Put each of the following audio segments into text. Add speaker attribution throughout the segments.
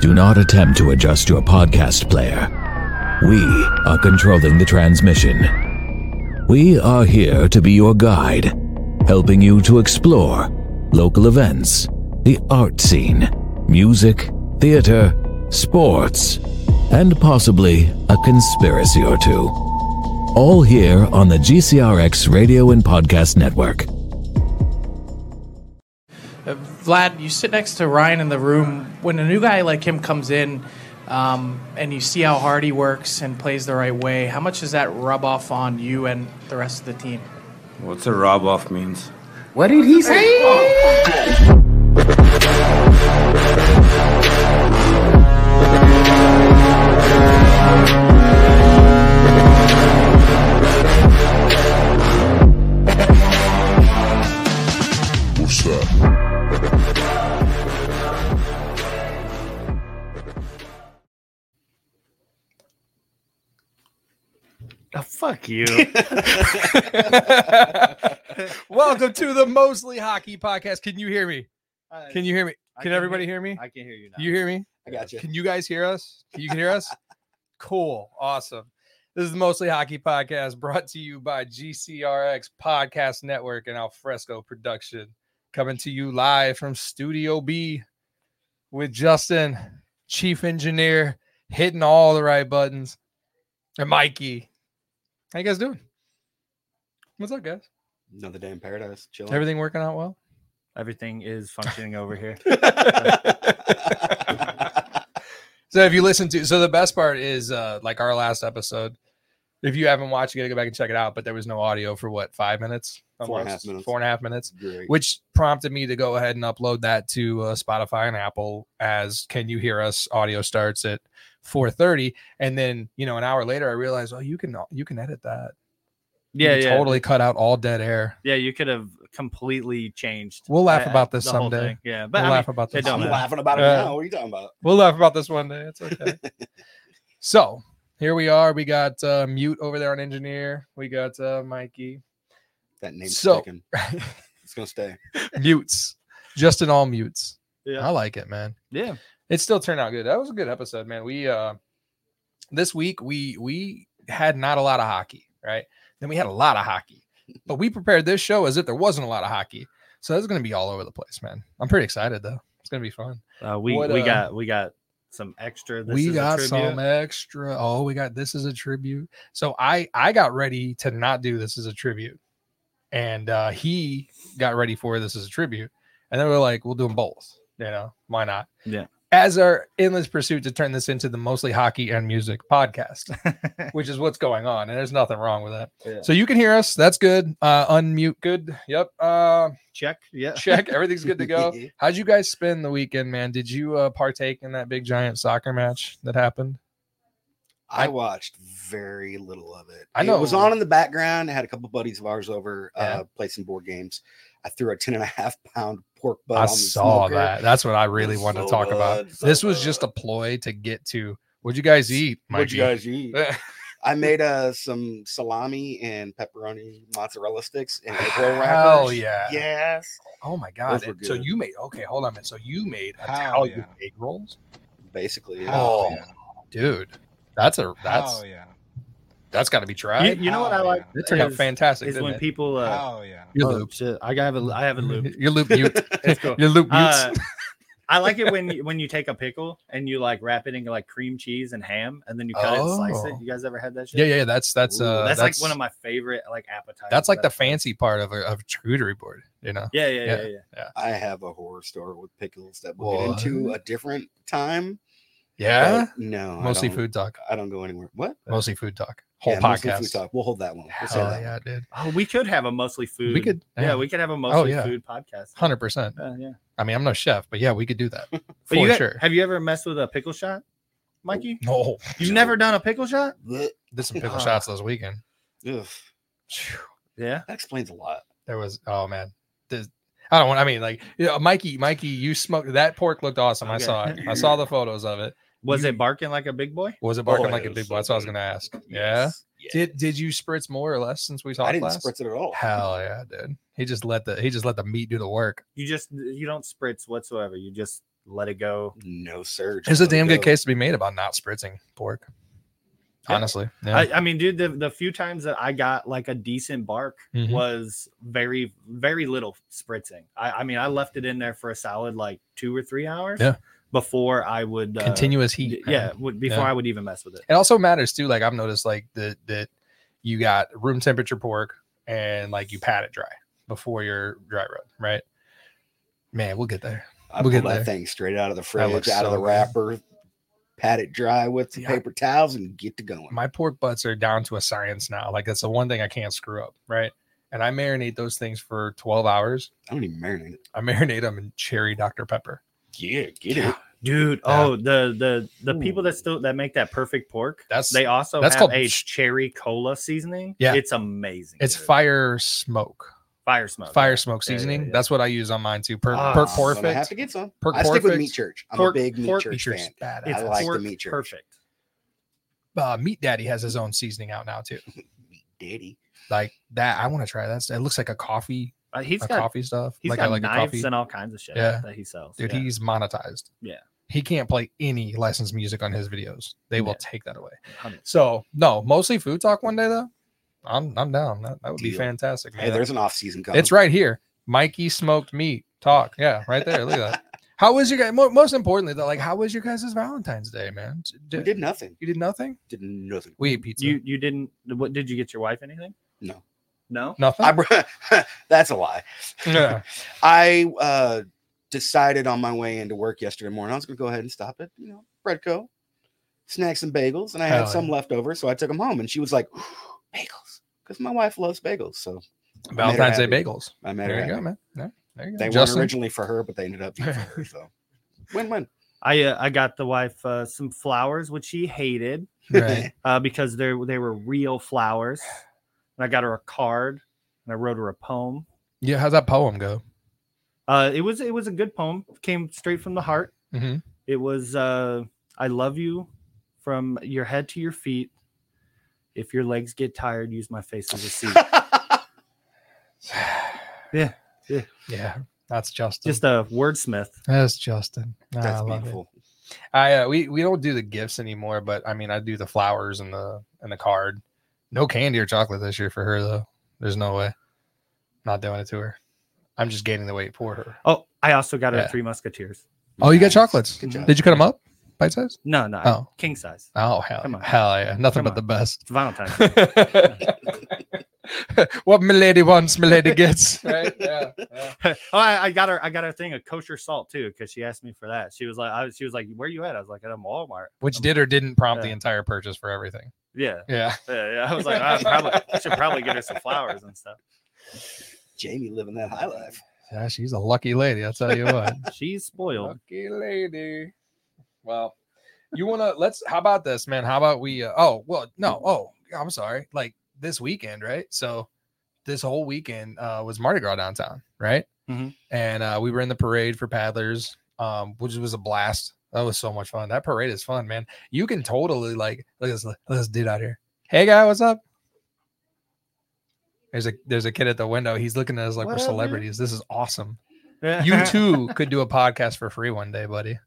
Speaker 1: Do not attempt to adjust your podcast player. We are controlling the transmission. We are here to be your guide, helping you to explore local events, the art scene, music, theater, sports, and possibly a conspiracy or two. All here on the GCRX Radio and Podcast Network.
Speaker 2: Uh, Vlad, you sit next to Ryan in the room. When a new guy like him comes in, um, and you see how hard he works and plays the right way, how much does that rub off on you and the rest of the team?
Speaker 3: What's a rob off means?
Speaker 4: What did he say?
Speaker 5: What's that?
Speaker 6: Oh, fuck you.
Speaker 7: Welcome to the Mosley Hockey Podcast. Can you hear me? Can you hear me?
Speaker 6: Uh,
Speaker 7: Can
Speaker 6: I can
Speaker 7: everybody hear me?
Speaker 6: I can hear you now.
Speaker 7: You hear me?
Speaker 6: I got you.
Speaker 7: Can you guys hear us? Can You can hear us? Cool. Awesome. This is the Mostly Hockey Podcast brought to you by GCRX Podcast Network and Alfresco Production. Coming to you live from Studio B with Justin, Chief Engineer, hitting all the right buttons. And Mikey. How you guys doing? What's up, guys?
Speaker 8: Another day in paradise. Chill.
Speaker 7: Everything working out well?
Speaker 6: Everything is functioning over here.
Speaker 7: So if you listen to so the best part is uh like our last episode. If you haven't watched, you gotta go back and check it out. But there was no audio for what five minutes?
Speaker 8: Four and a half minutes.
Speaker 7: Four and a half minutes.
Speaker 8: Great.
Speaker 7: Which prompted me to go ahead and upload that to uh, Spotify and Apple as can you hear us? Audio starts at 4:30. And then, you know, an hour later I realized, oh, you can you can edit that. You
Speaker 6: Yeah,
Speaker 7: can
Speaker 6: yeah.
Speaker 7: Totally cut out all dead air.
Speaker 6: Yeah, you could have completely changed.
Speaker 7: We'll laugh
Speaker 6: uh,
Speaker 7: about this
Speaker 6: the whole
Speaker 7: someday.
Speaker 6: thing. Yeah, but
Speaker 7: We'll
Speaker 6: I
Speaker 7: laugh
Speaker 6: mean,
Speaker 7: about
Speaker 6: it
Speaker 7: this.
Speaker 6: don't
Speaker 8: I'm
Speaker 6: matter.
Speaker 8: laughing about it
Speaker 7: Yeah. Uh,
Speaker 8: now. What are you talking about?
Speaker 7: We'll laugh about this one day. It's okay. so here we are. We got uh, mute over there on engineer. We got uh, Mikey.
Speaker 8: That name's
Speaker 7: So-
Speaker 8: sticking. It's gonna stay.
Speaker 7: mutes. Justin all mutes. I
Speaker 6: yeah.
Speaker 7: like it, man.
Speaker 6: yeah,
Speaker 7: It still turned out good. That was a good episode, man. We uh this week we we had not a lot of hockey, right? Then we had a lot of hockey. But we prepared this show as if there wasn't a lot of hockey. So that's gonna be all over the place, man. I'm pretty excited though. It's gonna be fun.
Speaker 6: Uh, we
Speaker 7: What,
Speaker 6: we
Speaker 7: uh,
Speaker 6: got we got some extra. This
Speaker 7: we
Speaker 6: is a
Speaker 7: got
Speaker 6: tribute.
Speaker 7: some extra. Oh, we got this is a tribute. So I I got ready to not do this as a tribute, and uh, he got ready for this as a tribute, and then we are like, we'll do them both. You know, why not?
Speaker 6: Yeah.
Speaker 7: As our endless pursuit to turn this into the mostly hockey and music podcast, which is what's going on, and there's nothing wrong with that.
Speaker 6: Yeah.
Speaker 7: So you can hear us. That's good. Uh, unmute. Good. Yep. Uh,
Speaker 6: Check. Yeah.
Speaker 7: check. Everything's good to go. How'd you guys spend the weekend, man? Did you uh, partake in that big giant soccer match that happened? I-
Speaker 8: I watched very little of it.
Speaker 7: I
Speaker 8: It
Speaker 7: know.
Speaker 8: was on in the background. I had a couple buddies of ours over,
Speaker 7: Yeah.
Speaker 8: uh, played some board games. I threw a 10 and a half pound pork butt.
Speaker 7: I
Speaker 8: on the
Speaker 7: saw
Speaker 8: smoker.
Speaker 7: that. That's what I really
Speaker 8: was
Speaker 7: wanted to
Speaker 8: so
Speaker 7: talk about.
Speaker 8: good, so
Speaker 7: This was just a
Speaker 8: good.
Speaker 7: ploy to get to. What'd you guys eat?
Speaker 8: What'd you
Speaker 7: Mikey?
Speaker 8: guys eat? I made uh some salami and pepperoni mozzarella sticks and egg roll wrappers.
Speaker 7: Hell yeah.
Speaker 8: Yes.
Speaker 7: oh my god!
Speaker 8: Those were
Speaker 7: And So
Speaker 8: good.
Speaker 7: you made okay. Hold on a minute. So you made
Speaker 4: Hell
Speaker 7: Italian
Speaker 4: yeah.
Speaker 7: egg rolls,
Speaker 8: Basically. yeah.
Speaker 4: Hell
Speaker 7: Oh, dude. That's a that's
Speaker 4: Hell yeah.
Speaker 7: that's got to be
Speaker 6: You,
Speaker 7: tried.
Speaker 6: you know what I
Speaker 4: Hell
Speaker 6: like?
Speaker 7: it turned out
Speaker 6: is-
Speaker 7: fantastic.
Speaker 6: Is
Speaker 7: didn't
Speaker 6: when
Speaker 7: it?
Speaker 6: people. Uh,
Speaker 4: Hell yeah.
Speaker 7: Your
Speaker 6: oh,
Speaker 7: loop,
Speaker 6: shit, I have it. I have it looped.
Speaker 7: your loop mute,
Speaker 6: It's cool.
Speaker 7: your loop mutes.
Speaker 6: Uh, I like it when you- when you take a pickle and you like wrap it in like cream cheese and ham, and then you cut it and slice it.
Speaker 7: Oh.
Speaker 6: You guys ever had that shit?
Speaker 7: yeah, yeah. That's that's
Speaker 8: Ooh,
Speaker 7: uh
Speaker 6: that's, like one of my favorite like appetizers.
Speaker 7: That's like
Speaker 6: that
Speaker 7: the fancy part of a of a charcuterie board, you know.
Speaker 6: Yeah, yeah,
Speaker 7: Yeah.
Speaker 6: yeah, yeah.
Speaker 8: I have a horror story with pickles that we'll get into a different time.
Speaker 7: Yeah,
Speaker 8: but No. I
Speaker 7: mostly
Speaker 8: don't-
Speaker 7: food talk,
Speaker 8: I don't go anywhere. What?
Speaker 7: mostly food talk, whole
Speaker 8: Yeah, mostly food
Speaker 7: podcast.
Speaker 8: talk. We'll hold that one. We'll save
Speaker 7: Hell
Speaker 8: that
Speaker 7: yeah, dude,
Speaker 6: Oh, we could have a mostly food.
Speaker 7: we could,
Speaker 6: Yeah, we could have a mostly
Speaker 7: Oh, yeah.
Speaker 6: food podcast.
Speaker 7: hundred percent.
Speaker 6: Uh, yeah.
Speaker 7: I mean, I'm no chef, but yeah, we could do that
Speaker 6: But you
Speaker 7: for
Speaker 6: got-
Speaker 7: sure.
Speaker 6: Have you ever messed with a pickle shot, Mikey?
Speaker 7: No,
Speaker 6: You've
Speaker 8: No.
Speaker 6: never done a pickle shot?
Speaker 8: one. Blech.
Speaker 7: did some pickle
Speaker 6: Ah.
Speaker 7: shots this weekend.
Speaker 8: Ugh,
Speaker 7: Phew,
Speaker 6: Yeah.
Speaker 8: that explains a lot.
Speaker 7: There was, oh man, This- I don't want. I mean, like, you know, Mikey, Mikey, you smoked that pork looked awesome. I
Speaker 6: Okay.
Speaker 7: saw it. I saw the photos of it.
Speaker 6: Was
Speaker 7: You-
Speaker 6: it barking like a big boy?
Speaker 7: Was it barking
Speaker 8: Oh,
Speaker 7: like
Speaker 8: it
Speaker 7: a
Speaker 8: was
Speaker 7: big
Speaker 8: so
Speaker 7: boy? That's what I was
Speaker 8: good.
Speaker 7: gonna ask. Yeah.
Speaker 8: Yes. Yeah.
Speaker 7: Did Did you spritz more or less since we talked
Speaker 8: I didn't
Speaker 7: last?
Speaker 8: spritz it at all.
Speaker 7: Hell yeah, dude. He just let the he just let the meat do the work.
Speaker 6: You just you don't spritz whatsoever. You just let it go.
Speaker 8: No surge.
Speaker 7: There's a damn good
Speaker 8: logo.
Speaker 7: case to be made about not spritzing pork.
Speaker 6: Yeah.
Speaker 7: Honestly, yeah.
Speaker 6: I, I mean, dude, the, the few times that I got like a decent bark
Speaker 7: Mhm.
Speaker 6: was very, very little spritzing. I, I mean, I left it in there for a solid like two or three hours
Speaker 7: Yeah.
Speaker 6: before I would uh,
Speaker 7: continuous heat.
Speaker 6: d-
Speaker 7: man.
Speaker 6: Yeah, would, before
Speaker 7: Yeah.
Speaker 6: I would even mess with it.
Speaker 7: it also matters too. Like I've noticed, like that that you got room temperature pork and like you pat it dry before your dry rub, right? Man, we'll get there. We'll
Speaker 8: I pull
Speaker 7: get there.
Speaker 8: that thing straight out of the
Speaker 7: That looks
Speaker 8: fridge, out of
Speaker 7: so
Speaker 8: the
Speaker 7: good.
Speaker 8: wrapper, pat it dry with some
Speaker 7: Yeah.
Speaker 8: paper towels, and get to going.
Speaker 7: My pork butts are down to a science now. Like that's the one thing I can't screw up, right? And I marinate those things for 12 hours.
Speaker 8: I don't even marinate. it.
Speaker 7: I marinate them in cherry Dr. Pepper.
Speaker 8: Yeah, get it.
Speaker 6: Dude,
Speaker 7: Yeah.
Speaker 6: oh the the the people that still that make that perfect pork,
Speaker 7: That's-
Speaker 6: they also
Speaker 7: that's
Speaker 6: have
Speaker 7: called
Speaker 6: a
Speaker 7: ch-
Speaker 6: cherry cola seasoning.
Speaker 7: Yeah.
Speaker 6: it's amazing.
Speaker 7: It's
Speaker 6: dude.
Speaker 7: fire smoke,
Speaker 6: fire smoke,
Speaker 7: fire
Speaker 6: yeah.
Speaker 7: smoke
Speaker 6: Yeah, yeah,
Speaker 7: seasoning.
Speaker 6: yeah.
Speaker 7: That's what I use on mine too. Per,
Speaker 6: Ah,
Speaker 7: per
Speaker 8: I'm gonna
Speaker 7: perfect.
Speaker 8: have to get some.
Speaker 7: Pork
Speaker 8: I stick with meat
Speaker 7: perfect.
Speaker 8: church. I'm
Speaker 6: Pork-
Speaker 8: a big meat
Speaker 6: pork
Speaker 8: church
Speaker 7: Features
Speaker 8: fan.
Speaker 7: badass.
Speaker 8: I
Speaker 6: It's
Speaker 8: like the
Speaker 6: pork
Speaker 8: meat church.
Speaker 6: perfect.
Speaker 7: uh, Meat Daddy has his own seasoning out now too.
Speaker 8: Meat Daddy.
Speaker 7: Like that, I want to try that. It looks like a coffee,
Speaker 6: Uh, he's
Speaker 7: a
Speaker 6: got
Speaker 7: coffee stuff.
Speaker 6: He's
Speaker 7: like
Speaker 6: got
Speaker 7: I like a
Speaker 6: knives
Speaker 7: coffee.
Speaker 6: and all kinds of shit
Speaker 7: Yeah.
Speaker 6: that he sells.
Speaker 7: Dude,
Speaker 6: yeah.
Speaker 7: he's monetized.
Speaker 6: Yeah.
Speaker 7: he can't play any licensed music on his videos. They will
Speaker 6: Yeah.
Speaker 7: take that away.
Speaker 6: 100.
Speaker 7: So no, mostly food talk one day though. I'm I'm down. That, that would be
Speaker 8: Deal.
Speaker 7: fantastic, man.
Speaker 8: Hey, there's an off season coming.
Speaker 7: It's right here. Mikey smoked meat talk. Yeah, right there. Look at that. How was your guy? mo- Most importantly, though, like how was your guys' Valentine's Day, man? Did,
Speaker 8: We did nothing.
Speaker 7: you did nothing?
Speaker 8: Did nothing.
Speaker 7: We ate pizza.
Speaker 6: You you didn't what did you get your wife anything?
Speaker 8: No.
Speaker 6: No?
Speaker 7: nothing.
Speaker 8: I, br- that's a lie.
Speaker 7: yeah.
Speaker 8: I uh, decided on my way into work yesterday morning, I was going to go ahead and stop at, you know, Breadco, snacks and bagels. And I
Speaker 7: Hell
Speaker 8: had
Speaker 7: yeah.
Speaker 8: some left over. So I took them home. And she was like, bagels. Because my wife loves bagels. So
Speaker 7: Valentine's Day
Speaker 8: happy.
Speaker 7: bagels.
Speaker 8: I made her.
Speaker 7: There you go,
Speaker 8: happy.
Speaker 7: man. Yeah, there you go.
Speaker 8: They weren't
Speaker 7: Justin,
Speaker 8: originally for her, but they ended up being for her. So win win.
Speaker 6: I uh, I got the wife uh, some flowers which she hated
Speaker 7: right.
Speaker 6: uh, because they they were real flowers. And I got her a card and I wrote her a poem.
Speaker 7: Yeah, how's that poem go?
Speaker 6: Uh, it was it was a good poem. Came straight from the heart.
Speaker 7: hmm
Speaker 6: It was uh, I love you from your head to your feet. If your legs get tired, use my face as a seat.
Speaker 7: Ah,
Speaker 6: Yeah, yeah.
Speaker 7: yeah. That's Justin.
Speaker 6: Just a wordsmith.
Speaker 7: that's Justin. Ah, I
Speaker 8: That's
Speaker 7: love it.
Speaker 8: beautiful.
Speaker 7: I uh, we we don't do the gifts anymore, but I mean I do the flowers and the and the card. No candy or chocolate this year for her though. There's no way. Not doing it to her. I'm just gaining the weight for her.
Speaker 6: Oh, I also got her
Speaker 7: Yeah.
Speaker 6: three musketeers.
Speaker 7: Oh, you got
Speaker 8: Nice.
Speaker 7: chocolates.
Speaker 8: Good job.
Speaker 7: Did you cut them up? Bite size?
Speaker 6: No, no,
Speaker 7: Oh.
Speaker 6: king size.
Speaker 7: Oh hell,
Speaker 6: Come on.
Speaker 7: hell yeah! Nothing but
Speaker 6: Come
Speaker 7: the best.
Speaker 6: It's Valentine's. Day.
Speaker 7: what milady wants, milady gets. Right? Yeah. yeah.
Speaker 6: oh, I, I got her. I got her a thing of kosher salt too because she asked me for that. She was like, I was, she was like, where you at? I was like, at a Walmart.
Speaker 7: Which
Speaker 6: I'm-
Speaker 7: did or didn't prompt the
Speaker 6: Yeah.
Speaker 7: entire purchase for everything.
Speaker 6: Yeah,
Speaker 7: Yeah.
Speaker 6: yeah, yeah. I was like, I probably I should probably get her some flowers and stuff.
Speaker 8: Jamie living that high life.
Speaker 7: Yeah, she's a lucky lady. I'll tell you what.
Speaker 6: She's spoiled.
Speaker 7: Lucky lady. Well, you want to let's how about this, man? How about we uh, oh, well, no. Oh, I'm sorry. Like this weekend, right? So this whole weekend uh was Mardi Gras downtown, right?
Speaker 6: Mhm.
Speaker 7: And uh we were in the parade for paddlers, um which was a blast. That was so much fun. That parade is fun, man. You can totally like look at this, look at this dude out here. Hey guy, what's up? There's a there's a kid at the window. He's looking at us like
Speaker 6: What
Speaker 7: we're
Speaker 6: up, dude?
Speaker 7: celebrities. This is awesome. You too could do a podcast for free one day, buddy.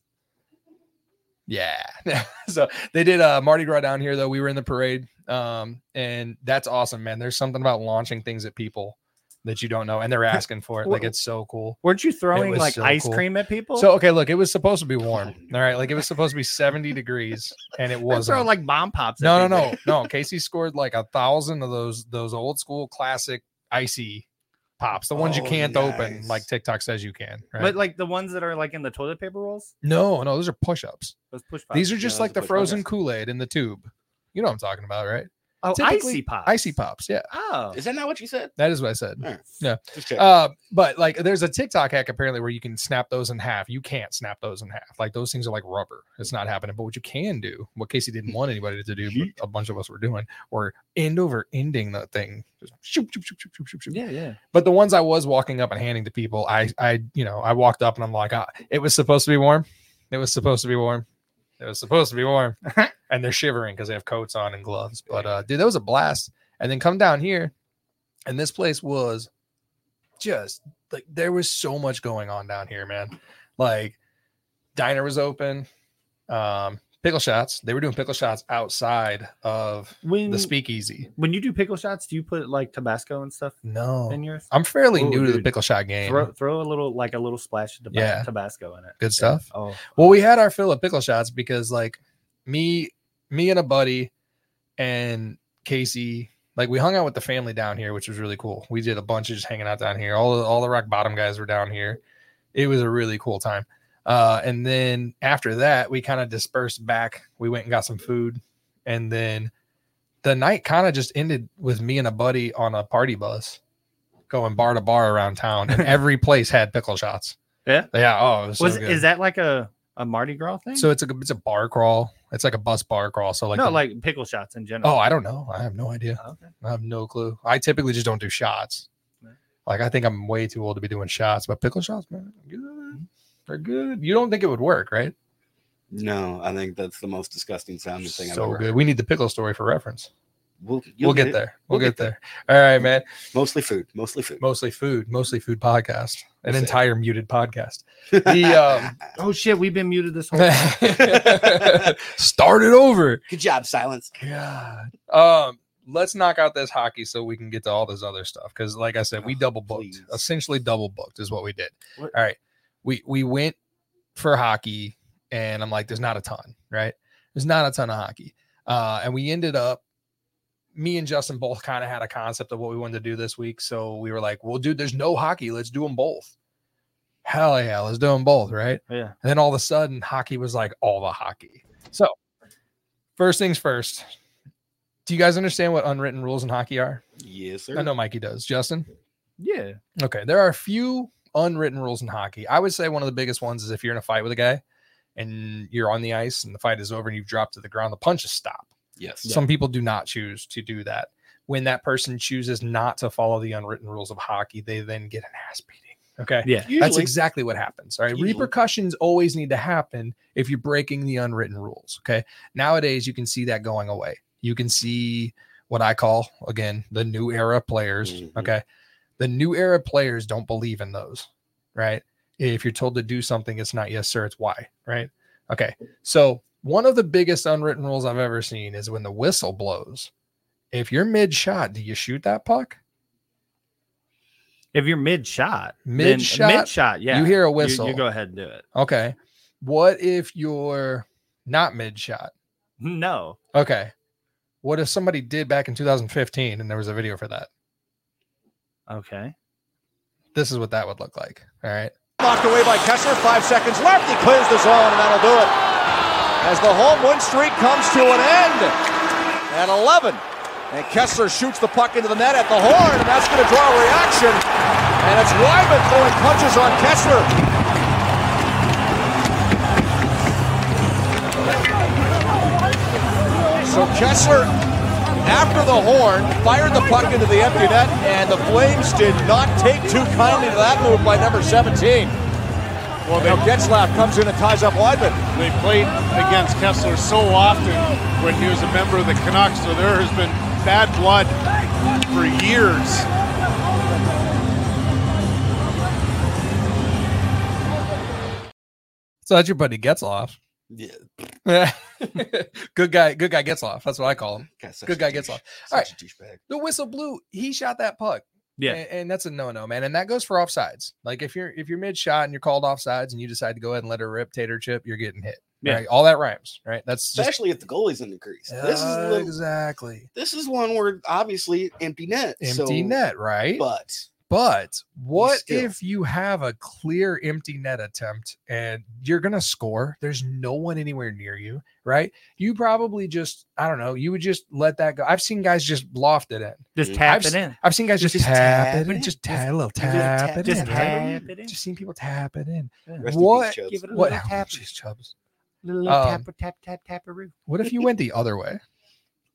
Speaker 7: Yeah. so they did uh Mardi Gras down here though. We were in the parade. Um, and that's awesome, man. There's something about launching things at people that you don't know and they're asking for it. Like
Speaker 6: Wha-
Speaker 7: it's so cool.
Speaker 6: Weren't you throwing
Speaker 7: was
Speaker 6: like
Speaker 7: so
Speaker 6: ice
Speaker 7: cool.
Speaker 6: cream at people?
Speaker 7: So okay, look, it was supposed to be warm.
Speaker 8: on.
Speaker 7: All right, like it was supposed to be 70 degrees and it
Speaker 6: I throw
Speaker 7: wasn't.
Speaker 6: like bomb pops. at
Speaker 7: No, no,
Speaker 6: people.
Speaker 7: no, no. Casey scored like a thousand of those those old school classic icy pops, the ones you
Speaker 8: Oh,
Speaker 7: can't open,
Speaker 8: nice.
Speaker 7: like TikTok says you can. Right?
Speaker 6: But like the ones that are like in the toilet paper rolls,
Speaker 7: no, no, those are push-ups.
Speaker 6: those push pops.
Speaker 7: These are just
Speaker 8: those
Speaker 7: like "Oh,
Speaker 8: are
Speaker 7: the
Speaker 8: push pops.
Speaker 7: frozen Kool Aid in the tube. You know what I'm talking about, right?
Speaker 6: oh,
Speaker 7: typically
Speaker 6: icy pops.
Speaker 7: Icy pops. Yeah,
Speaker 6: Oh,
Speaker 8: Is that not what you said?
Speaker 7: that is what I said.
Speaker 8: All right.
Speaker 7: Yeah.
Speaker 8: Just check.
Speaker 7: Uh, but like, there's a TikTok hack apparently where you can snap those in half. You can't snap those in half. Like those things are like rubber. It's not happening. But what you can do, what Casey didn't want anybody to do,
Speaker 8: Yeet.
Speaker 7: but a bunch of us were doing, were end over ending the thing. Just shoop, shoop, shoop, shoop, shoop, shoop, shoop.
Speaker 6: yeah, yeah.
Speaker 7: But the ones I was walking up and handing to people, I, I, you know, I walked up and I'm like, ah, it was supposed to be warm. It was supposed to be warm. It was supposed to be warm. and they're shivering because they have coats on and gloves. But uh, dude, that was a blast. And then come down here, and this place was just like there was so much going on down here, man. Like diner was open. Um, pickle shots. They were doing pickle shots outside of
Speaker 6: When
Speaker 7: the speakeasy.
Speaker 6: when you do pickle shots, do you put like Tabasco and stuff in
Speaker 7: No,
Speaker 6: yours?
Speaker 7: I'm fairly
Speaker 6: Ooh,
Speaker 7: new to the
Speaker 6: dude.
Speaker 7: pickle shot game.
Speaker 6: Throw, throw a little like a little splash of taba-
Speaker 7: Yeah.
Speaker 6: Tabasco in it.
Speaker 7: Good stuff.
Speaker 6: Oh,
Speaker 7: Well, we had our fill of pickle shots because like me, me and a buddy and Casey, like we hung out with the family down here, which was really cool. We did a bunch of just hanging out down here. All the all the rock bottom guys were down here. It was a really cool time. Uh, and then after that, we kind of dispersed back. We went and got some food, and then the night kind of just ended with me and a buddy on a party bus, going bar to bar around town, and every place had pickle shots.
Speaker 6: Yeah?
Speaker 7: yeah. Oh, it was, so
Speaker 6: was
Speaker 7: good.
Speaker 6: is that like a a Mardi Gras thing?
Speaker 7: So it's like a it's a bar crawl. It's like a bus bar crawl. So like,
Speaker 6: no,
Speaker 7: the-
Speaker 6: like pickle shots in general.
Speaker 7: oh, I don't know. I have no idea.
Speaker 6: Okay.
Speaker 7: I have no clue. I typically just don't do shots. Like I think I'm way too old to be doing shots, but pickle shots, man, good. They're good. You don't think it would work, right?
Speaker 8: No, I think that's the most disgusting sound thing I've
Speaker 7: So
Speaker 8: ever.
Speaker 7: good. We need the pickle story for reference.
Speaker 8: We'll,
Speaker 7: we'll
Speaker 8: you'll
Speaker 7: get,
Speaker 8: it.
Speaker 7: there. We'll, get, there. All right, man.
Speaker 8: Mostly food. Mostly food.
Speaker 7: Mostly food. Mostly food podcast. An
Speaker 8: That's it.
Speaker 7: entire muted podcast. The,
Speaker 6: Oh shit, we've been muted this whole time.
Speaker 7: um, start it over.
Speaker 8: Good job, silence.
Speaker 7: God. Um, let's knock out this hockey so we can get to all this other stuff. Cause like I said, we
Speaker 8: Oh,
Speaker 7: double booked,
Speaker 8: please.
Speaker 7: essentially double booked is what we did.
Speaker 6: What-
Speaker 7: All right. We we went for hockey and I'm like, there's not a ton, right? There's not a ton of hockey. Uh, and we ended up me and Justin both kind of had a concept of what we wanted to do this week. So we were like, well, dude, there's no hockey. Let's do them both. Hell yeah, let's do them both, right?
Speaker 6: Yeah.
Speaker 7: And then all of a sudden, hockey was like all the hockey. So, first things first, do you guys understand what unwritten rules in hockey are?
Speaker 8: Yes, sir.
Speaker 7: I know Mikey does. Justin?
Speaker 6: Yeah.
Speaker 7: Okay. There are a few unwritten rules in hockey. I would say one of the biggest ones is if you're in a fight with a guy and you're on the ice and the fight is over and you've dropped to the ground, the punches stop.
Speaker 8: Yes.
Speaker 7: Some people do not choose to do that. When that person chooses not to follow the unwritten rules of hockey, they then get an ass beating. Okay.
Speaker 6: Yeah.
Speaker 7: That's
Speaker 8: Usually-
Speaker 7: exactly what happens. All right.
Speaker 8: Usually.
Speaker 7: Repercussions always need to happen if you're breaking the unwritten rules. Okay. Nowadays, you can see that going away. You can see what I call, again, the new era players.
Speaker 8: Mhm.
Speaker 7: Okay. The new era players don't believe in those. Right. If you're told to do something, it's not yes, sir, it's why. Right. Okay. So, one of the biggest unwritten rules I've ever seen is when the whistle blows. If you're mid shot, do you shoot that puck?
Speaker 6: If you're mid shot,
Speaker 7: Mid
Speaker 6: mid
Speaker 7: shot,
Speaker 6: shot, yeah.
Speaker 7: you hear a
Speaker 6: You-
Speaker 7: whistle.
Speaker 6: You, go ahead and do it.
Speaker 7: Okay. What if you're not mid shot?
Speaker 6: No,
Speaker 7: Okay. What if somebody did back in 2015 and there was a video for that?
Speaker 6: okay.
Speaker 7: This is what that would look like. All right.
Speaker 4: Knocked away by Kessler. Five seconds left. He clears the zone, and that'll do it. As the home win streak comes to an end at 11. And Kessler shoots the puck into the net at the horn, and that's going to draw a reaction. And it's Wyman throwing punches on Kessler. So Kessler, after the horn, fired the puck into the empty net, and the Flames did not take too kindly to that move by number 17. Well, now Getzlaff comes in and ties up Weidman.
Speaker 9: They played against Kessler so often when he was a member of the Canucks, so there has been bad blood for years.
Speaker 7: So that's your buddy Getzloff.
Speaker 8: Yeah.
Speaker 7: good guy, good guy Getzloff. That's what I call him.
Speaker 8: God, such
Speaker 7: Good
Speaker 8: a
Speaker 7: guy gets
Speaker 8: douche.
Speaker 7: off.
Speaker 8: Such
Speaker 7: All
Speaker 8: a douchebag.
Speaker 7: The whistle blew. He shot that puck.
Speaker 6: Yeah.
Speaker 7: And, and that's a no-no, man. And that goes for offsides. Like if you're if you're mid-shot and you're called offsides and you decide to go ahead and let her rip tater chip, you're getting hit.
Speaker 6: Yeah.
Speaker 7: Right? All that rhymes, right? That's just
Speaker 8: Especially if the goalie's in the crease. This is a little,
Speaker 7: exactly
Speaker 8: this is one where obviously empty net.
Speaker 7: empty
Speaker 8: so,
Speaker 7: net, right?
Speaker 8: But
Speaker 7: But what
Speaker 8: still-
Speaker 7: if you have a clear empty net attempt and you're going to score? There's no one anywhere near you, right? You probably just, I don't know, you would just let that go. I've seen guys just loft it in.
Speaker 6: Just
Speaker 8: Mhm.
Speaker 6: tap
Speaker 7: I've
Speaker 6: it in.
Speaker 7: I've seen guys just,
Speaker 8: Just
Speaker 7: tap,
Speaker 8: tap
Speaker 7: it
Speaker 8: it
Speaker 7: in,
Speaker 8: in.
Speaker 7: just
Speaker 8: Just-
Speaker 7: tap, a little
Speaker 8: just
Speaker 7: tap,
Speaker 8: tap-
Speaker 7: it
Speaker 6: Just
Speaker 7: in. right?
Speaker 6: tap it in.
Speaker 7: Just seen people tap it in.
Speaker 8: rest in peace,
Speaker 7: What?
Speaker 8: Chubbs.
Speaker 6: Give it a
Speaker 7: What?
Speaker 6: little tap.
Speaker 7: Jeez, Chubbs.
Speaker 6: Little
Speaker 7: Um,
Speaker 6: tap, tap, tap, tapperoo.
Speaker 7: What if you went the other way?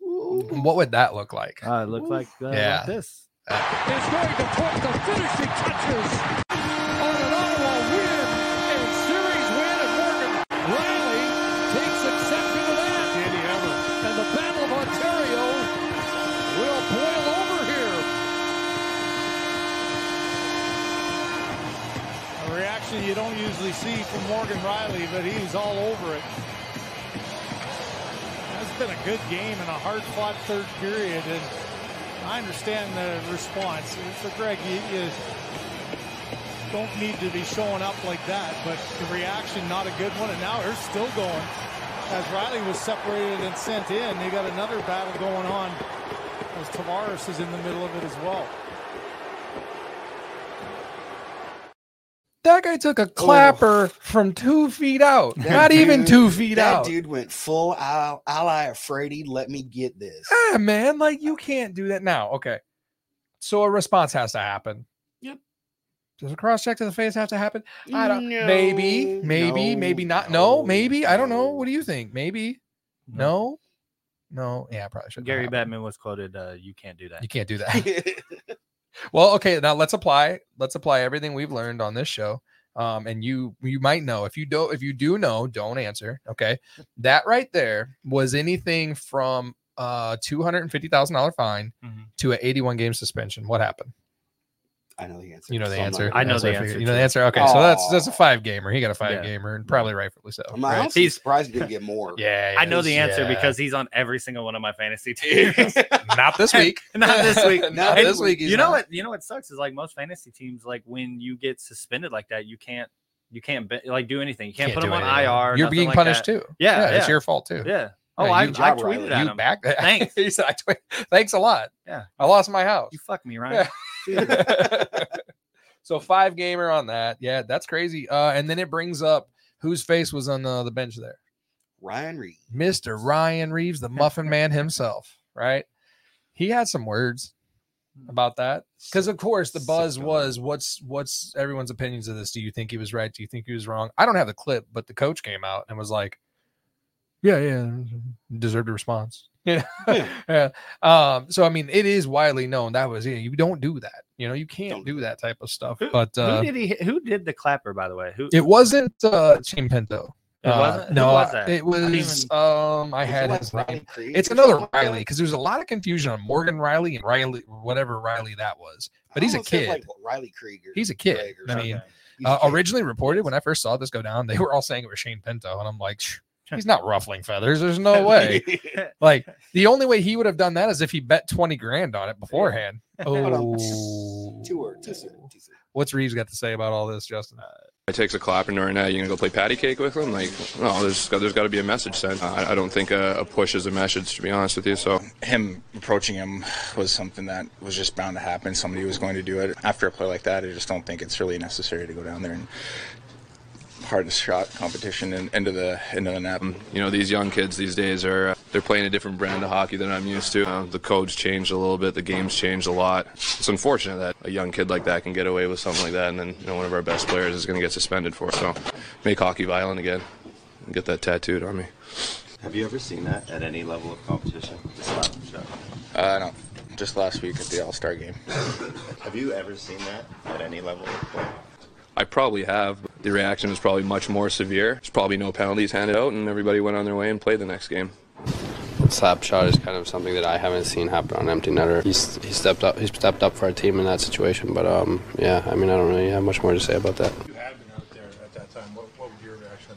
Speaker 8: Ooh.
Speaker 7: What would that look like?
Speaker 6: Uh, it looked like, uh,
Speaker 7: Yeah.
Speaker 6: like this.
Speaker 10: is going to put the finishing touches on an Ottawa win and series win. And Morgan Riley takes exception to that. And the Battle of Ontario will boil over here.
Speaker 9: A reaction you don't usually see from Morgan Riley, but he's all over it. It's been a good game and a hard fought third period, and I understand the response. For Greg, you, you don't need to be showing up like that, but the reaction, not a good one, and now they're still going. As Riley was separated and sent in, you got another battle going on as Tavares is in the middle of it as well.
Speaker 7: That guy took a clapper from two feet out.
Speaker 8: That
Speaker 7: Not even
Speaker 8: dude-
Speaker 7: two feet
Speaker 8: that
Speaker 7: out.
Speaker 8: dude went full al- ally of Frady. Let me get this.
Speaker 7: Ah, man, like you can't do that now. Okay. So a response has to happen.
Speaker 8: Yep.
Speaker 7: Does a cross check to the face have to happen? I don't maybe,
Speaker 8: No,
Speaker 7: maybe,
Speaker 8: no,
Speaker 7: maybe not. No,
Speaker 8: no,
Speaker 7: maybe. I don't know.
Speaker 8: no.
Speaker 7: What do you think? Maybe. No. No. Yeah, I probably should.
Speaker 6: Gary Batman was quoted, uh, "You can't do that."
Speaker 7: You can't do that. Well, okay, now let's apply. Let's apply everything we've learned on this show. Um, and you you might know if you don't if you do know, don't answer. Okay, that right there was anything from uh two hundred and fifty thousand dollar fine
Speaker 6: Mhm.
Speaker 7: to an eighty one game suspension. What happened?
Speaker 8: I know the answer.
Speaker 7: You know
Speaker 8: so
Speaker 7: the
Speaker 8: I'm not
Speaker 7: answer.
Speaker 8: gonna
Speaker 6: I know
Speaker 7: That's
Speaker 6: the
Speaker 7: what figured.
Speaker 6: answer
Speaker 7: You know the
Speaker 6: to it.
Speaker 7: answer. Okay, so that's that's a
Speaker 8: Aw.
Speaker 7: five gamer. He got a five
Speaker 6: Yeah.
Speaker 7: gamer, and probably rightfully so.
Speaker 8: I'm
Speaker 7: right?
Speaker 8: honestly
Speaker 6: He's-
Speaker 8: surprised he didn't get more.
Speaker 7: Yeah,
Speaker 6: I know the
Speaker 7: yeah.
Speaker 6: answer because he's on every single one of my fantasy teams.
Speaker 7: not this week.
Speaker 6: Not this week.
Speaker 7: Not
Speaker 6: And
Speaker 7: this week. he's
Speaker 6: You know
Speaker 7: not.
Speaker 6: what? You know what sucks is like most fantasy teams, like when you get suspended like that, you can't, you can't be, like do anything. You can't, put
Speaker 7: do
Speaker 6: them on
Speaker 7: anything.
Speaker 6: IR.
Speaker 7: You're
Speaker 6: nothing
Speaker 7: being
Speaker 6: like
Speaker 7: punished
Speaker 6: that.
Speaker 7: too.
Speaker 6: Yeah,
Speaker 7: it's
Speaker 6: yeah.
Speaker 7: your fault too.
Speaker 6: Yeah. Oh,
Speaker 7: Yeah,
Speaker 6: I, I
Speaker 8: you job,
Speaker 6: tweeted
Speaker 8: Riley.
Speaker 6: at
Speaker 7: you
Speaker 6: him.
Speaker 7: back.
Speaker 6: Thanks.
Speaker 7: he said, I tweet, thanks a lot.
Speaker 6: Yeah.
Speaker 7: I lost my house.
Speaker 6: You fuck me, Ryan.
Speaker 7: so five gamer on that. Yeah, that's crazy. Uh, and then it brings up whose face was on the, the bench there,
Speaker 8: Ryan Reed.
Speaker 7: Mister Ryan Reeves, the Muffin Man himself. Right? He had some words
Speaker 6: Hmm.
Speaker 7: about that because, of course, the buzz
Speaker 8: Sicko.
Speaker 7: was, "What's what's everyone's opinions of this? Do you think he was right? Do you think he was wrong?" I don't have the clip, but the coach came out and was like, "Yeah, yeah, deserved a response." Yeah. yeah. Um, so I mean, it is widely known that was yeah, you don't do that. You know, you can't
Speaker 8: Don't
Speaker 7: do that type of stuff.
Speaker 6: Who-
Speaker 7: But uh,
Speaker 6: who did he? Who did the clapper? By the way, who?
Speaker 7: it wasn't uh Shane Pinto.
Speaker 6: It wasn't?
Speaker 7: Uh,
Speaker 6: Who
Speaker 7: no,
Speaker 6: was that?
Speaker 7: it
Speaker 6: didn't
Speaker 7: was um I
Speaker 8: Is it
Speaker 7: had
Speaker 8: like
Speaker 7: his
Speaker 8: Ryan
Speaker 7: name.
Speaker 8: Creed
Speaker 7: It's
Speaker 8: or something
Speaker 7: another
Speaker 8: like that?
Speaker 7: Riley because there's a lot of confusion on Morgan Riley and Riley whatever Riley that was. But
Speaker 8: I
Speaker 7: he's a
Speaker 8: almost said,
Speaker 7: kid.
Speaker 8: Like Riley Krieger.
Speaker 7: He's a kid.
Speaker 8: Craig or
Speaker 7: I
Speaker 8: something.
Speaker 7: mean,
Speaker 8: He's a
Speaker 7: Uh,
Speaker 8: kid.
Speaker 7: originally reported when I first saw this go down, they were all saying it was Shane Pinto, and I'm like, "Shh, he's not ruffling feathers. There's no way. like the only way he would have done that is if he bet twenty grand on it beforehand.
Speaker 8: Hold on.
Speaker 7: Oh,
Speaker 8: Two words. Two words, two words.
Speaker 7: what's Reeves got to say about all this, Justin?
Speaker 11: It takes a clap and right now you're gonna go play patty cake with him. Like, no, there's got, there's got to be a message sent. I, I don't think a, a push is a message, to be honest with you. So
Speaker 12: him approaching him was something that was just bound to happen. Somebody was going to do it. After a play like that, I just don't think it's really necessary to go down there and hardest shot competition and into the into the net.
Speaker 11: you know, these young kids these days are uh, they're playing a different brand of hockey than I'm used to. Uh, the code's changed a little bit. The game's changed a lot. It's unfortunate that a young kid like that can get away with something like that, and then you know one of our best players is gonna get suspended for it. So make hockey violent again. And get that tattooed on me.
Speaker 13: Have you ever seen that at any level of competition? The slap shot.
Speaker 12: Uh, no, just last week at the All Star game.
Speaker 13: Have you ever seen that at any level of play?
Speaker 11: I probably have. but The reaction was probably much more severe. There's probably no penalties handed out, and everybody went on their way and played the next game.
Speaker 14: Slap shot is kind of something that I haven't seen happen on empty netter. He's he stepped up he stepped up for our team in that situation, but um yeah, I mean I don't really have much more to say about that.
Speaker 15: you had been out there at that time, what, what would your reaction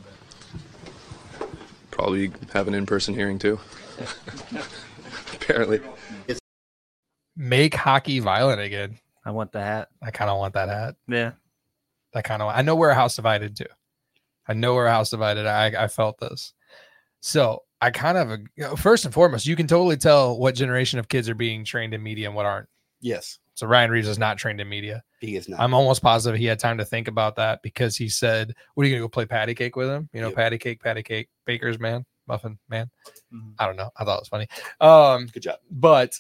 Speaker 15: have been?
Speaker 11: Probably have an in-person hearing too. Apparently.
Speaker 7: Make hockey violent again.
Speaker 6: I want the hat.
Speaker 7: I kind of want that hat.
Speaker 6: Yeah.
Speaker 7: That kind of I know we're a house divided too. I know we're a house divided. I I felt this. So I kind of you know, first and foremost, you can totally tell what generation of kids are being trained in media and what aren't.
Speaker 8: Yes,
Speaker 7: So Ryan Reeves is not trained in media.
Speaker 8: he is not.
Speaker 7: I'm almost positive he had time to think about that because he said, "What are you gonna go play patty cake with him?" You know,
Speaker 8: Yep.
Speaker 7: patty cake, patty cake, baker's man, muffin man.
Speaker 6: Mhm.
Speaker 7: I don't know. I thought it was funny. Um,
Speaker 8: Good job.
Speaker 7: but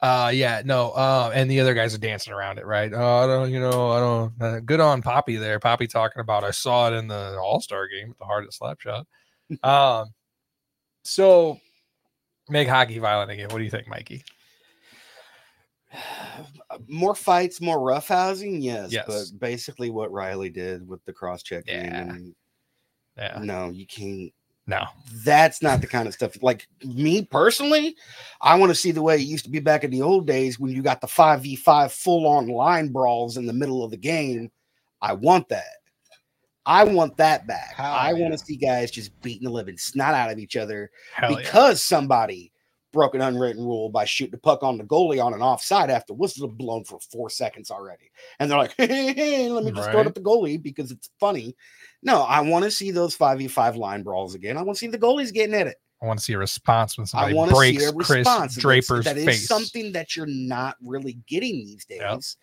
Speaker 7: uh, yeah, no. Uh, and the other guys are dancing around it, right? Oh, I don't, you know, I don't. Uh, good on Poppy there. Poppy talking about I saw it in the All Star game with the hardest slap shot. um, so make hockey violent again. What do you think, Mikey?
Speaker 8: More fights, more roughhousing. Yes,
Speaker 7: Yes.
Speaker 8: but basically what Riley did with the cross checking.
Speaker 7: Yeah.
Speaker 8: And
Speaker 7: Yeah,
Speaker 8: No, you can't.
Speaker 7: no,
Speaker 8: That's not the kind of stuff. Like me personally, I want to see the way it used to be back in the old days when you got the five v five full on line brawls in the middle of the game. I want that. I want that back. I want to see guys just beating the living snot out of each other
Speaker 7: Hell yeah.
Speaker 8: because somebody broke an unwritten rule by shooting the puck on the goalie on an offside after whistle blown for four seconds already. And they're like, let me just throw it
Speaker 7: Right.
Speaker 8: at the goalie because it's funny. No, I want to see those 5v5 line brawls again. I want to see the goalies getting at it.
Speaker 7: I want to see a response when
Speaker 8: I
Speaker 7: somebody
Speaker 8: want to see
Speaker 7: breaks
Speaker 8: a
Speaker 7: Chris
Speaker 8: response. and that's-
Speaker 7: Draper's
Speaker 8: that is
Speaker 7: face.
Speaker 8: something that you're not really getting these days.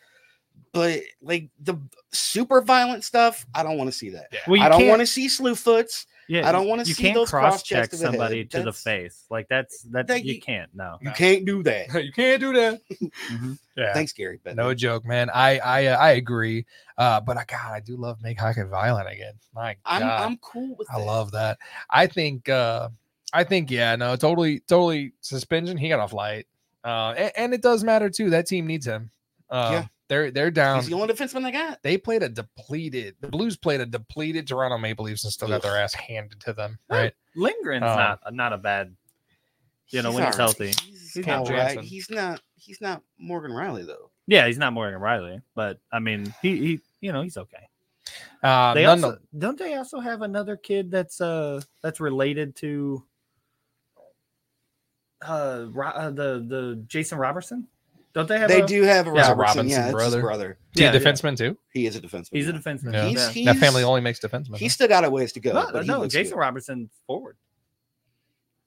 Speaker 8: But like the super violent stuff, I don't want to see that.
Speaker 6: Well, you
Speaker 8: I don't
Speaker 6: can't-
Speaker 8: want to see slew foots.
Speaker 6: Yeah,
Speaker 8: I don't want to
Speaker 6: you
Speaker 8: see
Speaker 6: can't
Speaker 8: those cross
Speaker 6: cross-check
Speaker 8: checks to the head.
Speaker 6: somebody to the
Speaker 8: That's-
Speaker 6: face. Like that's that,
Speaker 8: That
Speaker 6: you,
Speaker 8: you-
Speaker 6: can't. No,
Speaker 8: You can't do that.
Speaker 7: you can't do that.
Speaker 8: Mm-hmm.
Speaker 7: Yeah.
Speaker 8: Thanks, Gary. But
Speaker 7: No joke, man. I I uh, I agree. Uh, but I God, I do love make hockey violent again. My
Speaker 8: I'm
Speaker 7: God,
Speaker 8: I'm cool with
Speaker 7: I
Speaker 8: that.
Speaker 7: love that. I think uh I think yeah, no, totally, totally suspension. He got off light. Uh and, and it does matter too. That team needs him. Uh
Speaker 8: Yeah.
Speaker 7: they're they're down.
Speaker 8: He's the only defenseman they got.
Speaker 7: They played a depleted the Blues played a depleted Toronto Maple Leafs and still got their ass handed to them. Right.
Speaker 6: Lindgren's
Speaker 7: Um,
Speaker 6: not not a bad. You know
Speaker 8: He's
Speaker 6: when he's
Speaker 8: all right.
Speaker 6: healthy.
Speaker 8: He's,
Speaker 6: He's
Speaker 8: not
Speaker 6: not
Speaker 8: right.
Speaker 6: Jansen.
Speaker 8: He's not. He's not Morgan Riley though.
Speaker 6: Yeah, he's not Morgan Riley, but I mean, he he you know he's okay.
Speaker 7: Uh
Speaker 6: they
Speaker 7: none
Speaker 6: also don't they also have another kid that's uh that's related to uh, Ro- uh the the Jason Robertson. Don't they have?
Speaker 8: They
Speaker 6: a-
Speaker 8: do have a
Speaker 6: Yeah.
Speaker 8: Robertson. yeah, that's his brother.
Speaker 7: Dude,
Speaker 6: Yeah, yeah.
Speaker 7: defenseman too.
Speaker 8: He is a defenseman.
Speaker 6: He's a defenseman.
Speaker 7: Yeah.
Speaker 6: He's-
Speaker 7: that family
Speaker 8: he's-
Speaker 7: only makes defensemen.
Speaker 8: He's still got a ways to go.
Speaker 6: No,
Speaker 8: but he
Speaker 6: no,
Speaker 8: looks
Speaker 6: Jason
Speaker 8: good.
Speaker 6: Robertson forward.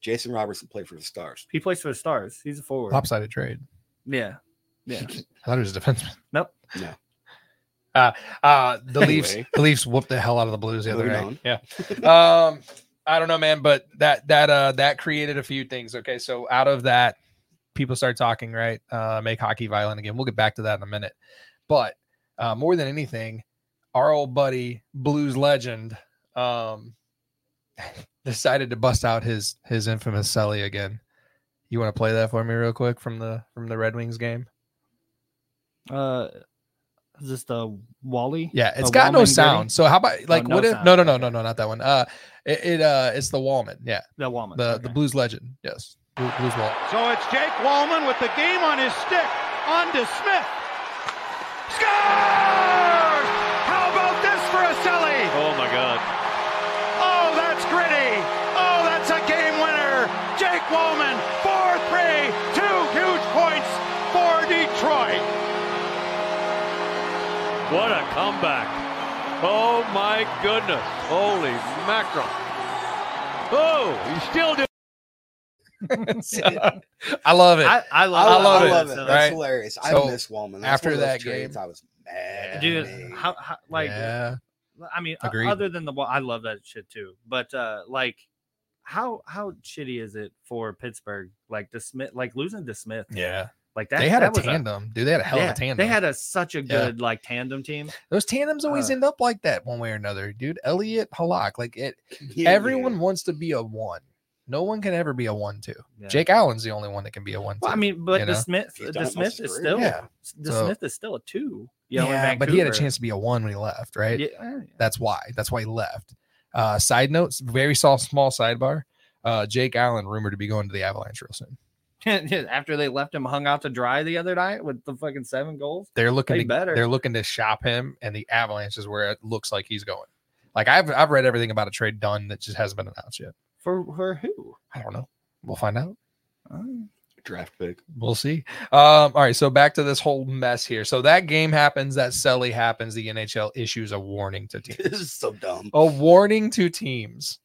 Speaker 8: Jason Robertson played for the Stars.
Speaker 6: He plays for the Stars. He's a
Speaker 7: huh?
Speaker 6: forward.
Speaker 7: lopsided trade.
Speaker 6: Yeah, yeah.
Speaker 7: I thought he was a defenseman.
Speaker 6: Nope.
Speaker 8: No.
Speaker 7: Uh, uh, the Leafs,
Speaker 8: Anyway.
Speaker 7: the Leafs whooped the hell out of the Blues the other
Speaker 8: Moving
Speaker 7: night. Yeah. Um, I don't know, man, but that that uh that created a few things. Okay, so out of that, people start talking, right? Uh, make hockey violent again. We'll get back to that in a minute, but uh, more than anything, our old buddy Blues legend, um, decided to bust out his his infamous Sully again. You want to play that for me real quick from the from the Red Wings game?
Speaker 6: Uh, is this the Wally?
Speaker 7: Yeah, it's
Speaker 6: A
Speaker 7: got no
Speaker 6: Wallman
Speaker 7: sound.
Speaker 6: Gritty?
Speaker 7: So how about
Speaker 6: Oh,
Speaker 7: like
Speaker 6: no
Speaker 7: what if
Speaker 6: sound.
Speaker 7: no no no no no not that one. Uh it, it uh it's the Wallman. Yeah.
Speaker 6: The Wallman.
Speaker 7: The the blues legend. Yes. Blue- Blues Wall.
Speaker 10: So it's Jake Wallman with the game on his stick. On to Smith. Scores! How about this for a Selly?
Speaker 16: Oh my God.
Speaker 10: Oh, that's gritty. Oh, that's a game winner. Jake Wallman, 4-3, two huge points for Detroit.
Speaker 16: What a comeback. Oh my goodness. Holy mackerel. Oh, he's still doing
Speaker 7: I love it.
Speaker 6: I- I love it. I love it. That's
Speaker 7: right?
Speaker 8: hilarious. I miss Wallman. That's
Speaker 7: after
Speaker 8: one of those
Speaker 7: that game,
Speaker 8: trades I was mad.
Speaker 6: dude. How, how like?
Speaker 7: Yeah.
Speaker 6: I mean, o-
Speaker 7: Agreed.
Speaker 6: other than the Wall, I love that shit too. But uh, like, how how shitty is it for Pittsburgh? Like to Smith, like losing to Smith.
Speaker 7: Yeah.
Speaker 6: Like that.
Speaker 7: they had a
Speaker 6: that was
Speaker 7: tandem. Dude, they had a hell of
Speaker 6: yeah,
Speaker 7: a tandem.
Speaker 6: They had a such a
Speaker 7: Yeah.
Speaker 6: good like tandem team.
Speaker 7: Those tandems always
Speaker 6: uh,
Speaker 7: end up like that one way or another, dude. Elliot Halak. Like it
Speaker 8: Yeah,
Speaker 7: everyone wants to be a one. No one can ever be a one two.
Speaker 6: Yeah.
Speaker 7: Jake Allen's the only one that can be a one two.
Speaker 6: Well, I mean, but
Speaker 7: you
Speaker 6: the
Speaker 7: know?
Speaker 6: Smith,
Speaker 8: you
Speaker 6: the
Speaker 8: don't,
Speaker 6: Smith
Speaker 8: that's
Speaker 6: is
Speaker 8: great.
Speaker 6: still
Speaker 7: Yeah.
Speaker 6: the
Speaker 7: So-
Speaker 6: Smith is still a two. You know, in
Speaker 7: Yeah, but he had a
Speaker 6: Vancouver.
Speaker 7: chance to be a one when he left, right?
Speaker 6: Yeah, eh,
Speaker 7: That's why. That's why he left. Uh, side notes, very soft, small sidebar. Uh, Jake Allen rumored to be going to the Avalanche real soon.
Speaker 6: after they left him hung out to dry the other night with the fucking seven goals.
Speaker 7: They're looking
Speaker 6: They
Speaker 7: to,
Speaker 6: better.
Speaker 7: They're looking to shop him, and the Avalanche is where it looks like he's going. Like I've I've read everything about a trade done that just hasn't been announced yet.
Speaker 6: For for who?
Speaker 7: I don't know. We'll find out.
Speaker 8: draft pick.
Speaker 7: We'll see. Um, all right. So back to this whole mess here. So that game happens. That Selly happens. The NHL issues a warning to teams.
Speaker 8: This is so dumb.
Speaker 7: a warning to teams.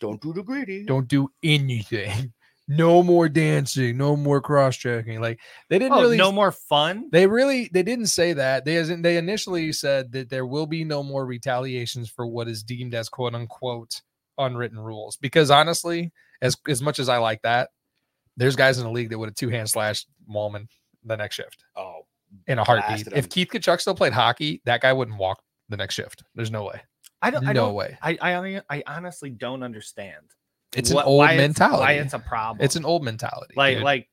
Speaker 8: Don't do the greedy.
Speaker 7: don't do anything. No more dancing, no more cross checking. Like they didn't
Speaker 6: Oh,
Speaker 7: really
Speaker 6: no more fun.
Speaker 7: they really they didn't say that. They as in, they initially said that there will be no more retaliations for what is deemed as quote unquote unwritten rules. Because honestly, as as much as I like that, there's guys in the league that would have two hand slashed Wallman the next shift
Speaker 8: Oh,
Speaker 7: in a heartbeat.
Speaker 8: Blasted him.
Speaker 7: If Keith Kachuk still played hockey, that guy wouldn't walk the next shift. There's no way.
Speaker 6: I don't. I
Speaker 7: No
Speaker 6: don't,
Speaker 7: way.
Speaker 6: I I, hon- I honestly don't understand.
Speaker 7: It's an
Speaker 6: what-
Speaker 7: old
Speaker 6: why it's- Why
Speaker 7: mentality.
Speaker 6: it's a problem?
Speaker 7: It's an old mentality.
Speaker 6: like
Speaker 7: dude.
Speaker 6: like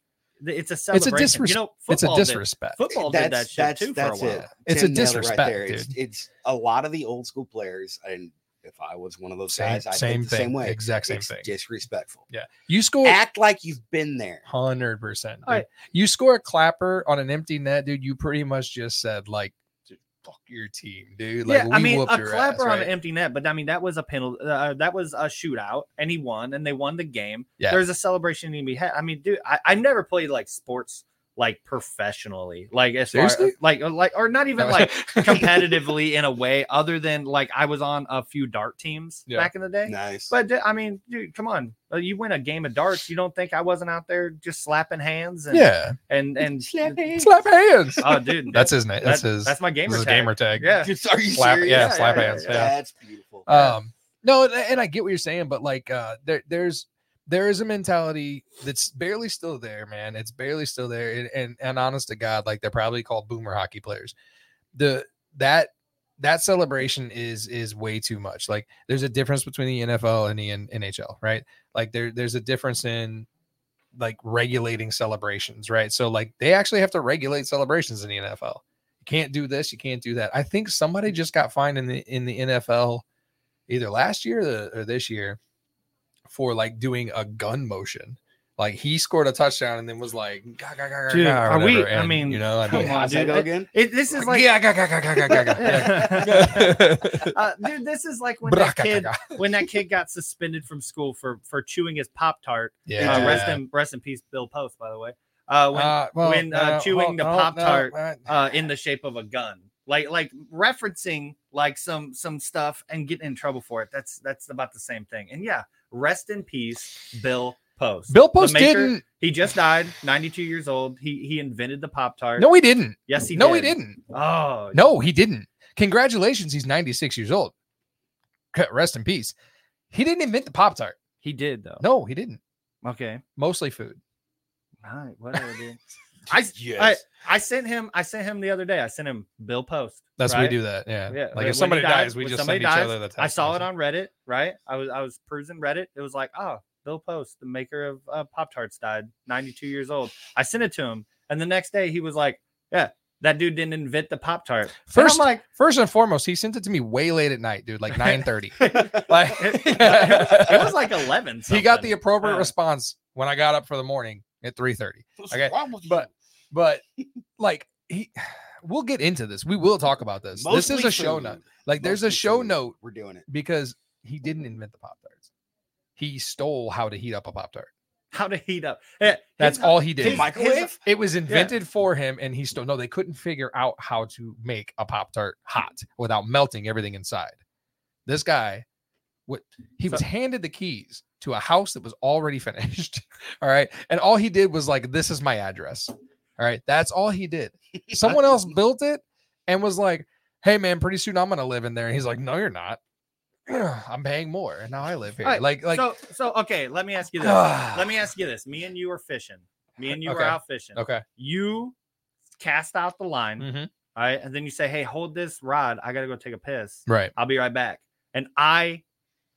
Speaker 6: th- it's a
Speaker 7: it's a
Speaker 6: celebration.
Speaker 7: disrespect.
Speaker 6: You know,
Speaker 7: it's a
Speaker 6: football did-
Speaker 7: disrespect.
Speaker 6: football did that shit too for a while.
Speaker 8: it.
Speaker 7: It's a
Speaker 8: Tim nailed it
Speaker 7: disrespect,
Speaker 8: It's,
Speaker 7: dude.
Speaker 8: it's a lot of the old school players, and if I was one of those
Speaker 7: Same-
Speaker 8: guys, I
Speaker 7: same
Speaker 8: think the
Speaker 7: thing,
Speaker 8: same way.
Speaker 7: exact same
Speaker 8: It's
Speaker 7: thing.
Speaker 8: Disrespectful.
Speaker 7: Yeah, you score
Speaker 8: Act like you've been there.
Speaker 7: hundred percent.
Speaker 6: All right.
Speaker 7: You score a clapper on an empty net, dude. You pretty much just said like, fuck your team, dude.
Speaker 6: yeah,
Speaker 7: Like
Speaker 6: I
Speaker 7: we
Speaker 6: mean,
Speaker 7: whooped
Speaker 6: a
Speaker 7: your
Speaker 6: clapper
Speaker 7: ass,
Speaker 6: on
Speaker 7: right?
Speaker 6: an empty net, but I mean that was a penalty. Uh, that was a shootout, and he won, and they won the game.
Speaker 7: Yeah.
Speaker 6: There's a celebration to be had. I mean, dude, I, I never played like sports like professionally, like as far
Speaker 7: Seriously?
Speaker 6: like uh, like or not even like competitively in a way other than like I was on a few dart teams
Speaker 7: Yeah.
Speaker 6: back in the day.
Speaker 8: Nice.
Speaker 6: But dude, I mean, dude, come on, Uh, you win a game of darts, you don't think I wasn't out there just slapping hands? And,
Speaker 7: Yeah.
Speaker 6: and and
Speaker 8: slap hands.
Speaker 7: Slap hands.
Speaker 6: Oh, dude,
Speaker 7: that's
Speaker 6: that-
Speaker 7: his name. That's
Speaker 6: that-
Speaker 7: his.
Speaker 6: That's my
Speaker 7: this
Speaker 6: gamer.
Speaker 7: is a
Speaker 6: tag.
Speaker 7: gamer tag.
Speaker 6: Yeah.
Speaker 8: Are you
Speaker 7: slap,
Speaker 8: serious?
Speaker 7: yeah,
Speaker 8: Yeah,
Speaker 7: slap
Speaker 8: yeah,
Speaker 7: hands.
Speaker 8: yeah.
Speaker 7: Yeah.
Speaker 8: That's beautiful.
Speaker 7: Um, no, and- and I get what you're saying, but like, uh, there, there's, there is a mentality that's barely still there, man. It's barely still there, and and, and honest to God, like they're probably called boomer hockey players. The that that celebration is is way too much. Like, there's a difference between the NFL and the N- NHL, right? Like, there there's a difference in like regulating celebrations, right? So like they actually have to regulate celebrations in the NFL. You can't do this, you can't do that. I think
Speaker 6: Mm-hmm.
Speaker 7: somebody just got fined in the in the NFL either last year or, the- or this year for like doing a gun motion. Like he scored a touchdown and then was like, "Gah, gah, gah, gah,
Speaker 6: Dude,
Speaker 7: gah," or
Speaker 6: are we?
Speaker 7: whatever,
Speaker 6: I
Speaker 7: and,
Speaker 6: mean,
Speaker 7: you know, I
Speaker 6: come
Speaker 7: mean,
Speaker 6: on,
Speaker 8: How's that
Speaker 6: dude.
Speaker 8: go
Speaker 6: It-
Speaker 8: again?
Speaker 6: it- this is like,
Speaker 7: yeah, gah, gah, gah, gah, gah, gah, gah, gah.
Speaker 6: uh, dude, this is like when that kid
Speaker 7: Bra-ca-ca-ca.
Speaker 6: when that kid got suspended from school for for chewing his pop tart.
Speaker 7: Yeah.
Speaker 6: Uh, rest in rest in peace, Bill Post. By the way, uh, when
Speaker 7: Uh, well,
Speaker 6: when uh,
Speaker 7: no,
Speaker 6: chewing
Speaker 7: hold-
Speaker 6: the
Speaker 7: no,
Speaker 6: pop tart
Speaker 7: no, uh,
Speaker 6: uh, in the shape of a gun, like like referencing like some some stuff and getting in trouble for it. That's that's about the same thing. And yeah, rest in peace, Bill Post.
Speaker 7: Bill
Speaker 6: The
Speaker 7: Post
Speaker 6: maker-
Speaker 7: didn't-
Speaker 6: He just died, 92 years old. He he invented the pop tart.
Speaker 7: No, he didn't.
Speaker 6: Yes, he.
Speaker 7: No, he
Speaker 6: did.
Speaker 7: didn't.
Speaker 6: Oh
Speaker 7: No, he didn't. Congratulations, he's 96 years old. Rest in peace. He didn't invent the Pop Tart.
Speaker 6: He did though.
Speaker 7: No, he didn't.
Speaker 6: Okay.
Speaker 7: Mostly food.
Speaker 6: All right. Whatever, dude. I,
Speaker 7: Yes.
Speaker 6: I I sent him I sent him the other day. I sent him Bill Post.
Speaker 7: That's
Speaker 6: right?
Speaker 7: we do that. Yeah.
Speaker 6: Yeah.
Speaker 7: Like
Speaker 6: when
Speaker 7: if somebody
Speaker 6: he died-
Speaker 7: dies, we
Speaker 6: when
Speaker 7: just send
Speaker 6: somebody
Speaker 7: each
Speaker 6: dies,
Speaker 7: other the text.
Speaker 6: I saw it
Speaker 7: message.
Speaker 6: on Reddit, right? I was I was perusing Reddit. It was like, oh, Bill Post, the maker of uh, Pop Tarts, died, 92 years old. I sent it to him, and the next day he was like, yeah, that dude didn't invent the Pop Tart.
Speaker 7: First,
Speaker 6: I'm like,
Speaker 7: first and foremost, he sent it to me way late at night, dude, like 9:30. like
Speaker 6: it was like 11.
Speaker 7: he got the
Speaker 6: something.
Speaker 7: appropriate
Speaker 6: Uh,
Speaker 7: response when I got up for the morning at 3:30.
Speaker 8: What's
Speaker 7: Okay.
Speaker 8: wrong with you?
Speaker 7: But but like he we'll get into this. We will talk about this. this is
Speaker 8: Mostly
Speaker 7: a show
Speaker 8: food.
Speaker 7: note. Like there's a
Speaker 8: Mostly
Speaker 7: show
Speaker 8: food.
Speaker 7: note
Speaker 8: We're doing it.
Speaker 7: because he didn't invent the Pop Tarts. He stole how to heat up a Pop Tart.
Speaker 6: how to heat up. Yeah,
Speaker 7: That's
Speaker 6: his-
Speaker 7: all he did.
Speaker 6: his-
Speaker 8: Microwave?
Speaker 7: it was invented for him, and he stole. No, they couldn't figure out how to make a Pop Tart hot without melting everything inside. This guy, what he was
Speaker 6: So-
Speaker 7: handed the keys to a house that was already finished. All right, and all he did was like, "This is my address." All right, that's all he did. Someone else built it and was like, "Hey, man, pretty soon I'm gonna live in there." And he's like, "No, you're not. I'm paying more, and now I live here."
Speaker 6: All right,
Speaker 7: Like, like
Speaker 6: so so okay let me ask you this let me ask you this me and you are fishing me and you are
Speaker 7: Okay.
Speaker 6: out fishing
Speaker 7: okay,
Speaker 6: you cast out the line
Speaker 7: Mhm.
Speaker 6: all right and then you say hey hold this rod i gotta go take a piss
Speaker 7: right,
Speaker 6: i'll be right back and i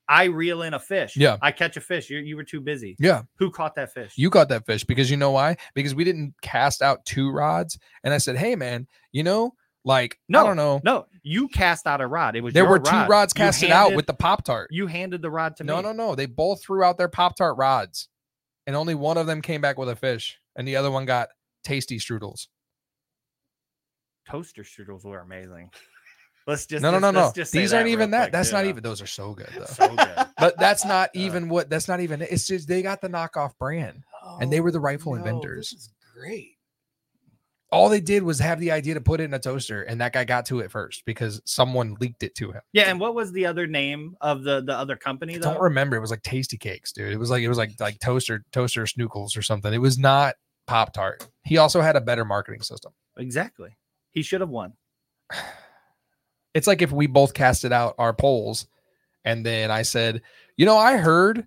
Speaker 6: i reel in a fish
Speaker 7: Yeah.
Speaker 6: i catch a fish you, you were too busy
Speaker 7: yeah.
Speaker 6: who caught that fish
Speaker 7: you caught that fish because you know why? Because we didn't cast out two rods. And I said, hey, man, you know, like, I don't know.
Speaker 6: no you cast out a rod it was
Speaker 7: there
Speaker 6: your
Speaker 7: were two
Speaker 6: rod.
Speaker 7: rods
Speaker 6: You
Speaker 7: casted out
Speaker 6: handed-
Speaker 7: with the Pop Tart.
Speaker 6: you handed the rod to
Speaker 7: No,
Speaker 6: me
Speaker 7: no, no. They both threw out their Pop Tart rods. And only one of them came back with a fish. And the other one got tasty strudels.
Speaker 6: toaster strudels were amazing let's just
Speaker 7: no, no,
Speaker 6: let's-
Speaker 7: no, no.
Speaker 6: let's just say
Speaker 7: These
Speaker 6: that
Speaker 7: aren't
Speaker 6: real
Speaker 7: even that.
Speaker 6: quick,
Speaker 7: That's
Speaker 6: you
Speaker 7: not
Speaker 6: know.
Speaker 7: even, those are so good, though.
Speaker 6: so good
Speaker 7: but that's not even what, that's not even, it's just they got the knockoff brand. And they were the
Speaker 8: Oh,
Speaker 7: rightful
Speaker 8: no,
Speaker 7: inventors.
Speaker 8: This is great.
Speaker 7: All they did was have the idea to put it in a toaster. And that guy got to it first because someone leaked it to him.
Speaker 6: Yeah, and what was the other name of the the other company?
Speaker 7: I
Speaker 6: Though?
Speaker 7: don't remember. It was like tasty cakes, dude. It was like it was like like toaster toaster snookles or something. It was not Pop Tart. He also had a better marketing system.
Speaker 6: exactly. He should have won.
Speaker 7: It's like if we both casted out our polls, and then I said, you know, I heard,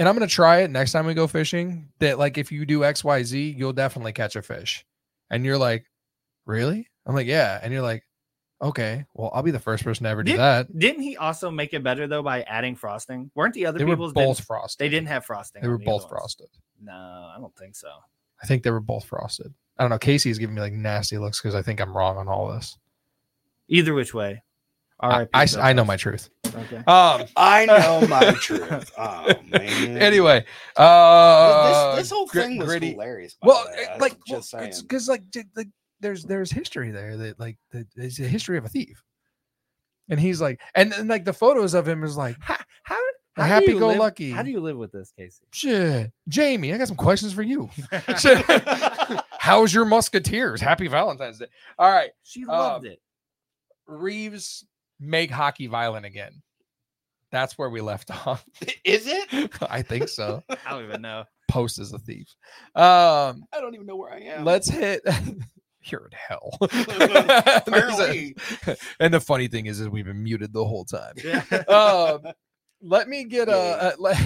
Speaker 7: and I'm gonna try it next time we go fishing. That like if you do X Y Z, you'll definitely catch a fish. And you're like, really? I'm like, yeah. And you're like, okay. Well, I'll be the first person to ever do
Speaker 6: Did-
Speaker 7: that.
Speaker 6: Didn't he also make it better though by adding frosting? Weren't the other
Speaker 7: They were
Speaker 6: people's
Speaker 7: both
Speaker 6: didn't-
Speaker 7: frosted.
Speaker 6: They didn't have frosting.
Speaker 7: They
Speaker 6: on
Speaker 7: were
Speaker 6: the other
Speaker 7: both
Speaker 6: ones.
Speaker 7: frosted.
Speaker 6: No, I don't think so.
Speaker 7: I think they were both frosted. I don't know. Casey is giving me like nasty looks because I think I'm wrong on all this.
Speaker 6: Either which way. All
Speaker 7: I,
Speaker 6: right.
Speaker 7: I, I know my truth.
Speaker 6: Okay.
Speaker 7: Um.
Speaker 8: I know my truth. Oh man.
Speaker 7: Anyway. Uh.
Speaker 8: But this, this whole
Speaker 7: gri-
Speaker 8: thing was
Speaker 7: Uh, gritty-
Speaker 8: hilarious. by
Speaker 7: Well,
Speaker 8: the way.
Speaker 7: it-
Speaker 8: I'm
Speaker 7: like,
Speaker 8: just saying.
Speaker 7: because like, j- like, there's there's history there that like that is a history of a thief. And he's like, and, and like the photos of him is like, ha, how,
Speaker 6: How
Speaker 7: how
Speaker 6: do
Speaker 7: happy
Speaker 6: you
Speaker 7: go
Speaker 6: live-
Speaker 7: lucky.
Speaker 6: How do you live with this, Casey?
Speaker 7: Shit. Jamie, I got some questions for you. Shit. How's your Musketeers? Happy Valentine's Day. All right.
Speaker 6: She
Speaker 7: loved
Speaker 6: it.
Speaker 7: Reeves make hockey violent again. That's where we left off.
Speaker 8: Is it?
Speaker 7: I think so.
Speaker 6: I don't even know.
Speaker 7: Post is a thief. Um,
Speaker 8: I don't even know where I am.
Speaker 7: let's hit you're in hell.
Speaker 8: Apparently.
Speaker 7: and the funny thing is, is we've been muted the whole time. um, let me get a uh, let,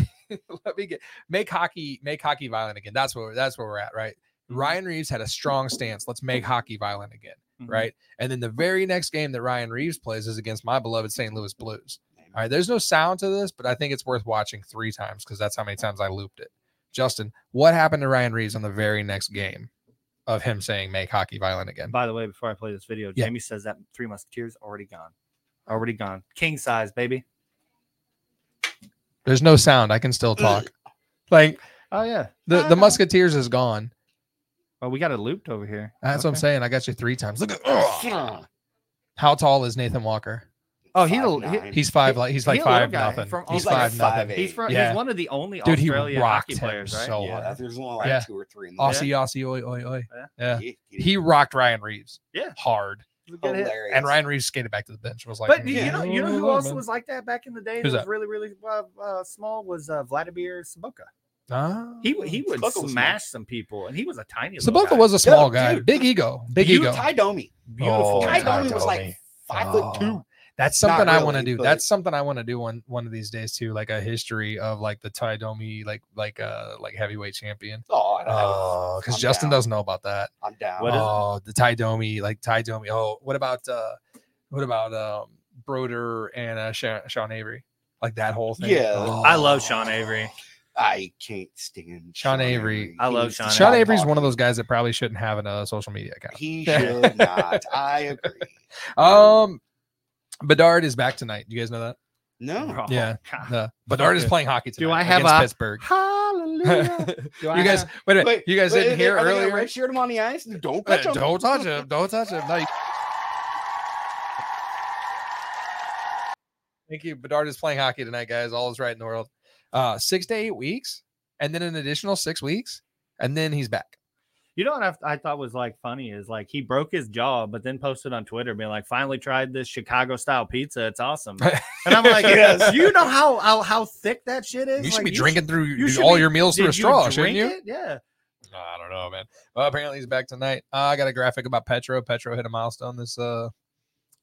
Speaker 7: let me get make hockey make hockey violent again. That's where that's where we're at, right? Ryan Reeves had a strong stance. Let's make hockey violent again,
Speaker 6: Mhm.
Speaker 7: right? And then the very next game that Ryan Reeves plays is against my beloved St. Louis Blues. All right, there's no sound to this, but I think it's worth watching three times because that's how many times I looped it. Justin, what happened to Ryan Reeves on the very next game of him saying make hockey violent again?
Speaker 6: By the way, before I play this video,
Speaker 7: Yeah.
Speaker 6: Jamie says that Three Musketeers already gone. Already gone. King size, baby.
Speaker 7: There's no sound. I can still talk. like
Speaker 6: Oh yeah.
Speaker 7: the, the Musketeers is gone.
Speaker 6: Oh, we got it looped over here.
Speaker 7: That's what I'm
Speaker 6: Okay.
Speaker 7: saying. I got you three times. Look at
Speaker 8: Oh,
Speaker 7: how tall is Nathan Walker?
Speaker 6: Oh, he's a,
Speaker 7: nine. He's five, like- he's like
Speaker 6: a little
Speaker 7: five
Speaker 6: guy
Speaker 7: nothing.
Speaker 6: From
Speaker 7: He's
Speaker 6: Australia.
Speaker 7: like five nothing.
Speaker 6: He's from.
Speaker 7: Yeah.
Speaker 6: He's one of the only
Speaker 7: Dude, he
Speaker 6: Australian
Speaker 7: rocked
Speaker 6: hockey
Speaker 7: him
Speaker 6: players, right?
Speaker 7: so
Speaker 8: Yeah,
Speaker 7: hard.
Speaker 8: there's only like
Speaker 7: Yeah.
Speaker 8: two or three in the
Speaker 7: Aussie, Aussie, oi, oi, oi. Yeah.
Speaker 8: Yeah.
Speaker 7: He rocked Ryan Reeves
Speaker 6: Yeah.
Speaker 7: hard.
Speaker 6: Good hit.
Speaker 8: Hilarious.
Speaker 7: And Ryan Reeves skated back to the bench. Was like,
Speaker 6: But
Speaker 7: "Mm,
Speaker 6: you know, you know
Speaker 7: yeah,
Speaker 6: who else
Speaker 7: man."
Speaker 6: was like that back in the day?
Speaker 7: Who's
Speaker 6: that was
Speaker 7: that?
Speaker 6: really, really uh, uh, small. Was uh, Vladimir Saboka?
Speaker 7: Ah.
Speaker 6: He he would
Speaker 8: Saboka was
Speaker 6: smash some people, and he was a tiny. little
Speaker 7: Saboka
Speaker 6: guy.
Speaker 7: was a small guy.
Speaker 8: dude.
Speaker 7: Big ego. Big
Speaker 8: You,
Speaker 7: ego.
Speaker 8: Ty Domi.
Speaker 7: Oh,
Speaker 6: beautiful.
Speaker 8: Ty
Speaker 7: Ty
Speaker 8: Domi
Speaker 7: Domi.
Speaker 8: was like five foot
Speaker 7: Oh.
Speaker 8: two.
Speaker 7: That's
Speaker 8: Not
Speaker 7: something I want to
Speaker 8: really,
Speaker 7: do.
Speaker 8: but-
Speaker 7: That's something I want to do one one of these days too. Like a history of like the Ty Domi, like like uh like heavyweight champion.
Speaker 8: Oh, I- I was-
Speaker 7: Oh, because
Speaker 8: I'm
Speaker 7: Justin
Speaker 8: down.
Speaker 7: doesn't know about that.
Speaker 8: I'm down.
Speaker 6: What is it?
Speaker 7: oh, the Ty Domi, like Ty Domi. Oh, what about uh what about um Broder and uh Sha- Sean Avery? Like that whole thing.
Speaker 8: Yeah.
Speaker 7: Oh.
Speaker 6: I love Sean Avery.
Speaker 8: I can't stand
Speaker 7: Sean Avery.
Speaker 6: I
Speaker 8: He
Speaker 6: love
Speaker 8: needs to
Speaker 6: Sean
Speaker 7: Sean
Speaker 8: stop
Speaker 7: Avery's
Speaker 8: talking.
Speaker 7: one of those guys that probably shouldn't have a social media account.
Speaker 8: He should not. I agree.
Speaker 7: Um Bedard is back tonight. You guys know that?
Speaker 8: No.
Speaker 6: Oh,
Speaker 7: Yeah.
Speaker 6: God.
Speaker 7: The, Bedard is playing hockey tonight.
Speaker 6: Do I have
Speaker 7: against
Speaker 6: a-
Speaker 7: Pittsburgh?
Speaker 6: Hallelujah. Do I
Speaker 7: you guys,
Speaker 6: have-
Speaker 7: wait a minute. you guys
Speaker 8: wait,
Speaker 7: didn't hear
Speaker 8: are they gonna
Speaker 7: earlier.
Speaker 8: redshirt him on the ice? Don't
Speaker 7: Uh,
Speaker 8: touch him.
Speaker 7: don't touch him. Don't touch him. No, you- Thank you. Bedard is playing hockey tonight, guys. All is right in the world. Uh, six to eight weeks, and then an additional six weeks, and then he's back.
Speaker 6: You know what I, I thought was like funny is like he broke his jaw, but then posted on Twitter being like, "Finally tried this Chicago style pizza. It's awesome." And I'm like,
Speaker 7: Yes.
Speaker 6: "You know how how, how thick that shit is?
Speaker 7: You should
Speaker 6: Like,
Speaker 7: be drinking through
Speaker 6: you should
Speaker 7: all
Speaker 6: be-
Speaker 7: your meals through a
Speaker 6: did you
Speaker 7: straw, shouldn't
Speaker 6: drink
Speaker 7: you?
Speaker 6: it? Yeah.
Speaker 7: No, Oh, I don't know, man. Well, apparently he's back tonight. Uh, I got a graphic about Petro. Petro hit a milestone this uh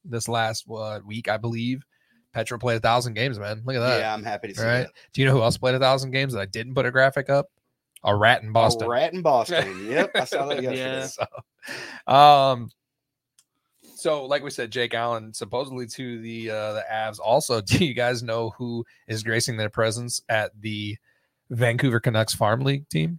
Speaker 7: this last what week, I believe. Petro played a thousand games, man. Look at that.
Speaker 8: Yeah, I'm happy to see
Speaker 7: All right.
Speaker 8: that.
Speaker 7: Do you know who else played a thousand games that I didn't put a graphic up? A rat in Boston.
Speaker 8: A rat in Boston. yep, I saw that yesterday.
Speaker 6: Yeah.
Speaker 7: So, um, so like we said, Jake Allen supposedly to the uh, the Avs. Also, do you guys know who is gracing their presence at the Vancouver Canucks Farm League team?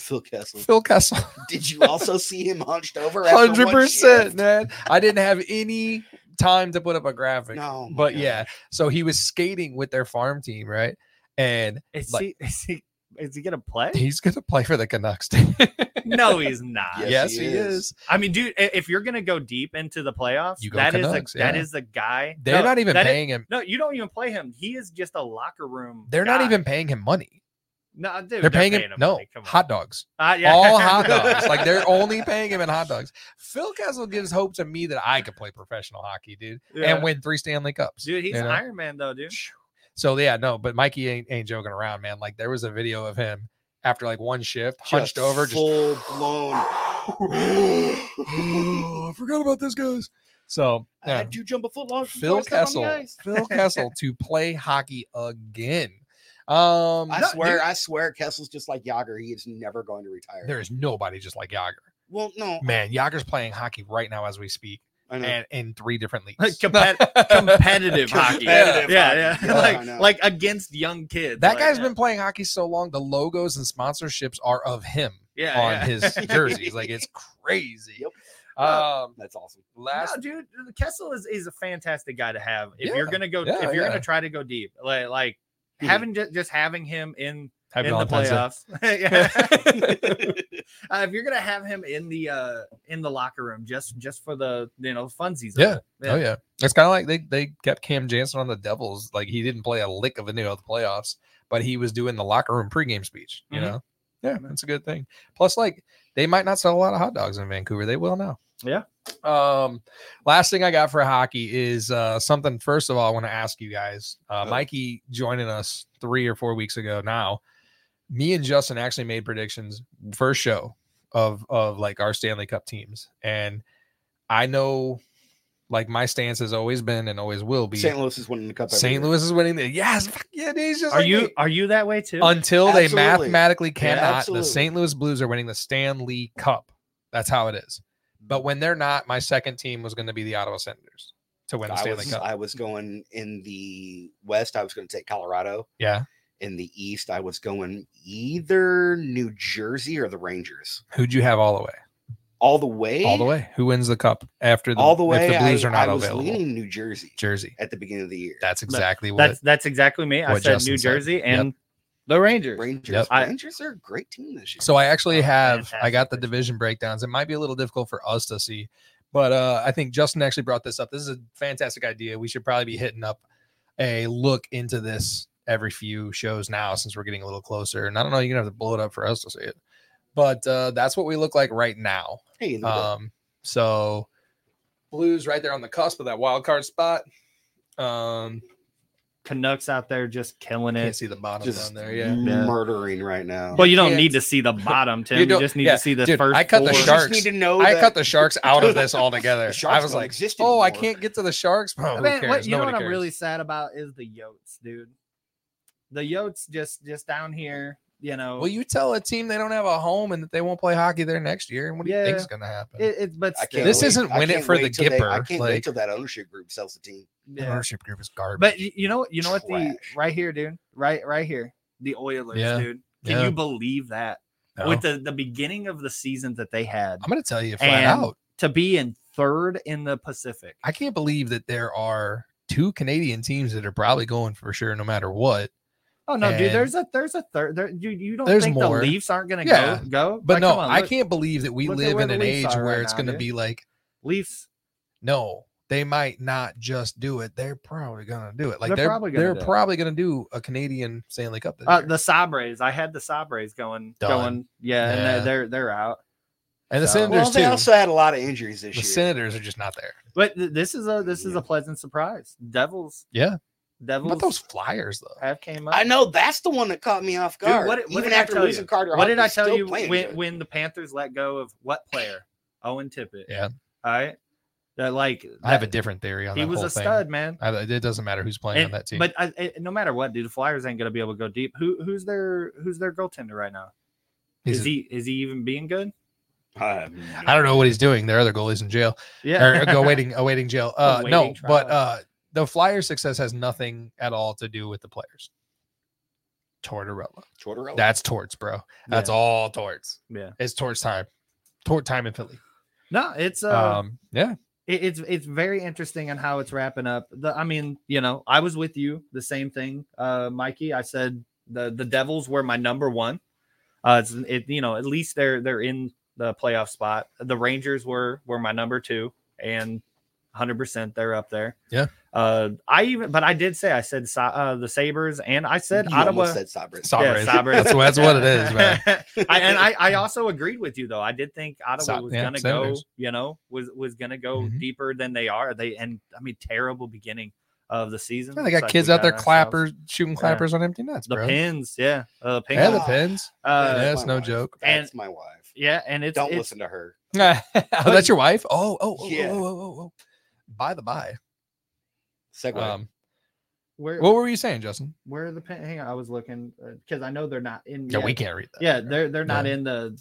Speaker 8: Phil Kessel.
Speaker 7: Phil Kessel,
Speaker 8: Did you also see him hunched over? after one
Speaker 7: hundred percent,
Speaker 8: shift?
Speaker 7: man. I didn't have any time to put up a graphic,
Speaker 8: No, oh my
Speaker 7: but
Speaker 8: God.
Speaker 7: yeah. So he was skating with their farm team, right? And
Speaker 6: Is
Speaker 7: Like-
Speaker 6: he is he is he gonna play?
Speaker 7: he's gonna play for the Canucks. team.
Speaker 6: no, he's not.
Speaker 8: Yes,
Speaker 7: yes,
Speaker 8: he
Speaker 7: he
Speaker 8: is.
Speaker 7: is.
Speaker 6: I mean, dude, i- if you're gonna go deep into the playoffs,
Speaker 7: You go
Speaker 6: that is
Speaker 7: Canucks,
Speaker 6: the, that
Speaker 7: yeah.
Speaker 6: is the guy.
Speaker 7: They're
Speaker 6: No,
Speaker 7: not even
Speaker 6: that is-
Speaker 7: paying him.
Speaker 6: no, you don't even play him. He is just a locker room.
Speaker 7: They're not
Speaker 6: guy.
Speaker 7: even paying him money.
Speaker 6: No, dude,
Speaker 7: they're paying, him, no
Speaker 6: money, come on.
Speaker 7: hot dogs
Speaker 6: Ah, yeah.
Speaker 7: all hot dogs like they're only paying him in hot dogs phil kessel gives hope to me that i could play professional hockey dude
Speaker 6: Yeah.
Speaker 7: and win three stanley cups
Speaker 6: Dude, he's
Speaker 7: you know?
Speaker 6: Iron Man though, dude.
Speaker 7: so yeah no but mikey ain't, ain't joking around man like there was a video of him after like one shift hunched over just
Speaker 8: full blown.
Speaker 7: "Oh, i forgot about this guys so yeah.
Speaker 8: I do jump a foot long.
Speaker 7: phil kessel phil kessel to play hockey again um
Speaker 8: I
Speaker 7: no,
Speaker 8: swear,
Speaker 7: dude,
Speaker 8: I swear, Kessel's just like Yager. He is never going to retire.
Speaker 7: there is nobody just like yager
Speaker 8: well, no,
Speaker 7: man yager's playing hockey right now as we speak
Speaker 8: I know.
Speaker 7: and in three different leagues.
Speaker 6: Compet- competitive hockey.
Speaker 8: Competitive
Speaker 6: yeah,
Speaker 8: hockey.
Speaker 6: yeah.
Speaker 8: Yeah, I
Speaker 6: like
Speaker 8: know.
Speaker 6: like against young kids.
Speaker 7: that
Speaker 6: like,
Speaker 7: guy's
Speaker 6: yeah.
Speaker 7: been playing hockey so long, the logos and sponsorships are of him
Speaker 6: Yeah,
Speaker 7: on
Speaker 6: yeah.
Speaker 7: his jerseys. like it's crazy.
Speaker 8: Yep.
Speaker 7: Um,
Speaker 8: that's awesome.
Speaker 7: last
Speaker 6: no, dude, Kessel is, is a fantastic guy to have if
Speaker 7: Yeah.
Speaker 6: you're gonna go
Speaker 7: Yeah, Hmm.
Speaker 6: if you're
Speaker 7: yeah.
Speaker 6: gonna try to go deep. Like like
Speaker 8: Mhm.
Speaker 6: having just, just having him in
Speaker 7: Happy
Speaker 6: in the
Speaker 7: Valentine's
Speaker 6: playoffs.
Speaker 7: Day.
Speaker 6: Yeah. uh, if you're gonna have him in the uh in the locker room just just for the you know funsies. of
Speaker 7: Yeah.
Speaker 6: it.
Speaker 7: Oh yeah. It's kind of like they they kept Cam Jansen on the Devils. Like he didn't play a lick of a new the playoffs, but he was doing the locker room pregame speech. You
Speaker 6: Mhm.
Speaker 7: know. Yeah, that's a good thing. Plus, like they might not sell a lot of hot dogs in Vancouver. They will now.
Speaker 6: Yeah.
Speaker 7: Um, last thing I got for hockey is uh something. First of all, I want to ask you guys. Uh, Mikey joining us three or four weeks ago now. Me and Justin actually made predictions first show of of like our Stanley Cup teams, and I know like my stance has always been and always will be
Speaker 8: St. Louis is winning the cup. every
Speaker 7: St.
Speaker 8: year.
Speaker 7: Louis is winning the yes, fuck yeah, dude, he's just
Speaker 6: Are
Speaker 7: like
Speaker 6: you
Speaker 7: me.
Speaker 6: are you that way too?
Speaker 7: until they
Speaker 6: Absolutely.
Speaker 7: mathematically
Speaker 6: Yeah,
Speaker 7: cannot. the
Speaker 6: absolutely.
Speaker 7: St. Louis Blues are winning the Stanley Cup. That's how it is. But when they're not, my second team was going to be the Ottawa Senators to win the
Speaker 8: I
Speaker 7: Stanley
Speaker 8: was,
Speaker 7: Cup.
Speaker 8: I was going in the West. I was going to take Colorado.
Speaker 7: Yeah.
Speaker 8: In the East, I was going either New Jersey or the Rangers.
Speaker 7: Who'd you have all the way?
Speaker 8: All the way.
Speaker 7: All the way. Who wins the cup after the
Speaker 8: All the way.
Speaker 7: If the Blues
Speaker 8: I,
Speaker 7: are not
Speaker 8: I was
Speaker 7: available,
Speaker 8: leaning New Jersey
Speaker 7: Jersey.
Speaker 8: at the beginning of the year.
Speaker 7: That's exactly what.
Speaker 6: That's that's exactly me. I
Speaker 7: what
Speaker 6: said
Speaker 7: Justin
Speaker 6: New
Speaker 7: said.
Speaker 6: Jersey
Speaker 7: Yep.
Speaker 6: and the Rangers.
Speaker 8: Rangers.
Speaker 7: Yep.
Speaker 6: I-
Speaker 8: Rangers are a great team this year.
Speaker 7: So I actually have I
Speaker 8: fantastic
Speaker 7: got the division breakdowns. It might be a little difficult for us to see, but uh, I think Justin actually brought this up. This is a fantastic idea. We should probably be hitting up a look into this every few shows now since we're getting a little closer. And I don't know, you're gonna have to blow it up for us to see it, but uh, that's what we look like right now.
Speaker 8: Hey, look at that.
Speaker 7: Um, so Blues right there on the cusp of that wild card spot. Um,
Speaker 6: Canucks out there just killing it.
Speaker 7: can't see the bottom
Speaker 8: just
Speaker 7: down there. Yeah,
Speaker 8: murdering right now.
Speaker 6: Well, you don't
Speaker 7: can't-
Speaker 6: need to see the bottom, Tim.
Speaker 7: You
Speaker 6: You,
Speaker 7: don't-
Speaker 6: just need
Speaker 7: yeah,
Speaker 6: to see the
Speaker 7: dude,
Speaker 6: first.
Speaker 7: I cut the
Speaker 6: four.
Speaker 7: sharks.
Speaker 8: need to know
Speaker 7: I
Speaker 8: that-
Speaker 7: cut the sharks out of this altogether.
Speaker 8: sharks
Speaker 7: I was
Speaker 8: don't
Speaker 7: like,
Speaker 8: exist
Speaker 7: oh, I
Speaker 8: anymore."
Speaker 7: can't get to the sharks. Bro, Oh, who
Speaker 6: Man,
Speaker 7: cares?
Speaker 6: what, you know
Speaker 7: Nobody
Speaker 6: what I'm
Speaker 7: cares.
Speaker 6: really sad about is the Yotes, dude. The Yotes just just down here, you know.
Speaker 7: Well, you tell a team they don't have a home and that they won't play hockey there next year, and what do you
Speaker 6: Yeah.
Speaker 7: think's going to happen?
Speaker 6: it, it's but
Speaker 8: I
Speaker 6: still,
Speaker 8: can't
Speaker 7: This
Speaker 8: wait-
Speaker 7: isn't
Speaker 8: I
Speaker 7: win it
Speaker 8: can't
Speaker 7: for
Speaker 8: wait
Speaker 7: the
Speaker 8: till they- I
Speaker 7: Gipper,
Speaker 8: can't
Speaker 7: like-
Speaker 8: wait till that ownership group sells the team.
Speaker 7: The
Speaker 6: yeah.
Speaker 7: Ownership group is garbage.
Speaker 6: But y- you know, you know what the
Speaker 8: Trash.
Speaker 6: right here, dude. Right, right here, the Oilers,
Speaker 7: Yeah.
Speaker 6: dude. Can
Speaker 7: Yeah.
Speaker 6: you believe that
Speaker 7: No.
Speaker 6: with the the beginning of the season that they had
Speaker 7: I'm going to tell you flat
Speaker 6: and
Speaker 7: out,
Speaker 6: to be in third in the Pacific?
Speaker 7: I can't believe that there are two Canadian teams that are probably going for sure no matter what.
Speaker 6: Oh no, dude.
Speaker 7: And-
Speaker 6: There's a there's a third. There, you you don't
Speaker 7: There's
Speaker 6: think
Speaker 7: more.
Speaker 6: the Leafs aren't gonna
Speaker 7: Yeah.
Speaker 6: go go?
Speaker 7: But
Speaker 6: Like,
Speaker 7: no,
Speaker 6: come on,
Speaker 7: I
Speaker 6: look-
Speaker 7: can't believe that we
Speaker 6: look at
Speaker 7: live
Speaker 6: where
Speaker 7: in
Speaker 6: the
Speaker 7: an age
Speaker 6: Leafs are
Speaker 7: where
Speaker 6: right
Speaker 7: it's
Speaker 6: now,
Speaker 7: going to
Speaker 6: dude.
Speaker 7: be like
Speaker 6: Leafs.
Speaker 7: no they might not just do it they're probably gonna do it like they're,
Speaker 6: They're
Speaker 7: they're probably
Speaker 6: probably gonna
Speaker 7: gonna,
Speaker 6: do it.
Speaker 7: do a canadian stanley cup this
Speaker 6: Uh,
Speaker 7: year.
Speaker 6: the Sabres. I had the Sabres going
Speaker 7: Done.
Speaker 6: going. Yeah, and
Speaker 7: Yeah.
Speaker 6: they're, they're they're out.
Speaker 7: and the
Speaker 6: so-
Speaker 7: senators
Speaker 8: Well, they
Speaker 7: too
Speaker 8: also had a lot of injuries this
Speaker 7: the
Speaker 8: year.
Speaker 7: senators are just not there
Speaker 6: But th- this is a this is a pleasant surprise. Devils.
Speaker 7: yeah
Speaker 6: Devils.
Speaker 7: but those flyers though
Speaker 6: have came up.
Speaker 8: I know that's the one that caught me off
Speaker 6: Dude,
Speaker 8: guard.
Speaker 6: what, what
Speaker 8: Even
Speaker 6: did I
Speaker 8: after
Speaker 6: tell you?
Speaker 8: losing Carter,
Speaker 6: What
Speaker 8: Hart,
Speaker 6: did
Speaker 8: they're
Speaker 6: I tell
Speaker 8: still
Speaker 6: you
Speaker 8: playing
Speaker 6: when
Speaker 8: good.
Speaker 6: when the Panthers let go of what player? Owen Tippett.
Speaker 7: yeah
Speaker 6: All right. That like
Speaker 7: i have a
Speaker 6: that-
Speaker 7: different theory on
Speaker 6: He
Speaker 7: that
Speaker 6: was
Speaker 7: whole
Speaker 6: a
Speaker 7: thing.
Speaker 6: stud, man.
Speaker 7: I, it doesn't matter who's playing on
Speaker 6: And-
Speaker 7: that team
Speaker 6: But I, I- no matter what, dude, the Flyers ain't gonna be able to go deep. Who who's their who's their goaltender right now?
Speaker 7: He's
Speaker 6: is
Speaker 7: a-
Speaker 6: he is he even being good?
Speaker 7: i don't know what he's doing their other goalie's in jail
Speaker 6: Yeah.
Speaker 7: or go waiting awaiting jail uh no
Speaker 6: Awaiting
Speaker 7: but
Speaker 6: trial.
Speaker 7: uh the flyers success has nothing at all to do with the players tortorella
Speaker 8: Tortorella.
Speaker 7: that's torts bro that's
Speaker 6: Oh. Yeah.
Speaker 7: all torts
Speaker 6: Yeah.
Speaker 7: it's torts time tort time in philly
Speaker 6: No, it's uh,
Speaker 7: um yeah
Speaker 6: it, it's it's very interesting on how it's wrapping up. The I mean, you know, I was with you the same thing, uh, Mikey. I said the the Devils were my number one. Uh, it's, it you know at least they're they're in the playoff spot. The Rangers were were my number two, and 100 percent they're up there.
Speaker 7: Yeah.
Speaker 6: Uh, I even but I did say I said Sa- uh, the Sabers and I said
Speaker 8: You
Speaker 6: Ottawa.
Speaker 8: almost said Sabres.
Speaker 7: Sabres.
Speaker 6: Yeah, Sabres.
Speaker 7: That's, what- that's what it is, man.
Speaker 6: I, and I, I also agreed with you though. I did think Ottawa
Speaker 7: Sa-
Speaker 6: was
Speaker 7: yeah,
Speaker 6: gonna
Speaker 7: Senators.
Speaker 6: go, you know, was was gonna go
Speaker 7: Mhm.
Speaker 6: deeper than they are. They and I mean terrible beginning of the season.
Speaker 7: Yeah, they
Speaker 6: Looks
Speaker 7: got
Speaker 6: like
Speaker 7: kids
Speaker 6: we
Speaker 7: out there
Speaker 6: got
Speaker 7: clappers
Speaker 6: ourselves
Speaker 7: shooting
Speaker 6: Yeah.
Speaker 7: clappers on empty nets,
Speaker 6: The
Speaker 7: bro.
Speaker 6: pins, yeah. Uh pins.
Speaker 7: Yeah, the pins.
Speaker 6: Uh,
Speaker 7: yeah, it's
Speaker 8: my
Speaker 7: no
Speaker 8: wife.
Speaker 7: joke.
Speaker 8: That's
Speaker 6: And-
Speaker 8: my wife.
Speaker 6: yeah, and it's
Speaker 8: Don't
Speaker 6: it's-
Speaker 8: listen to her.
Speaker 7: oh, that's your wife? Oh, oh, oh,
Speaker 8: Yeah.
Speaker 7: oh, oh, oh, oh. By the by,
Speaker 8: Segway.
Speaker 7: um,
Speaker 6: where
Speaker 7: what were you saying, Justin?
Speaker 6: where are the pin hang on, I was looking because I know they're not in
Speaker 7: Yeah,
Speaker 6: yet.
Speaker 7: we can't read that.
Speaker 6: Yeah, they're they're not
Speaker 7: Yeah.
Speaker 6: in the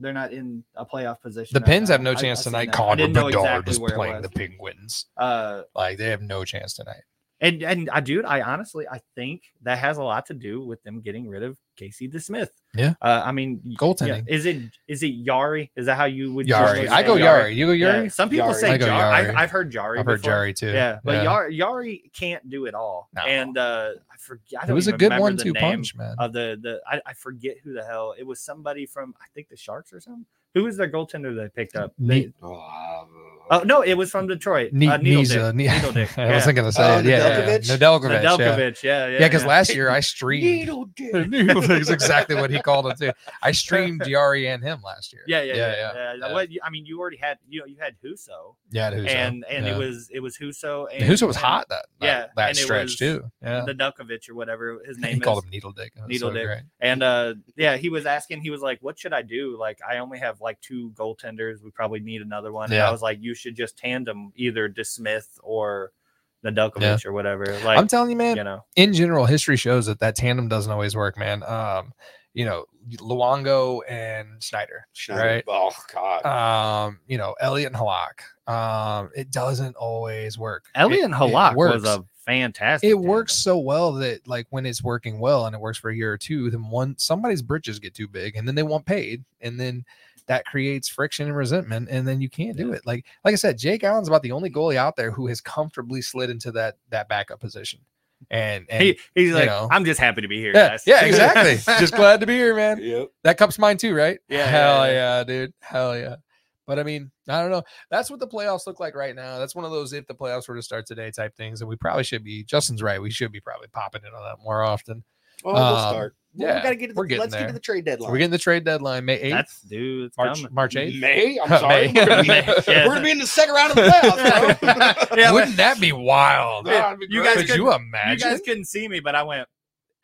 Speaker 6: they're not in a playoff position.
Speaker 7: The
Speaker 6: right
Speaker 7: Pens have
Speaker 6: now.
Speaker 7: no
Speaker 6: I-
Speaker 7: chance
Speaker 6: I seen
Speaker 7: tonight.
Speaker 6: that. I
Speaker 7: Connor
Speaker 6: didn't know
Speaker 7: Bedard
Speaker 6: exactly
Speaker 7: is
Speaker 6: where it
Speaker 7: playing
Speaker 6: was.
Speaker 7: the Penguins.
Speaker 6: Uh,
Speaker 7: Like they have no chance tonight.
Speaker 6: And and I dude, I honestly I think that has a lot to do with them getting rid of Casey DeSmith.
Speaker 7: Yeah.
Speaker 6: Uh, I mean, y-
Speaker 7: Goaltending.
Speaker 6: yeah. Is it is it Yari? Is that how you would
Speaker 7: Yari.
Speaker 6: usually
Speaker 7: I
Speaker 6: say
Speaker 7: go Yari. You go
Speaker 6: Yeah.
Speaker 7: Yari?
Speaker 6: Some people
Speaker 7: Yari.
Speaker 6: say
Speaker 7: I go
Speaker 6: Yari.
Speaker 7: Yari.
Speaker 6: I've, I've heard Yari.
Speaker 7: I've heard
Speaker 6: before.
Speaker 7: Yari too.
Speaker 6: Yeah, but
Speaker 7: Yeah.
Speaker 6: Yari, Yari can't do it all. And uh, I forget. I
Speaker 7: It
Speaker 6: don't
Speaker 7: was a
Speaker 6: even
Speaker 7: good
Speaker 6: remember the
Speaker 7: one-two
Speaker 6: name Uh,
Speaker 7: punch, man.
Speaker 6: Of the the I, I forget who the hell it was. Somebody from I think the Sharks or something. Who was their goaltender they picked up? They,
Speaker 7: Ne-
Speaker 6: oh no, it was from Detroit.
Speaker 7: Ne-
Speaker 6: uh,
Speaker 7: Neza,
Speaker 6: Needledick.
Speaker 7: Ne-
Speaker 6: Needledick,
Speaker 7: I was
Speaker 6: yeah.
Speaker 7: thinking the same. yeah, yeah, yeah. Oh, Nedeljkovic,
Speaker 6: Nedeljkovic, yeah, yeah,
Speaker 7: yeah. Because
Speaker 6: yeah.
Speaker 7: last year I streamed. Needledick is exactly what he called it too. I streamed Yari and him last year.
Speaker 6: Yeah, yeah, yeah.
Speaker 7: yeah.
Speaker 6: yeah, yeah. Well, you- I mean, you already had you know you had Huso.
Speaker 7: Yeah, I had Huso,
Speaker 6: and and
Speaker 7: yeah.
Speaker 6: it was it was Huso. And,
Speaker 7: And Huso was hot that- that-
Speaker 6: yeah
Speaker 7: that
Speaker 6: and it
Speaker 7: stretch,
Speaker 6: was
Speaker 7: too. Yeah.
Speaker 6: the Dukovic or whatever his name
Speaker 7: He
Speaker 6: is.
Speaker 7: called him Needle Dick. That was so
Speaker 6: Needle Dick.
Speaker 7: great.
Speaker 6: And uh, yeah, he was asking. He was like, "What should I do? Like, I only have like two goaltenders. We probably need another one." And
Speaker 7: Yeah.
Speaker 6: I was like, "You should just tandem either DeSmith or Nedeljkovic or whatever." Like,
Speaker 7: I'm telling you, man.
Speaker 6: You know,
Speaker 7: in general, history shows that that tandem doesn't always work, man. Um, you know, Luongo and Schneider,
Speaker 8: Schneider,
Speaker 7: right?
Speaker 8: Oh God.
Speaker 7: Um, you know, Elliot and Halak. Um, it doesn't always work.
Speaker 6: Elliot
Speaker 7: It-
Speaker 6: and
Speaker 7: it
Speaker 6: Halak was
Speaker 7: works.
Speaker 6: a fantastic.
Speaker 7: It works so well that like when it's working well and it works for a year or two, then one somebody's britches get too big and then they want paid, and then that creates friction and resentment, and then you can't do it. Like like I said, Jake Allen's about the only goalie out there who has comfortably slid into that that backup position. And, and
Speaker 6: he, he's
Speaker 7: you
Speaker 6: like,
Speaker 7: know.
Speaker 6: "I'm just happy to be here."
Speaker 7: Yeah,
Speaker 6: guys."
Speaker 7: yeah, exactly. Just glad to be here, man.
Speaker 8: Yep.
Speaker 7: That cup's mine too, right?
Speaker 6: Yeah,
Speaker 7: Hell
Speaker 6: yeah,
Speaker 7: yeah, dude. Hell yeah. But I mean, I don't know. That's what the playoffs look like right now. That's one of those if the playoffs were to start today type things. And we probably should be. Justin's right. We should be probably popping in on that more often.
Speaker 8: Oh, we'll
Speaker 7: Um,
Speaker 8: start. Well,
Speaker 7: yeah,
Speaker 8: we gotta get to the,
Speaker 7: we're getting
Speaker 8: let's get
Speaker 7: there.
Speaker 8: to the trade deadline.
Speaker 7: We're getting the trade deadline May eighth.
Speaker 6: That's dude. It's
Speaker 7: March
Speaker 6: coming.
Speaker 7: March eighth.
Speaker 8: May. I'm
Speaker 7: May.
Speaker 8: sorry. We're, gonna be, we're gonna be in the second round of the playoffs. bro.
Speaker 6: Yeah, but-
Speaker 7: Wouldn't that be wild?
Speaker 8: Yeah, that'd be
Speaker 6: you
Speaker 8: great.
Speaker 6: guys
Speaker 7: Could
Speaker 6: couldn't-
Speaker 7: you imagine?
Speaker 6: You guys couldn't see me, but I went.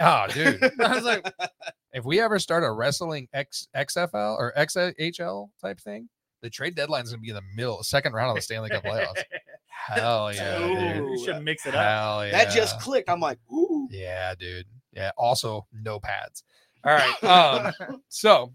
Speaker 7: Oh, dude.
Speaker 6: I was like,
Speaker 7: if we ever start a wrestling X, XFL or XHL type thing, the trade deadline's gonna be in the middle, second round of the Stanley Cup playoffs. Hell yeah, dude.
Speaker 6: you should mix it up.
Speaker 7: Hell yeah.
Speaker 8: That just clicked. I'm like, ooh.
Speaker 7: yeah, dude. Yeah. Also, no pads. All right. Um, so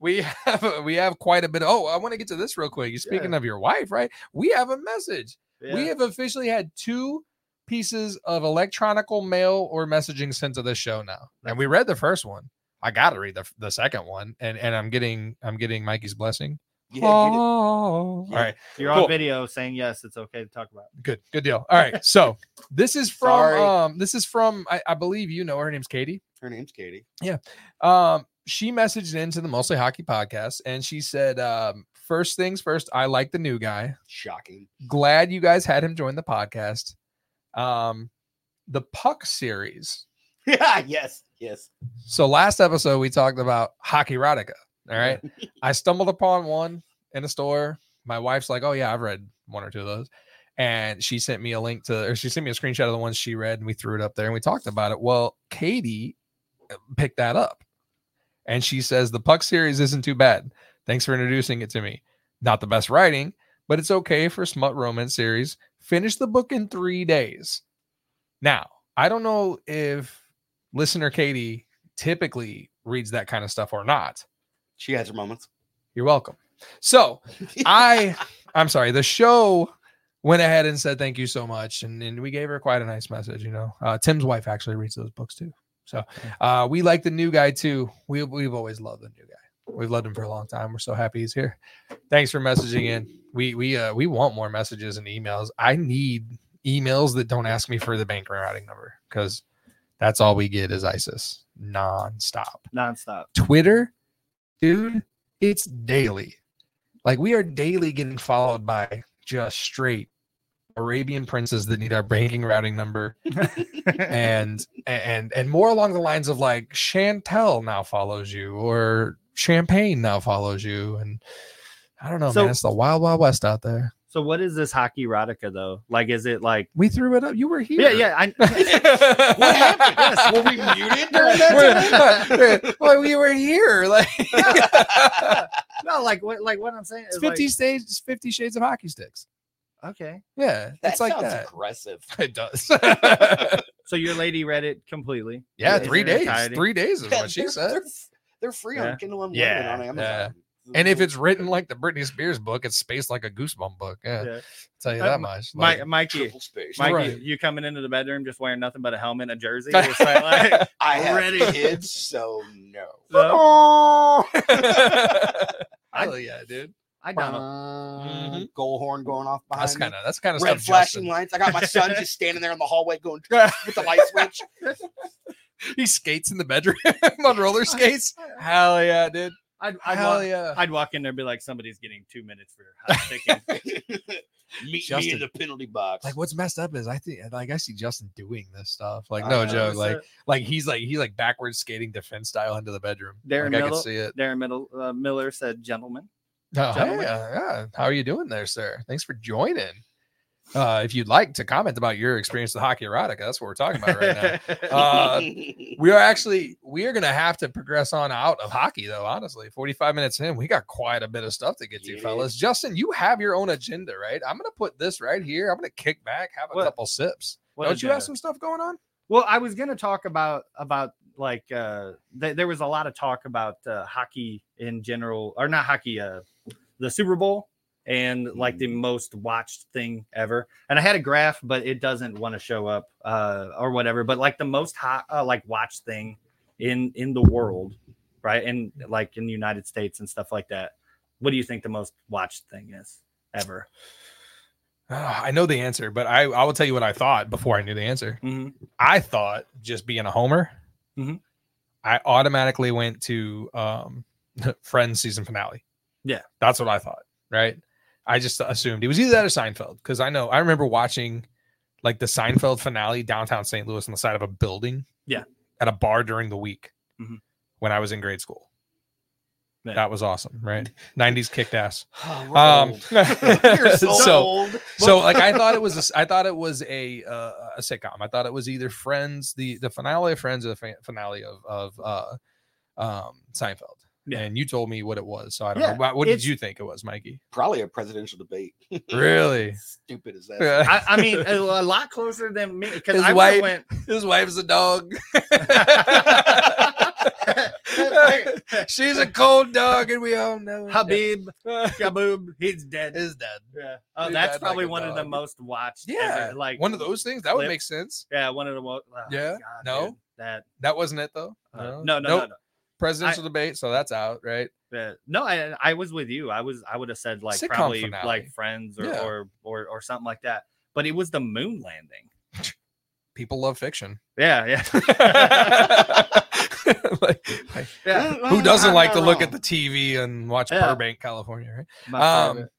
Speaker 7: we have we have quite a bit. oh, I want to get to this real quick. You're Speaking of your wife, right? We have a message. We
Speaker 6: Yeah.
Speaker 7: have officially had two pieces of electronical mail or messaging sent to this show now, and we read the first one. I got to read the, the second one, and and I'm getting I'm getting Mikey's blessing.
Speaker 8: Yeah, get it.
Speaker 7: Oh, all right,
Speaker 6: You're
Speaker 7: Cool.
Speaker 6: on video saying yes, it's okay to talk about.
Speaker 7: good, good deal. All right, so this is from
Speaker 8: Sorry.
Speaker 7: um this is from I, I believe you know her name's Katie.
Speaker 8: Her name's Katie.
Speaker 7: Yeah. Um, she messaged into the Mostly Hockey podcast and she said, um, first things first, I like the new guy.
Speaker 8: Shocking.
Speaker 7: Glad you guys had him join the podcast. Um, the Puck series.
Speaker 8: Yeah. yes. Yes.
Speaker 7: So last episode we talked about hockey erotica. All right. I stumbled upon one in a store. My wife's like, Oh yeah, I've read one or two of those. And she sent me a link to or she sent me a screenshot of the ones she read and we threw it up there and we talked about it. Well, Katie uh, picked that up. And she says the Puck series isn't too bad. Thanks for introducing it to me. Not the best writing, but it's okay for smut romance series. Finish the book in three days. Now, I don't know if listener Katie typically reads that kind of stuff or not.
Speaker 8: She has her moments.
Speaker 7: You're welcome. So I I'm sorry, the show went ahead and said thank you so much. And, and we gave her quite a nice message, you know. Uh, Tim's wife actually reads those books too. So uh, we like the new guy too. We we've always loved the new guy. We've loved him for a long time. We're so happy he's here. Thanks for messaging in. We we uh we want more messages and emails. I need emails that don't ask me for the bank routing number because that's all we get is ISIS nonstop.
Speaker 6: Nonstop.
Speaker 7: Twitter, dude, it's daily. Like we are daily getting followed by just straight Arabian princes that need our banking routing number, and and and more along the lines of like Chantel now follows you or Champagne now follows you, and I don't know,
Speaker 6: So-
Speaker 7: man, it's the wild wild west out there.
Speaker 6: So what is this hockey erotica though? Like, is it like?
Speaker 7: We threw it up. You were here.
Speaker 6: Yeah, yeah. I,
Speaker 7: what
Speaker 8: happened? Were we muted during that time?
Speaker 7: happened? well, we were here. Like
Speaker 6: no, like what? Like what I'm saying
Speaker 7: it's
Speaker 6: is
Speaker 7: fifty
Speaker 6: like,
Speaker 7: shades, fifty shades of hockey sticks.
Speaker 6: okay.
Speaker 7: Yeah,
Speaker 8: That
Speaker 7: it's like
Speaker 8: sounds
Speaker 7: that.
Speaker 8: aggressive.
Speaker 7: It does.
Speaker 6: So your lady read it completely.
Speaker 7: yeah,
Speaker 6: in
Speaker 7: three
Speaker 6: its
Speaker 7: days.
Speaker 6: entirety?
Speaker 7: Three days is
Speaker 8: Yeah,
Speaker 7: what she
Speaker 8: they're-
Speaker 7: said.
Speaker 8: They're, they're free
Speaker 6: Yeah.
Speaker 8: on Kindle Unlimited
Speaker 6: Yeah,
Speaker 8: on
Speaker 7: yeah.
Speaker 8: Amazon.
Speaker 7: And if it's written like the Britney Spears book, it's spaced like a Goosebump book. Yeah,
Speaker 6: Yeah.
Speaker 7: I'll tell you
Speaker 6: Uh,
Speaker 7: that
Speaker 6: M-
Speaker 7: much.
Speaker 6: Mi-
Speaker 7: Like,
Speaker 6: Mikey,
Speaker 7: space.
Speaker 6: Mikey,
Speaker 7: Right.
Speaker 6: you coming into the bedroom just wearing nothing but a helmet and a jersey? It's like, like,
Speaker 8: I have
Speaker 6: ready.
Speaker 8: kids, so no.
Speaker 6: No?
Speaker 7: Hell yeah, dude.
Speaker 6: I got
Speaker 7: Uh,
Speaker 8: Goal Mm-hmm. horn going off behind.
Speaker 7: That's
Speaker 8: me.
Speaker 7: kinda- that's kinda
Speaker 8: red
Speaker 7: stuff
Speaker 8: flashing
Speaker 7: Justin-
Speaker 8: lights. I got my son just standing there in the hallway going with the light switch.
Speaker 7: He skates in the bedroom on roller skates. Hell yeah, dude.
Speaker 6: I'd, I'd,
Speaker 7: Hell
Speaker 6: walk,
Speaker 7: yeah.
Speaker 6: I'd walk in there and be like, somebody's getting two minutes for hot thinking.
Speaker 8: Meet me
Speaker 7: Justin.
Speaker 8: in the penalty box.
Speaker 7: Like what's messed up is I think like I see Justin doing this stuff. Like
Speaker 8: I
Speaker 7: no
Speaker 8: know,
Speaker 7: joke.
Speaker 8: it's
Speaker 7: Like
Speaker 8: a-
Speaker 7: like he's like he's like backwards skating defense style into the bedroom.
Speaker 6: Darren,
Speaker 7: like, I
Speaker 6: Miller,
Speaker 7: can see it.
Speaker 6: Darren Middle, uh, Miller said, gentlemen.
Speaker 7: Oh,
Speaker 6: Gentlemen.
Speaker 7: yeah, yeah. How are you doing there, sir? Thanks for joining. Uh, if you'd like to comment about your experience with hockey erotica, that's what we're talking about right now. Uh, we are actually we are going to have to progress on out of hockey, though. Honestly, forty-five minutes in, we got quite a bit of stuff to get to, fellas. Justin, you have your own agenda, right? I'm going to put this right here. I'm going to kick back, have a couple sips.
Speaker 6: what
Speaker 7: Uh, Don't you have
Speaker 6: agenda?
Speaker 7: some stuff going on?
Speaker 6: Well, I was going to talk about about like uh th- there was a lot of talk about uh, hockey in general or not hockey uh the Super Bowl and like the most watched thing ever. And I had a graph but it doesn't want to show up uh or whatever, but like the most hot uh, like watched thing in in the world, right? And like in the United States and stuff like that. What do you think the most watched thing is ever?
Speaker 7: Ah, I know the answer, but I, I will tell you what I thought before I knew the answer.
Speaker 6: Mm-hmm.
Speaker 7: I thought just being a homer,
Speaker 6: Mhm.
Speaker 7: I automatically went to um, Friends season finale.
Speaker 6: Yeah.
Speaker 7: That's what I thought, right? I just assumed it was either that or Seinfeld because I know I remember watching like the Seinfeld finale downtown St. Louis on the side of a building
Speaker 6: Yeah.
Speaker 7: at a bar during the week
Speaker 6: Mhm.
Speaker 7: when I was in grade school.
Speaker 6: Yeah.
Speaker 7: That was awesome, right? 90s kicked ass. Um,
Speaker 8: Oh, we're old. We're so old.
Speaker 7: so like I thought it was a s- I thought it was a uh, a sitcom. I thought it was either Friends, the the finale of Friends or the fa- finale of of uh um Seinfeld. And you told me what it was. So I don't
Speaker 8: Yeah,
Speaker 7: know. What, what did
Speaker 8: it's-
Speaker 7: you think it was, Mikey?
Speaker 8: Probably a presidential debate.
Speaker 7: Really?
Speaker 8: Stupid as that.
Speaker 7: Yeah.
Speaker 6: I, I mean, a, a lot closer than me because
Speaker 7: His
Speaker 6: I
Speaker 7: wife-
Speaker 6: wife, went.
Speaker 7: His wife's a dog. She's a cold dog, and we all know. it.
Speaker 6: Habib, Kaboom, he's dead.
Speaker 7: Is dead.
Speaker 6: Yeah. Oh,
Speaker 7: Too
Speaker 6: that's
Speaker 7: bad, like
Speaker 6: probably
Speaker 7: a
Speaker 6: one of the
Speaker 7: dog.
Speaker 6: most watched.
Speaker 7: Yeah,
Speaker 6: ever, like
Speaker 7: one of those things that would
Speaker 6: clip.
Speaker 7: make sense.
Speaker 6: Yeah, one of the most.
Speaker 7: Yeah, no.
Speaker 6: that
Speaker 7: That wasn't it though.
Speaker 6: Uh, no, no, no, no.
Speaker 7: Presidential
Speaker 6: I-
Speaker 7: debate, so that's out, right?
Speaker 6: yeah. no, I I was with you. I was I would have said like
Speaker 7: Sitcom
Speaker 6: probably
Speaker 7: finale.
Speaker 6: like Friends or,
Speaker 7: Yeah.
Speaker 6: or or or something like that. But it was the moon landing.
Speaker 7: People love fiction.
Speaker 6: Yeah, yeah.
Speaker 7: Like- like,
Speaker 8: Uh,
Speaker 6: Yeah.
Speaker 7: Who doesn't
Speaker 6: I'm
Speaker 7: like
Speaker 6: not
Speaker 7: to look at the
Speaker 6: wrong.
Speaker 7: TV and watch
Speaker 6: Yeah.
Speaker 7: Burbank, California? Right?
Speaker 6: My
Speaker 7: Um,
Speaker 6: favorite.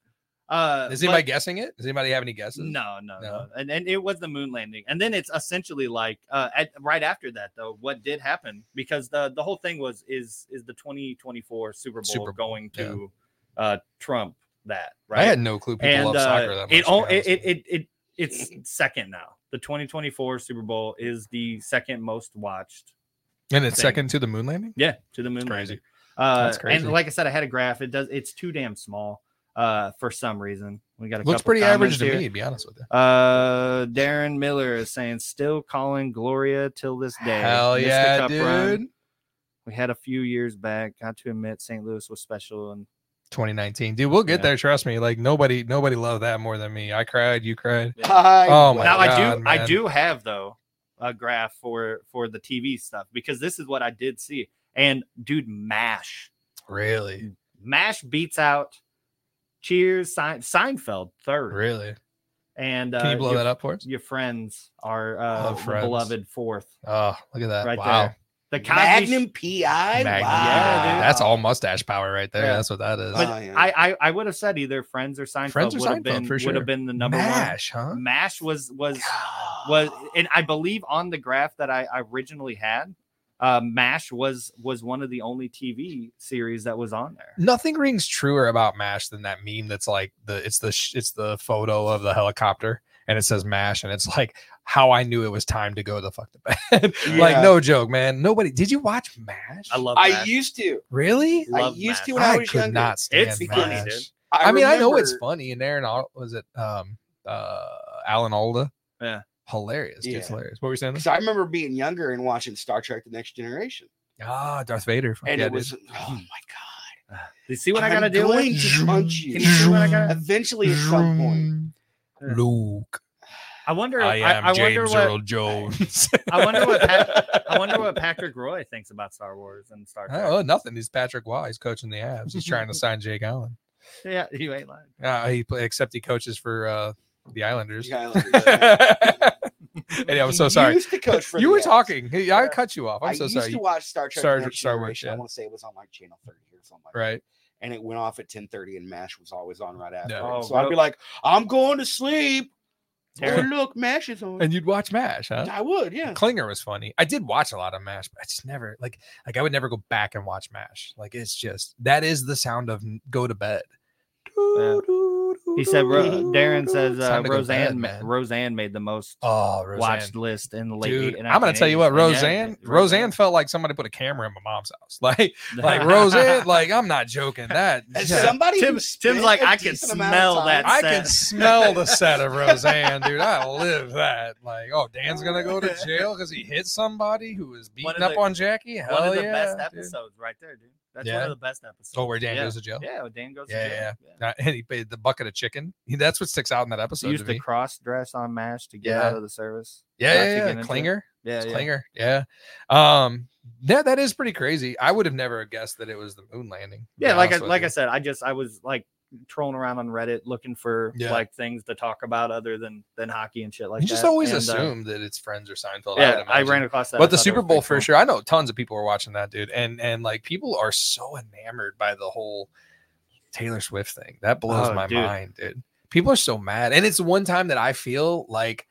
Speaker 6: Uh,
Speaker 7: is anybody
Speaker 6: but-
Speaker 7: guessing it? Does anybody have any guesses?
Speaker 6: No, no,
Speaker 7: No?
Speaker 6: no, And, and it was the moon landing. And then it's essentially like uh, at, right after that, though, what did happen? Because the the whole thing was is is the 2024 Super Bowl,
Speaker 7: Super Bowl,
Speaker 6: going to uh, Trump that right?
Speaker 7: I had no clue people
Speaker 6: and,
Speaker 7: love
Speaker 6: uh,
Speaker 7: soccer that much.
Speaker 6: It,
Speaker 7: to be
Speaker 6: o-
Speaker 7: honest
Speaker 6: it, it, it, it it's second now. The 2024 Super Bowl is the second most watched.
Speaker 7: with you. and it's
Speaker 6: thing.
Speaker 7: second to the moon landing.
Speaker 6: Yeah, to the moon
Speaker 7: crazy.
Speaker 6: landing. Uh,
Speaker 7: That's crazy.
Speaker 6: And like I said, I had a graph. It does. It's too damn small. Uh, for some reason, we got a
Speaker 7: Looks
Speaker 6: couple
Speaker 7: pretty average
Speaker 6: comments
Speaker 7: to
Speaker 6: here.
Speaker 7: me, to be honest with you.
Speaker 6: Uh, Darren Miller is saying, still calling Gloria till this day.
Speaker 7: Hell
Speaker 6: Missed the
Speaker 7: yeah,
Speaker 6: cup
Speaker 7: dude!
Speaker 6: run. We had a few years back. Got to admit, St. Louis was special, and
Speaker 7: 2019, dude. We'll get
Speaker 6: Yeah.
Speaker 7: there. Trust me. Like nobody, nobody loved that more than me. I cried. You cried.
Speaker 8: I-
Speaker 7: Oh my
Speaker 6: now I do,
Speaker 7: God,
Speaker 6: I
Speaker 7: man.
Speaker 6: do have though a graph for for the TV stuff because this is what I did see. And dude, Mash,
Speaker 7: Really,
Speaker 6: Mash beats out Cheers, Sein- Seinfeld third,
Speaker 7: really.
Speaker 6: and uh,
Speaker 7: Can you blow
Speaker 6: your-
Speaker 7: that up for us?
Speaker 6: Your friends are uh,
Speaker 7: Love
Speaker 6: the
Speaker 7: Friends.
Speaker 6: beloved fourth,
Speaker 7: Oh, look at that!
Speaker 6: right
Speaker 7: wow.
Speaker 6: there. The Cosby
Speaker 8: Magnum PI.
Speaker 7: Magnum.
Speaker 8: Wow.
Speaker 6: Yeah, dude.
Speaker 7: That's all mustache power right there.
Speaker 6: Yeah.
Speaker 7: That's what that is.
Speaker 6: But
Speaker 8: Oh, yeah.
Speaker 6: I, I I would have said either Friends or Seinfeld
Speaker 7: Friends or
Speaker 6: would have
Speaker 7: Seinfeld
Speaker 6: been
Speaker 7: for
Speaker 6: would
Speaker 7: sure.
Speaker 6: have been the number
Speaker 7: Mash, huh?
Speaker 6: one. Mash was was was and I believe on the graph that I I originally had, uh, Mash was was one of the only TV series that was on there.
Speaker 7: Nothing rings truer about Mash than that meme that's like the it's the sh- it's the photo of the helicopter and it says Mash and it's like how I knew it was time to go the fuck to bed. like
Speaker 8: Yeah.
Speaker 7: no joke, man. Nobody did you watch Mash?
Speaker 6: I love.
Speaker 8: I
Speaker 6: Mash.
Speaker 8: used to.
Speaker 7: Really?
Speaker 8: I
Speaker 6: Love
Speaker 8: used to
Speaker 6: Mash.
Speaker 8: when I,
Speaker 7: I
Speaker 8: was
Speaker 7: could
Speaker 8: younger.
Speaker 7: not stand
Speaker 6: It's
Speaker 7: Mash.
Speaker 6: funny, dude.
Speaker 7: I, mean, I know it's
Speaker 8: remember-
Speaker 7: funny. And Aaron Al- was it um uh Alan Alda?
Speaker 6: Yeah.
Speaker 7: Hilarious. dude.
Speaker 8: Yeah.
Speaker 7: It's hilarious. What were you saying?
Speaker 8: Because I remember being younger and watching Star Trek: The Next Generation,
Speaker 7: Ah, Darth Vader. Fuck
Speaker 8: and
Speaker 7: yeah,
Speaker 8: it was
Speaker 7: dude.
Speaker 8: oh my god,
Speaker 6: You see what i gotta
Speaker 8: I'm
Speaker 6: do?
Speaker 8: going
Speaker 6: with?
Speaker 8: to punch you.
Speaker 6: Can you see what I gotta?
Speaker 8: Eventually, at some point,
Speaker 7: Luke.
Speaker 6: I wonder.
Speaker 7: I am
Speaker 6: wonder
Speaker 7: Oh, James
Speaker 6: what-
Speaker 7: Earl Jones.
Speaker 6: I wonder what. Pat, I wonder what Patrick Roy thinks about Star Wars and Star Trek.
Speaker 7: Oh, nothing. He's Patrick Waugh. He's coaching the Avs. He's trying to sign Jake Allen.
Speaker 6: Yeah, you ain't lying.
Speaker 7: Uh, he play, except he coaches for uh, the Islanders.
Speaker 8: The Islanders,
Speaker 7: Anyway, I'm so
Speaker 8: He
Speaker 7: sorry.
Speaker 8: used to coach for
Speaker 7: you
Speaker 8: the
Speaker 7: were
Speaker 8: Avs.
Speaker 7: talking. Hey, I cut you off. I'm
Speaker 8: I
Speaker 7: so
Speaker 8: used
Speaker 7: sorry.
Speaker 8: to watch Star Trek:
Speaker 7: Star,
Speaker 8: The Next
Speaker 7: Star Wars.
Speaker 8: Generation. I
Speaker 7: Yeah.
Speaker 8: want to say it was on like channel 30 or something like
Speaker 7: Right.
Speaker 8: that. And it went off at 10:30, and Mash was always on right after.
Speaker 7: No.
Speaker 8: it.
Speaker 7: Oh,
Speaker 8: so I'd be
Speaker 7: bro.
Speaker 8: like, "I'm going to sleep." Oh,
Speaker 7: Terry-
Speaker 8: look, Mash is on.
Speaker 7: And you'd watch MASH, huh?
Speaker 8: I would, yeah.
Speaker 7: Klinger was funny. I did watch a lot of MASH, but I just never like like I would never go back and watch MASH. Like it's just that is the sound of n- go to bed.
Speaker 6: He said. Ro- Darren says uh,
Speaker 7: Time to go to bed,
Speaker 6: Roseanne. ma-
Speaker 7: man.
Speaker 6: Roseanne made the most
Speaker 7: Oh, Roseanne.
Speaker 6: watched list in the late.
Speaker 7: Dude,
Speaker 6: 80s and
Speaker 7: I'm gonna tell you what,
Speaker 6: 80s. And yeah,
Speaker 7: Roseanne, Roseanne felt like somebody put a camera in my mom's house. Like, like Roseanne, like I'm not joking. That
Speaker 8: As
Speaker 7: yeah.
Speaker 8: somebody who
Speaker 6: Tim- Tim's
Speaker 8: spent
Speaker 6: like,
Speaker 8: a
Speaker 6: "I can
Speaker 8: decent amount of
Speaker 6: smell
Speaker 8: time-
Speaker 6: that
Speaker 7: I
Speaker 6: set."
Speaker 7: can smell the set of Roseanne, dude. I live that. Like, oh, Dan's gonna go to jail because he hit somebody who was
Speaker 6: One
Speaker 7: beating
Speaker 6: of
Speaker 7: up
Speaker 6: the-
Speaker 7: on Jackie. Hell
Speaker 6: one of the
Speaker 7: yeah,
Speaker 6: best
Speaker 7: dude.
Speaker 6: episodes right there, dude. That's
Speaker 7: Yeah.
Speaker 6: one of the best episodes.
Speaker 7: Oh, where Dan
Speaker 6: yeah.
Speaker 7: goes to jail.
Speaker 6: Yeah, where Dan goes
Speaker 7: Yeah,
Speaker 6: to jail.
Speaker 7: yeah. Uh, And he paid the bucket of chicken. He- That's what sticks out in that episode.
Speaker 6: used
Speaker 7: to
Speaker 6: the
Speaker 7: me.
Speaker 6: cross dress on MASH to get
Speaker 7: Yeah.
Speaker 6: out of the service.
Speaker 7: Yeah,
Speaker 6: not to
Speaker 7: yeah,
Speaker 6: get
Speaker 7: yeah.
Speaker 6: into it.
Speaker 7: Klinger.
Speaker 6: Yeah,
Speaker 7: It's
Speaker 6: yeah.
Speaker 7: Klinger. Yeah. Um, yeah, that is pretty crazy. I would have never guessed that it was the moon landing. to be
Speaker 6: Yeah, like I,
Speaker 7: honest with
Speaker 6: like
Speaker 7: you.
Speaker 6: I said, I just I was like trolling around on Reddit looking for
Speaker 7: Yeah.
Speaker 6: like things to talk about other than than hockey and shit like
Speaker 7: you
Speaker 6: that.
Speaker 7: just always
Speaker 6: and, uh,
Speaker 7: assume that it's Friends or Seinfeld.
Speaker 6: yeah,
Speaker 7: would
Speaker 6: I, ran
Speaker 7: imagine.
Speaker 6: across that. I
Speaker 7: But the
Speaker 6: thought it
Speaker 7: Super
Speaker 6: was
Speaker 7: Bowl
Speaker 6: pretty
Speaker 7: for
Speaker 6: cool.
Speaker 7: sure. I know tons of people were watching that, dude. And and like people are so enamored by the whole Taylor Swift thing. That blows
Speaker 6: Oh,
Speaker 7: my
Speaker 6: dude.
Speaker 7: mind, dude. People are so mad. And it's the one time that I feel like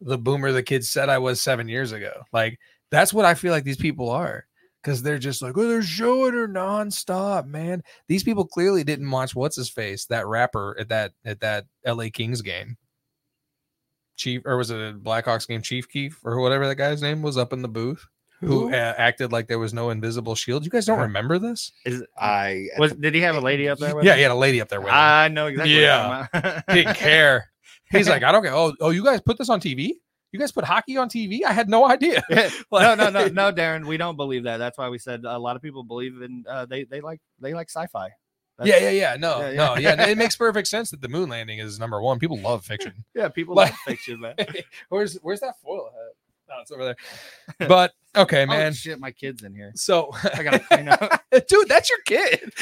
Speaker 7: the boomer the kids said I was seven years ago. Like that's what I feel like these people are. Cause they're just like, oh, they're showing her nonstop, man. These people clearly didn't watch what's his face, that rapper at that at that LA Kings game. Chief, or was it a Blackhawks game? Chief Keef, or whatever that guy's name was, up in the booth, who,
Speaker 6: Who?
Speaker 7: uh, acted like there was no invisible shield. You guys don't remember this?
Speaker 6: Is,
Speaker 8: I
Speaker 6: was did he have a lady up there? With
Speaker 7: Yeah,
Speaker 6: him?
Speaker 7: he had a lady up there with him.
Speaker 6: I know exactly.
Speaker 7: Yeah. Didn't care. He's like, I don't care. Oh, oh, you guys put this on TV? You guys put hockey on TV? I had no idea.
Speaker 6: no, no, no, no, Darren, we don't believe that. That's why we said a lot of people believe in uh, they they like they like sci-fi.
Speaker 7: Yeah,
Speaker 6: That's-
Speaker 7: yeah, yeah. No,
Speaker 6: Yeah,
Speaker 7: no,
Speaker 6: yeah.
Speaker 7: yeah. It makes perfect sense that the moon landing is number one. People love fiction.
Speaker 6: Yeah, people
Speaker 7: Like-
Speaker 6: like fiction, man.
Speaker 7: where's where's that foil hat? No, it's over there. But okay,
Speaker 6: Oh,
Speaker 7: man.
Speaker 6: shit, my kid's in here.
Speaker 7: so
Speaker 6: I gotta clean up.
Speaker 7: dude, that's your kid.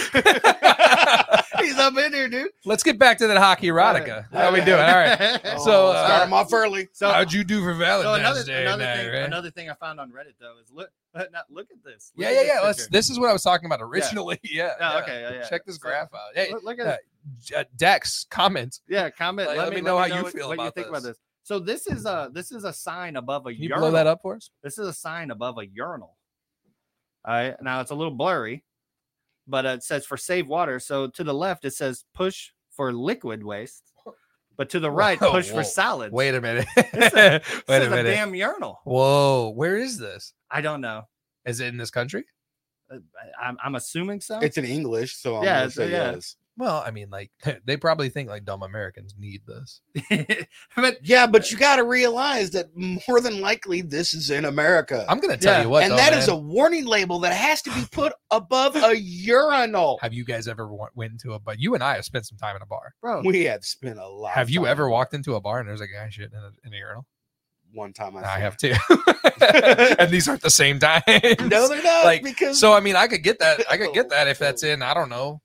Speaker 6: He's up in here, dude.
Speaker 7: Let's get back to that hockey erotica. How we doing? All right. So
Speaker 6: Oh,
Speaker 7: uh,
Speaker 8: start him off early.
Speaker 6: So
Speaker 7: how'd you do for
Speaker 6: So
Speaker 7: Valentine's
Speaker 6: another,
Speaker 7: Day?
Speaker 6: another,
Speaker 7: night,
Speaker 6: thing,
Speaker 7: right?
Speaker 6: another thing I found on Reddit though is look uh, now, look at this. Look
Speaker 7: yeah,
Speaker 6: at
Speaker 7: yeah,
Speaker 6: this
Speaker 7: yeah. Let's,
Speaker 6: picture.
Speaker 7: this is what I was talking about originally. Yeah.
Speaker 6: Oh,
Speaker 7: yeah.
Speaker 6: okay, yeah, yeah.
Speaker 7: Check this
Speaker 6: So-
Speaker 7: graph out. Hey,
Speaker 6: look, look at
Speaker 7: uh, J- Dex, comment.
Speaker 6: yeah. Comment.
Speaker 7: like,
Speaker 6: let, me, know how you
Speaker 7: feel
Speaker 6: what
Speaker 7: about
Speaker 6: you think about
Speaker 7: this.
Speaker 6: this. So this is a this is a sign above a
Speaker 7: Can you
Speaker 6: urinal.
Speaker 7: blow that up for us?
Speaker 6: This is a sign above a urinal. All right. Now it's a little blurry, but uh, it says for save water. So to the left it says push for liquid waste, but to the right
Speaker 7: Whoa,
Speaker 6: push
Speaker 7: whoa.
Speaker 6: for solids.
Speaker 7: Wait a minute.
Speaker 6: This is a- this
Speaker 7: Wait
Speaker 6: is
Speaker 7: a minute.
Speaker 6: damn urinal.
Speaker 7: Whoa, where is this?
Speaker 6: I don't know.
Speaker 7: Is it in this country?
Speaker 6: Uh, I- I'm, I'm assuming so.
Speaker 8: It's in English, so I'm
Speaker 6: Yeah,
Speaker 8: gonna
Speaker 6: it's-
Speaker 8: say
Speaker 6: yeah.
Speaker 8: yes.
Speaker 7: Well, I mean, like they probably think like dumb Americans need this.
Speaker 6: but
Speaker 8: Yeah, but you got to realize that more than likely this is in America.
Speaker 7: I'm gonna tell
Speaker 6: Yeah,
Speaker 7: you what,
Speaker 8: and
Speaker 7: though,
Speaker 8: that is
Speaker 7: man.
Speaker 8: a warning label that has to be put above a urinal.
Speaker 7: Have you guys ever wa- went into a bar? You and I have spent some time in a bar.
Speaker 6: bro,
Speaker 8: We have spent a lot. of
Speaker 7: Have you
Speaker 8: time-
Speaker 7: ever walked into a bar and there's a guy shitting in a, in a urinal?
Speaker 8: One time I,
Speaker 7: I
Speaker 8: think.
Speaker 7: have too. and these aren't the same time.
Speaker 8: No, they're not.
Speaker 7: Like,
Speaker 8: because
Speaker 7: So I mean, I could get that. I could get that if that's in. I don't know,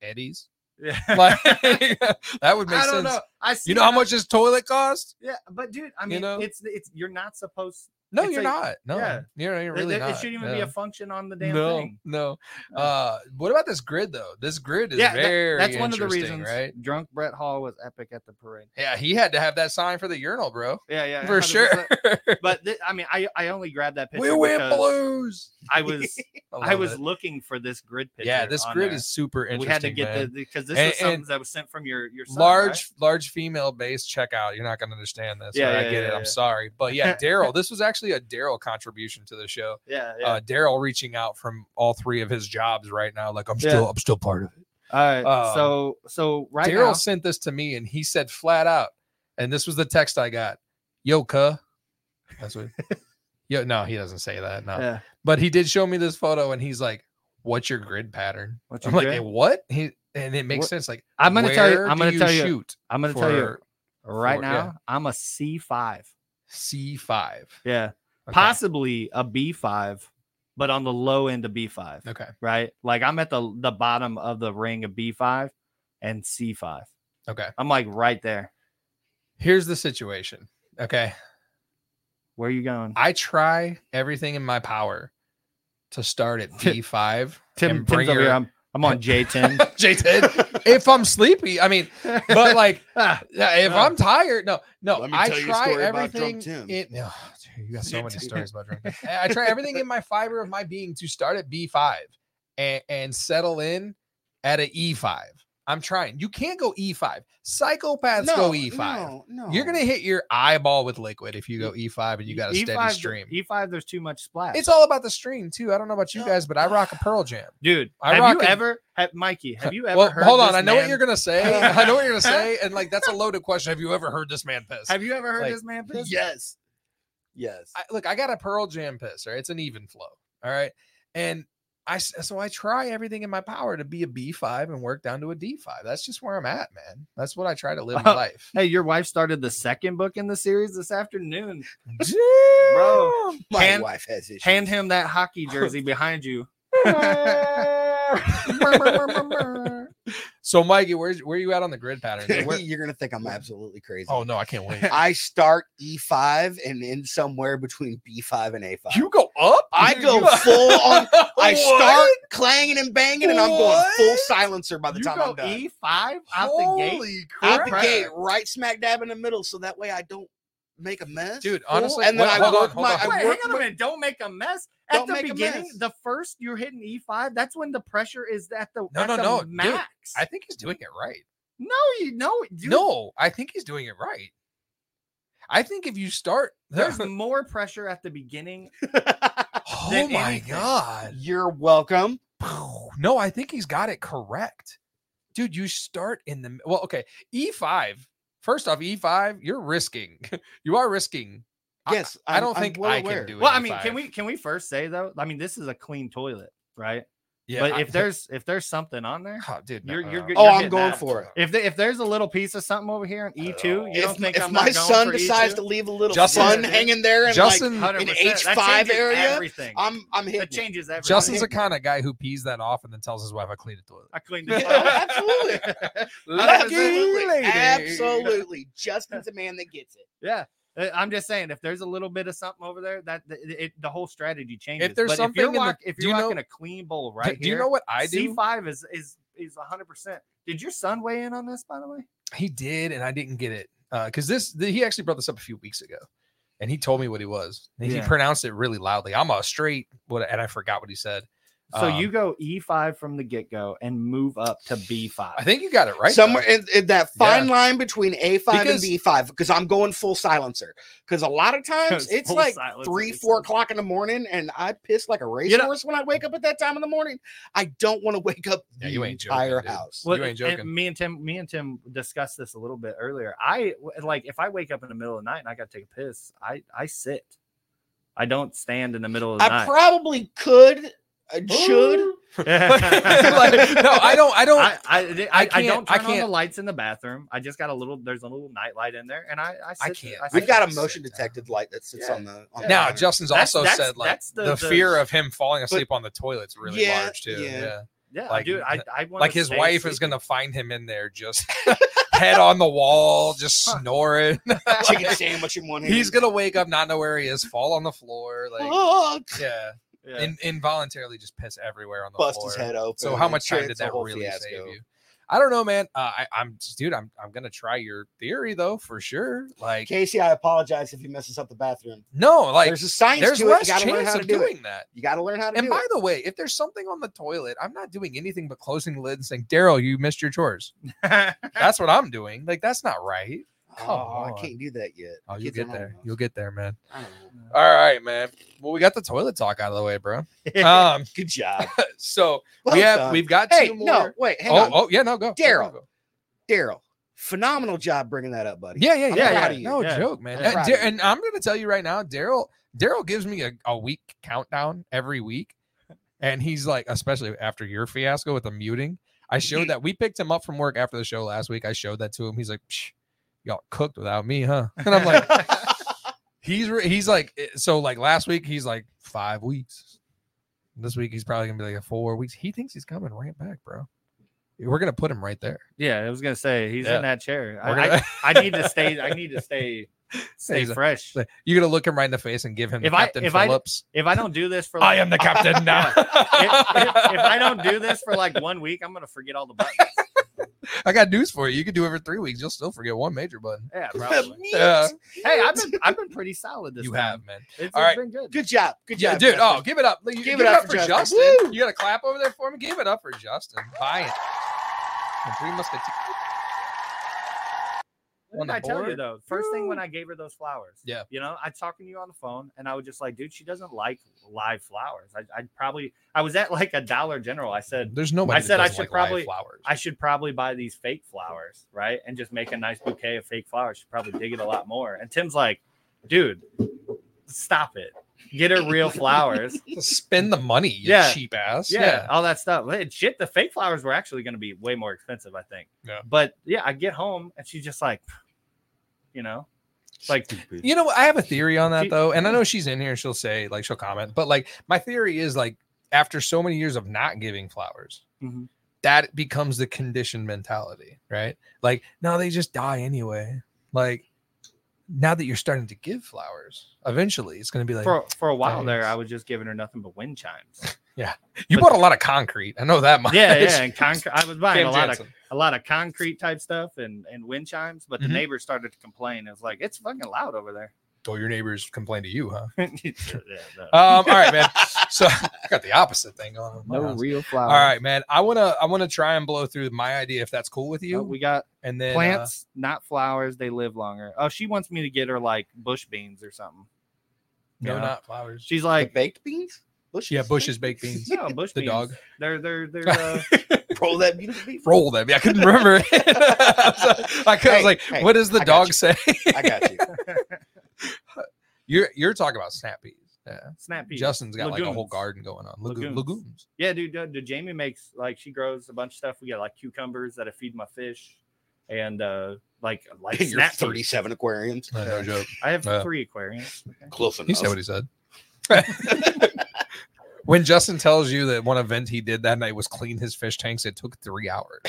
Speaker 7: Eddie's.
Speaker 6: yeah.
Speaker 7: Like that would make
Speaker 6: I don't
Speaker 7: sense.
Speaker 6: know. I see
Speaker 7: You know how
Speaker 6: that-
Speaker 7: much his toilet cost?
Speaker 6: Yeah, but dude, I
Speaker 7: You
Speaker 6: mean,
Speaker 7: know?
Speaker 6: it's it's you're not supposed.
Speaker 7: No,
Speaker 6: It's
Speaker 7: you're
Speaker 6: like-
Speaker 7: not. No,
Speaker 6: yeah.
Speaker 7: you're, you're
Speaker 6: It,
Speaker 7: really
Speaker 6: it- it
Speaker 7: not.
Speaker 6: shouldn't even be
Speaker 7: no.
Speaker 6: a function on the damn
Speaker 7: no,
Speaker 6: thing.
Speaker 7: No, Uh, what about this grid though? This grid is
Speaker 6: yeah, that-
Speaker 7: very
Speaker 6: that's one of the
Speaker 7: interesting,
Speaker 6: reasons.
Speaker 7: right?
Speaker 6: Drunk Brett Hall was epic at the parade.
Speaker 7: Yeah, he had to have that sign for the urinal, bro,
Speaker 6: Yeah, yeah,
Speaker 7: for
Speaker 6: 100%.
Speaker 7: sure.
Speaker 6: But thi- I mean, I I only grabbed that picture.
Speaker 7: we win
Speaker 6: because
Speaker 7: blues.
Speaker 6: I was I
Speaker 7: love
Speaker 6: was
Speaker 7: it.
Speaker 6: looking for this grid picture.
Speaker 7: Yeah, this
Speaker 6: on
Speaker 7: grid
Speaker 6: there.
Speaker 7: is super
Speaker 6: We
Speaker 7: interesting.
Speaker 6: had to get
Speaker 7: man.
Speaker 6: the because this
Speaker 7: And-
Speaker 6: was something
Speaker 7: and
Speaker 6: that was sent from your your son,
Speaker 7: large
Speaker 6: right?
Speaker 7: large female based checkout. You're not going to understand this.
Speaker 6: Yeah,
Speaker 7: right? I
Speaker 6: yeah,
Speaker 7: get
Speaker 6: yeah,
Speaker 7: it.
Speaker 6: yeah.
Speaker 7: I'm sorry, but yeah, Daryl. this was actually a Daryl contribution to the show.
Speaker 6: Yeah, yeah.
Speaker 7: Uh, Daryl reaching out from all three of his jobs right now. Like I'm
Speaker 6: Yeah.
Speaker 7: still I'm still part of it.
Speaker 6: All right.
Speaker 7: um,
Speaker 6: so so right
Speaker 7: Daryl
Speaker 6: now,
Speaker 7: sent this to me and he said flat out, and this was the text I got. Yo, cuh. That's what. Yo, no, he doesn't say that. No,
Speaker 6: yeah.
Speaker 7: but he did show me this photo and he's like, what's your grid pattern?
Speaker 6: What's
Speaker 7: I'm
Speaker 6: your
Speaker 7: like,
Speaker 6: grid?
Speaker 7: "Eh, what? He, and it makes
Speaker 17: What-
Speaker 7: sense. Like,
Speaker 17: I'm gonna tell you.
Speaker 7: where
Speaker 17: I'm
Speaker 7: do
Speaker 17: gonna tell you.
Speaker 7: Shoot
Speaker 17: I'm gonna tell you
Speaker 7: for
Speaker 17: right
Speaker 7: for-
Speaker 17: now.
Speaker 7: yeah.
Speaker 17: I'm a C five.
Speaker 7: C five.
Speaker 6: Yeah. Possibly a B5, but on the low end of B5.
Speaker 7: Okay.
Speaker 6: Right. Like I'm at the the bottom of the ring of B5 and C5.
Speaker 7: Okay.
Speaker 6: I'm like right there.
Speaker 7: Here's the situation. Okay.
Speaker 6: Where are you going?
Speaker 7: I try everything in my power to start at B5.
Speaker 6: Tim-
Speaker 7: and
Speaker 6: Tim's
Speaker 7: bring
Speaker 6: over
Speaker 7: her-
Speaker 6: here. I'm, I'm on J10.
Speaker 7: J10. if I'm sleepy, I mean, but like, yeah, if I'm tired, no, no,
Speaker 8: Let me
Speaker 7: I
Speaker 8: tell you a
Speaker 7: try
Speaker 8: story about drunk
Speaker 7: everything.
Speaker 8: Tim.
Speaker 7: in- no, dude, you got so many
Speaker 8: J10.
Speaker 7: stories about drunk. Tim. I I try everything in my fiber of my being to start at B5 and, and settle in at an E5. I'm trying. You can't go E5. Psychopaths go
Speaker 8: No,
Speaker 7: E5.
Speaker 8: no, E
Speaker 7: You're gonna hit your eyeball with liquid if you go E5 and you got a steady
Speaker 6: E5
Speaker 7: stream.
Speaker 6: E5, E there's too much splash.
Speaker 7: It's all about the stream too. I don't know about you guys, but I rock a Pearl Jam.
Speaker 6: Dude,
Speaker 7: I
Speaker 6: have
Speaker 7: rock
Speaker 6: you
Speaker 7: a-
Speaker 6: ever, have, Mikey, have you ever
Speaker 7: well,
Speaker 6: heard
Speaker 7: hold on.
Speaker 6: this
Speaker 7: I know what
Speaker 6: man-
Speaker 7: you're gonna say. I know what you're gonna say, and like that's a loaded question. Have you ever heard this man piss?
Speaker 6: Have you ever heard
Speaker 7: Like,
Speaker 6: this man piss?
Speaker 7: Yes.
Speaker 8: Yes.
Speaker 7: I, look, I got a Pearl Jam piss. Right, it's an even flow. All right, and I s- so I try everything in my power to be a B five and work down to a D five. That's just where I'm at, man. That's what I try to live my life.
Speaker 6: Hey, your wife started the second book in the series this afternoon.
Speaker 7: Bro,
Speaker 8: My wife has issues.
Speaker 6: Hand him that hockey jersey behind you.
Speaker 7: So, Mikey, where's where you at on the grid pattern? Where-
Speaker 8: You're gonna think I'm absolutely crazy.
Speaker 7: oh no, I can't wait.
Speaker 8: I start E5 and in somewhere between B5 and A5.
Speaker 7: You go up.
Speaker 8: I
Speaker 7: You-
Speaker 8: go
Speaker 7: you-
Speaker 8: full on. I start
Speaker 7: What?
Speaker 8: clanging and banging, and I'm going full silencer by the time I'm done.
Speaker 6: E five out the
Speaker 7: Holy
Speaker 6: gate.
Speaker 8: out the
Speaker 7: crap.
Speaker 8: gate, right smack dab in the middle, so that way I don't make a mess,
Speaker 7: Dude,
Speaker 8: fool,
Speaker 7: honestly,
Speaker 8: And then
Speaker 7: wait,
Speaker 8: I
Speaker 7: hold on,
Speaker 8: work
Speaker 7: hold
Speaker 8: my.
Speaker 7: on.
Speaker 8: I
Speaker 6: Wait, hang
Speaker 8: work
Speaker 6: on a
Speaker 8: my-
Speaker 6: minute. Don't make a mess. At
Speaker 8: Don't
Speaker 6: the
Speaker 8: make a
Speaker 6: beginning,
Speaker 8: mess.
Speaker 6: the first you're hitting E five. That's when the pressure is at the
Speaker 7: No,
Speaker 6: at
Speaker 7: no,
Speaker 6: the
Speaker 7: no, dude.
Speaker 6: max.
Speaker 7: I think he's doing it right.
Speaker 6: no, you know, dude,
Speaker 7: No, I think he's doing it right. I think if you start,
Speaker 6: There's more pressure at the beginning.
Speaker 7: oh
Speaker 6: than
Speaker 7: my
Speaker 6: anything.
Speaker 7: god,
Speaker 8: You're welcome.
Speaker 7: no, I think he's got it correct, dude. You start in the well, okay. E five. First off, E five, you're risking. You are risking. I-
Speaker 8: Yes,
Speaker 7: I,
Speaker 8: I'm-
Speaker 7: don't
Speaker 8: I'm
Speaker 7: think
Speaker 8: well
Speaker 7: I
Speaker 8: aware.
Speaker 7: can do it.
Speaker 6: Well, I mean, can we can we first say though? I mean, this is a clean toilet, right?
Speaker 7: Yeah,
Speaker 6: but
Speaker 7: I-
Speaker 6: if there's if there's something on there,
Speaker 7: Oh, dude, no,
Speaker 6: you're
Speaker 7: no,
Speaker 6: you're,
Speaker 7: no.
Speaker 6: good-
Speaker 8: Oh,
Speaker 6: you're
Speaker 8: I'm
Speaker 6: hitting
Speaker 8: going
Speaker 6: that.
Speaker 8: for it.
Speaker 6: If the, if there's a little piece of something over here in E
Speaker 7: Oh.
Speaker 6: two, you don't
Speaker 8: If,
Speaker 6: think
Speaker 8: if
Speaker 6: I'm not
Speaker 8: my
Speaker 6: going
Speaker 8: son
Speaker 6: for E
Speaker 8: decides
Speaker 6: E2?
Speaker 8: to leave a little
Speaker 7: Justin-
Speaker 8: fun hanging there and
Speaker 7: Justin-
Speaker 8: like
Speaker 6: 100%.
Speaker 8: an
Speaker 6: That
Speaker 8: H five
Speaker 6: changes
Speaker 8: area,
Speaker 6: everything.
Speaker 8: I'm I'm hitting.
Speaker 6: That changes everything.
Speaker 7: Justin's the kind of guy who pees that off and then tells his wife, "I cleaned the toilet."
Speaker 6: I cleaned
Speaker 8: it.
Speaker 6: it.
Speaker 8: Oh, absolutely. absolutely, absolutely. Justin's a man that gets it.
Speaker 6: Yeah. Uh, I'm just saying, if there's a little bit of something over there, that th- it, the whole strategy changes.
Speaker 7: there's
Speaker 6: but
Speaker 7: something
Speaker 6: if
Speaker 7: in the-
Speaker 6: you're, rock, if
Speaker 7: do
Speaker 6: you're
Speaker 7: you know-
Speaker 6: rocking a clean bowl right
Speaker 7: do you
Speaker 6: here,
Speaker 7: know what I do?
Speaker 6: C5 is is is 100. percent Did your son weigh in on this, by the way?
Speaker 7: He did, and I didn't get it because this the, he actually brought this up a few weeks ago, and he told me what he was. and He
Speaker 6: Yeah.
Speaker 7: pronounced it really loudly. I'm a straight what, and I forgot what he said.
Speaker 6: So
Speaker 7: Um,
Speaker 6: you go E5 from the get go and move up to B5.
Speaker 7: I think you got it right.
Speaker 8: Somewhere
Speaker 7: though.
Speaker 8: in, in that fine
Speaker 7: Yeah.
Speaker 8: line between A5
Speaker 7: Because-
Speaker 8: and B5, because I'm going full silencer. Because a lot of times
Speaker 6: It's
Speaker 8: it's
Speaker 6: full
Speaker 8: like
Speaker 6: silencer,
Speaker 8: three,
Speaker 6: he
Speaker 8: four
Speaker 6: says.
Speaker 8: o'clock in the morning, and I piss like a racehorse when I wake up at that time in the morning. I don't want to wake up
Speaker 7: Yeah,
Speaker 8: the
Speaker 7: you ain't joking,
Speaker 8: entire
Speaker 7: dude.
Speaker 8: house.
Speaker 7: You ain't
Speaker 6: and
Speaker 7: joking.
Speaker 6: me and Tim, me and Tim discussed this a little bit earlier. I like if I wake up in the middle of the night and I got to take a piss, I I sit. I don't stand in the middle of the
Speaker 8: I
Speaker 6: night.
Speaker 8: probably could, and should.
Speaker 7: Like, no, I don't. I don't.
Speaker 6: I, I, I, I,
Speaker 7: can't-
Speaker 6: don't
Speaker 7: I
Speaker 6: turn on the
Speaker 7: can't-
Speaker 6: lights in the bathroom. I just got a little. There's a little night light in there, and I I, sit,
Speaker 7: I can't.
Speaker 8: We've
Speaker 6: sit.
Speaker 8: got
Speaker 7: I
Speaker 8: a motion
Speaker 7: sit down.
Speaker 8: detected light that sits
Speaker 6: Yeah.
Speaker 8: on the. On the
Speaker 7: Now,
Speaker 8: counter.
Speaker 7: Justin's
Speaker 6: That's-
Speaker 7: also
Speaker 6: that's-
Speaker 7: said like
Speaker 6: that's
Speaker 7: the,
Speaker 6: the- the-
Speaker 7: fear of him falling asleep on the toilet's really
Speaker 8: Yeah,
Speaker 7: large too.
Speaker 8: yeah.
Speaker 7: Yeah.
Speaker 6: yeah,
Speaker 7: like,
Speaker 6: dude. I, I wanna
Speaker 7: Like his
Speaker 6: stay
Speaker 7: wife is
Speaker 6: sleeping.
Speaker 7: gonna find him in there, just head on the wall, just snoring.
Speaker 8: chicken sandwich in one hand.
Speaker 7: He's gonna wake up, not know where he is, fall on the floor, like
Speaker 8: Oh,
Speaker 7: yeah,
Speaker 6: Yeah.
Speaker 7: In, involuntarily just piss everywhere on the
Speaker 8: bust
Speaker 7: floor.
Speaker 8: his head open.
Speaker 7: So how
Speaker 8: and
Speaker 7: much
Speaker 8: sure,
Speaker 7: time did
Speaker 8: it's a
Speaker 7: that
Speaker 8: whole
Speaker 7: really save
Speaker 8: fiasco.
Speaker 7: you? I don't know, man. Uh, I, I'm dude. I'm I'm gonna try your theory though for sure. Like
Speaker 8: Casey, I apologize if he messes up the bathroom.
Speaker 7: no, like
Speaker 8: there's a science
Speaker 7: there's
Speaker 8: to it. You
Speaker 7: less
Speaker 8: got to learn
Speaker 7: chance
Speaker 8: how to
Speaker 7: of
Speaker 8: do
Speaker 7: doing
Speaker 8: it.
Speaker 7: that.
Speaker 8: You got to learn how to
Speaker 7: And
Speaker 8: do
Speaker 7: by
Speaker 8: it.
Speaker 7: the way, if there's something on the toilet, I'm not doing anything but closing the lid and saying, "Daryl, you missed your chores." that's what I'm doing. Like that's not right. Come
Speaker 8: oh, I
Speaker 7: on.
Speaker 8: can't do that yet.
Speaker 7: Oh,
Speaker 8: The
Speaker 7: you'll
Speaker 8: kids are
Speaker 7: get there.
Speaker 8: home.
Speaker 7: You'll get there, man.
Speaker 8: I don't know.
Speaker 7: All right, man. Well, we got the toilet talk out of the way, bro. Um,
Speaker 8: Good job.
Speaker 7: so
Speaker 8: Well
Speaker 7: we have
Speaker 8: done.
Speaker 7: we've got
Speaker 8: Hey,
Speaker 7: two more.
Speaker 8: no, wait, hang
Speaker 7: oh,
Speaker 8: on,
Speaker 7: oh, yeah, no, go, go, go,
Speaker 8: Daryl.
Speaker 7: go.
Speaker 8: Daryl. Phenomenal job bringing that up, buddy.
Speaker 7: Yeah, yeah,
Speaker 8: I'm
Speaker 7: yeah,
Speaker 8: proud
Speaker 7: yeah.
Speaker 8: of you.
Speaker 7: No
Speaker 6: Yeah.
Speaker 7: joke, man.
Speaker 8: I'm
Speaker 7: And,
Speaker 8: proud
Speaker 7: Dar-
Speaker 8: of you.
Speaker 7: and I'm gonna tell you right now, Daryl. Daryl gives me a, a week countdown every week, And he's like, especially after your fiasco with the muting, I
Speaker 8: Mm-hmm.
Speaker 7: showed that we picked him up from work after the show last week. I showed that to him. He's like, "Psh, y'all cooked without me, huh? And I'm like, he's re- he's like, eh, so like last week he's like five weeks. This week he's probably gonna be like four weeks. He thinks he's coming right back, bro. We're gonna put him right there.
Speaker 6: Yeah, I was gonna say he's
Speaker 7: Yeah.
Speaker 6: in that chair. I,
Speaker 7: We're gonna-
Speaker 6: I, I need to stay. I need to stay. Stay
Speaker 7: He's like-
Speaker 6: fresh.
Speaker 7: You're gonna look him right in the face and give him
Speaker 6: If
Speaker 7: the
Speaker 6: I
Speaker 7: Captain
Speaker 6: if
Speaker 7: Phillips.
Speaker 6: I if I don't do this for,
Speaker 7: I am the captain now.
Speaker 6: Yeah. if, if- if I don't do this for like one week, I'm gonna forget all the buttons.
Speaker 7: I got news for you. You can do it for three weeks. You'll still forget one major button.
Speaker 6: Yeah, probably.
Speaker 7: Yeah.
Speaker 6: Hey, I've been I've been pretty solid this
Speaker 7: You
Speaker 6: time.
Speaker 7: have, man.
Speaker 6: It's,
Speaker 7: All right.
Speaker 6: it's been good.
Speaker 8: Good job. Good
Speaker 7: Yeah,
Speaker 8: job.
Speaker 7: dude.
Speaker 8: Justin.
Speaker 7: Oh, give it up. You- give, it up, for Justin. You got a clap over there for me? Give it up for Justin. Buy it. And three musketeers.
Speaker 6: What
Speaker 7: on
Speaker 6: did
Speaker 7: the
Speaker 6: I tell you
Speaker 7: board.
Speaker 6: though? First thing when I gave her those flowers,
Speaker 7: Yeah.
Speaker 6: you know, I talking to you on the phone, and I was just like, dude, she doesn't like live flowers. I, I probably I was at like a Dollar General. I said,
Speaker 7: There's nobody
Speaker 6: I
Speaker 7: that
Speaker 6: said I
Speaker 7: doesn't
Speaker 6: should
Speaker 7: like live
Speaker 6: probably
Speaker 7: flowers.
Speaker 6: I should probably buy these fake flowers, right, and just make a nice bouquet of fake flowers. She'd probably dig it a lot more. And Tim's like, dude, stop it. Get her real flowers.
Speaker 7: Spend the money, you
Speaker 6: Yeah.
Speaker 7: cheap ass.
Speaker 6: yeah, all that stuff. Like, Shit, the fake flowers were actually going to be way more expensive, I think.
Speaker 7: Yeah.
Speaker 6: But yeah, I get home and she's just like, you know, it's like
Speaker 7: You know, I have a theory on that
Speaker 6: She-
Speaker 7: though, and I know she's in here. She'll say like she'll comment, but like my theory is like after so many years of not giving flowers,
Speaker 6: Mhm.
Speaker 7: that becomes the conditioned mentality, right? Like now they just die anyway. Like now that you're starting to give flowers, eventually it's going to be like
Speaker 6: for for a while there,
Speaker 7: thanks.
Speaker 6: I was just giving her nothing but wind chimes.
Speaker 7: yeah. You bought a lot of concrete. I know that much.
Speaker 6: Yeah, yeah, and concrete. I was buying
Speaker 7: Cam
Speaker 6: a lot
Speaker 7: Jansen.
Speaker 6: of a lot of concrete type stuff and and wind chimes, but the
Speaker 7: Mhm.
Speaker 6: neighbors started to complain. It was like it's fucking loud over there.
Speaker 7: Oh, your neighbors complain to you, huh?
Speaker 6: Yeah, no.
Speaker 7: Um, all right, man. So I got the opposite thing going on. in my
Speaker 17: No
Speaker 7: house.
Speaker 17: real flowers.
Speaker 7: All
Speaker 8: Uh,
Speaker 6: Uh,
Speaker 7: right, man. I wanna I wanna try and blow through my idea if that's cool with you.
Speaker 6: Uh, we got
Speaker 7: and then uh,
Speaker 6: plants, not flowers. They live longer. Oh, she wants me to get her like bush beans or something.
Speaker 7: uh, no,
Speaker 6: Yeah.
Speaker 7: not flowers.
Speaker 6: She's like
Speaker 8: baked beans. Bushes.
Speaker 7: yeah, Bush's baked beans.
Speaker 6: No, bush
Speaker 7: The
Speaker 6: beans.
Speaker 7: dog.
Speaker 6: They're they're they're. Uh,
Speaker 8: Roll that beautiful bean.
Speaker 7: Roll them. I couldn't remember. I was like, I was
Speaker 8: Hey,
Speaker 7: like
Speaker 8: hey,
Speaker 7: what does the
Speaker 8: I got
Speaker 7: dog
Speaker 8: you.
Speaker 7: say?
Speaker 8: I got you.
Speaker 7: you're you're talking about snap peas. Yeah.
Speaker 6: Snap peas.
Speaker 7: Justin's got like a whole
Speaker 6: Lagoons.
Speaker 7: garden going on. Lagoon,
Speaker 6: Lagoons.
Speaker 7: lagoons.
Speaker 6: yeah, dude, dude, dude, Jamie makes like she grows a bunch of stuff. We got like cucumbers that I feed my fish, and uh like like
Speaker 8: Your
Speaker 6: snap peas.
Speaker 8: 37 aquariums.
Speaker 7: No, no joke.
Speaker 6: I have
Speaker 7: Yeah.
Speaker 6: three aquariums.
Speaker 8: Close
Speaker 7: He
Speaker 8: enough.
Speaker 7: said what he said. when Justin tells you that one event he did that night was clean his fish tanks, it took three hours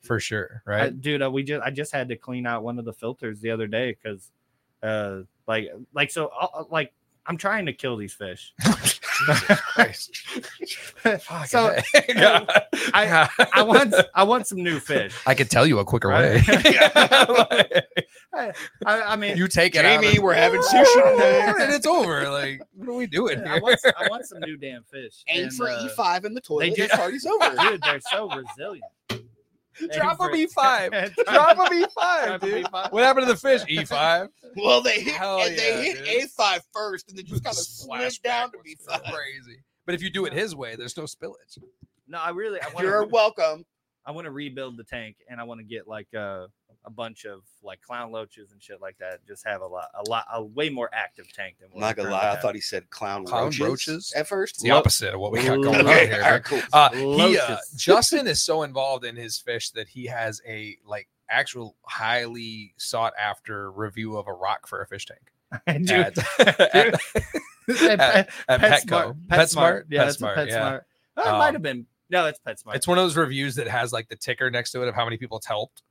Speaker 7: for sure,
Speaker 6: I,
Speaker 7: right?
Speaker 6: dude, uh, we just I just had to clean out one of the filters the other day because, uh, like like so uh, like I'm trying to kill these fish. so
Speaker 7: Yeah.
Speaker 6: I I want I want some new fish.
Speaker 7: I could tell you a quicker
Speaker 6: Right.
Speaker 7: way.
Speaker 6: I, I mean,
Speaker 7: you take it, out
Speaker 8: Jamie,
Speaker 7: and-
Speaker 8: we're having sushi today.
Speaker 7: and it's over. Like, what are we doing
Speaker 6: I
Speaker 7: here?
Speaker 6: want, I want some new damn fish.
Speaker 8: Aim
Speaker 6: And,
Speaker 8: for E
Speaker 6: uh,
Speaker 8: E5 in the toilet.
Speaker 6: just-
Speaker 8: the party's over.
Speaker 6: Dude, they're so resilient.
Speaker 7: Drop a
Speaker 6: Aim for-
Speaker 7: B5. Drop a B5,
Speaker 6: Drop a
Speaker 7: dude.
Speaker 6: B5.
Speaker 7: What happened to the fish? E E5.
Speaker 8: Well, they hit
Speaker 7: Hell
Speaker 8: and they
Speaker 7: yeah,
Speaker 8: hit
Speaker 7: dude.
Speaker 8: A5 first, and then just kind of slid
Speaker 7: Splash
Speaker 8: down to
Speaker 7: backwards.
Speaker 8: B5.
Speaker 7: Crazy. But if you do it his way, there's no spillage.
Speaker 6: No, I really I want
Speaker 8: You're
Speaker 6: to
Speaker 8: welcome.
Speaker 6: I want to rebuild the tank and I want to get like a a bunch of like clown loaches and shit like that. Just have a lot a lot a way more active tank than
Speaker 8: I'm
Speaker 6: what
Speaker 8: not
Speaker 6: I
Speaker 8: gonna lie,
Speaker 6: currently
Speaker 8: I
Speaker 6: have.
Speaker 8: thought he said clown,
Speaker 7: Clown
Speaker 8: roaches,
Speaker 7: roaches?
Speaker 8: at first.
Speaker 7: It's the
Speaker 8: Lo-
Speaker 7: opposite of what we got going on
Speaker 8: Okay,
Speaker 7: here.
Speaker 8: all
Speaker 7: bro.
Speaker 8: right, cool.
Speaker 7: Uh, he, uh,
Speaker 6: Lotus.
Speaker 7: Justin is so involved in his fish that he has a like actual highly sought after review of a rock for a fish tank
Speaker 6: And you-
Speaker 7: at, at,
Speaker 6: Hey,
Speaker 7: at- at
Speaker 6: PetSmart,
Speaker 7: Petco.
Speaker 6: PetSmart,
Speaker 7: PetSmart,
Speaker 6: yeah, that's a
Speaker 7: PetSmart, yeah.
Speaker 6: PetSmart. Oh, it
Speaker 7: Um,
Speaker 6: might have been no, it's PetSmart.
Speaker 7: It's one of those reviews that has like the ticker next to it of how many people it's helped,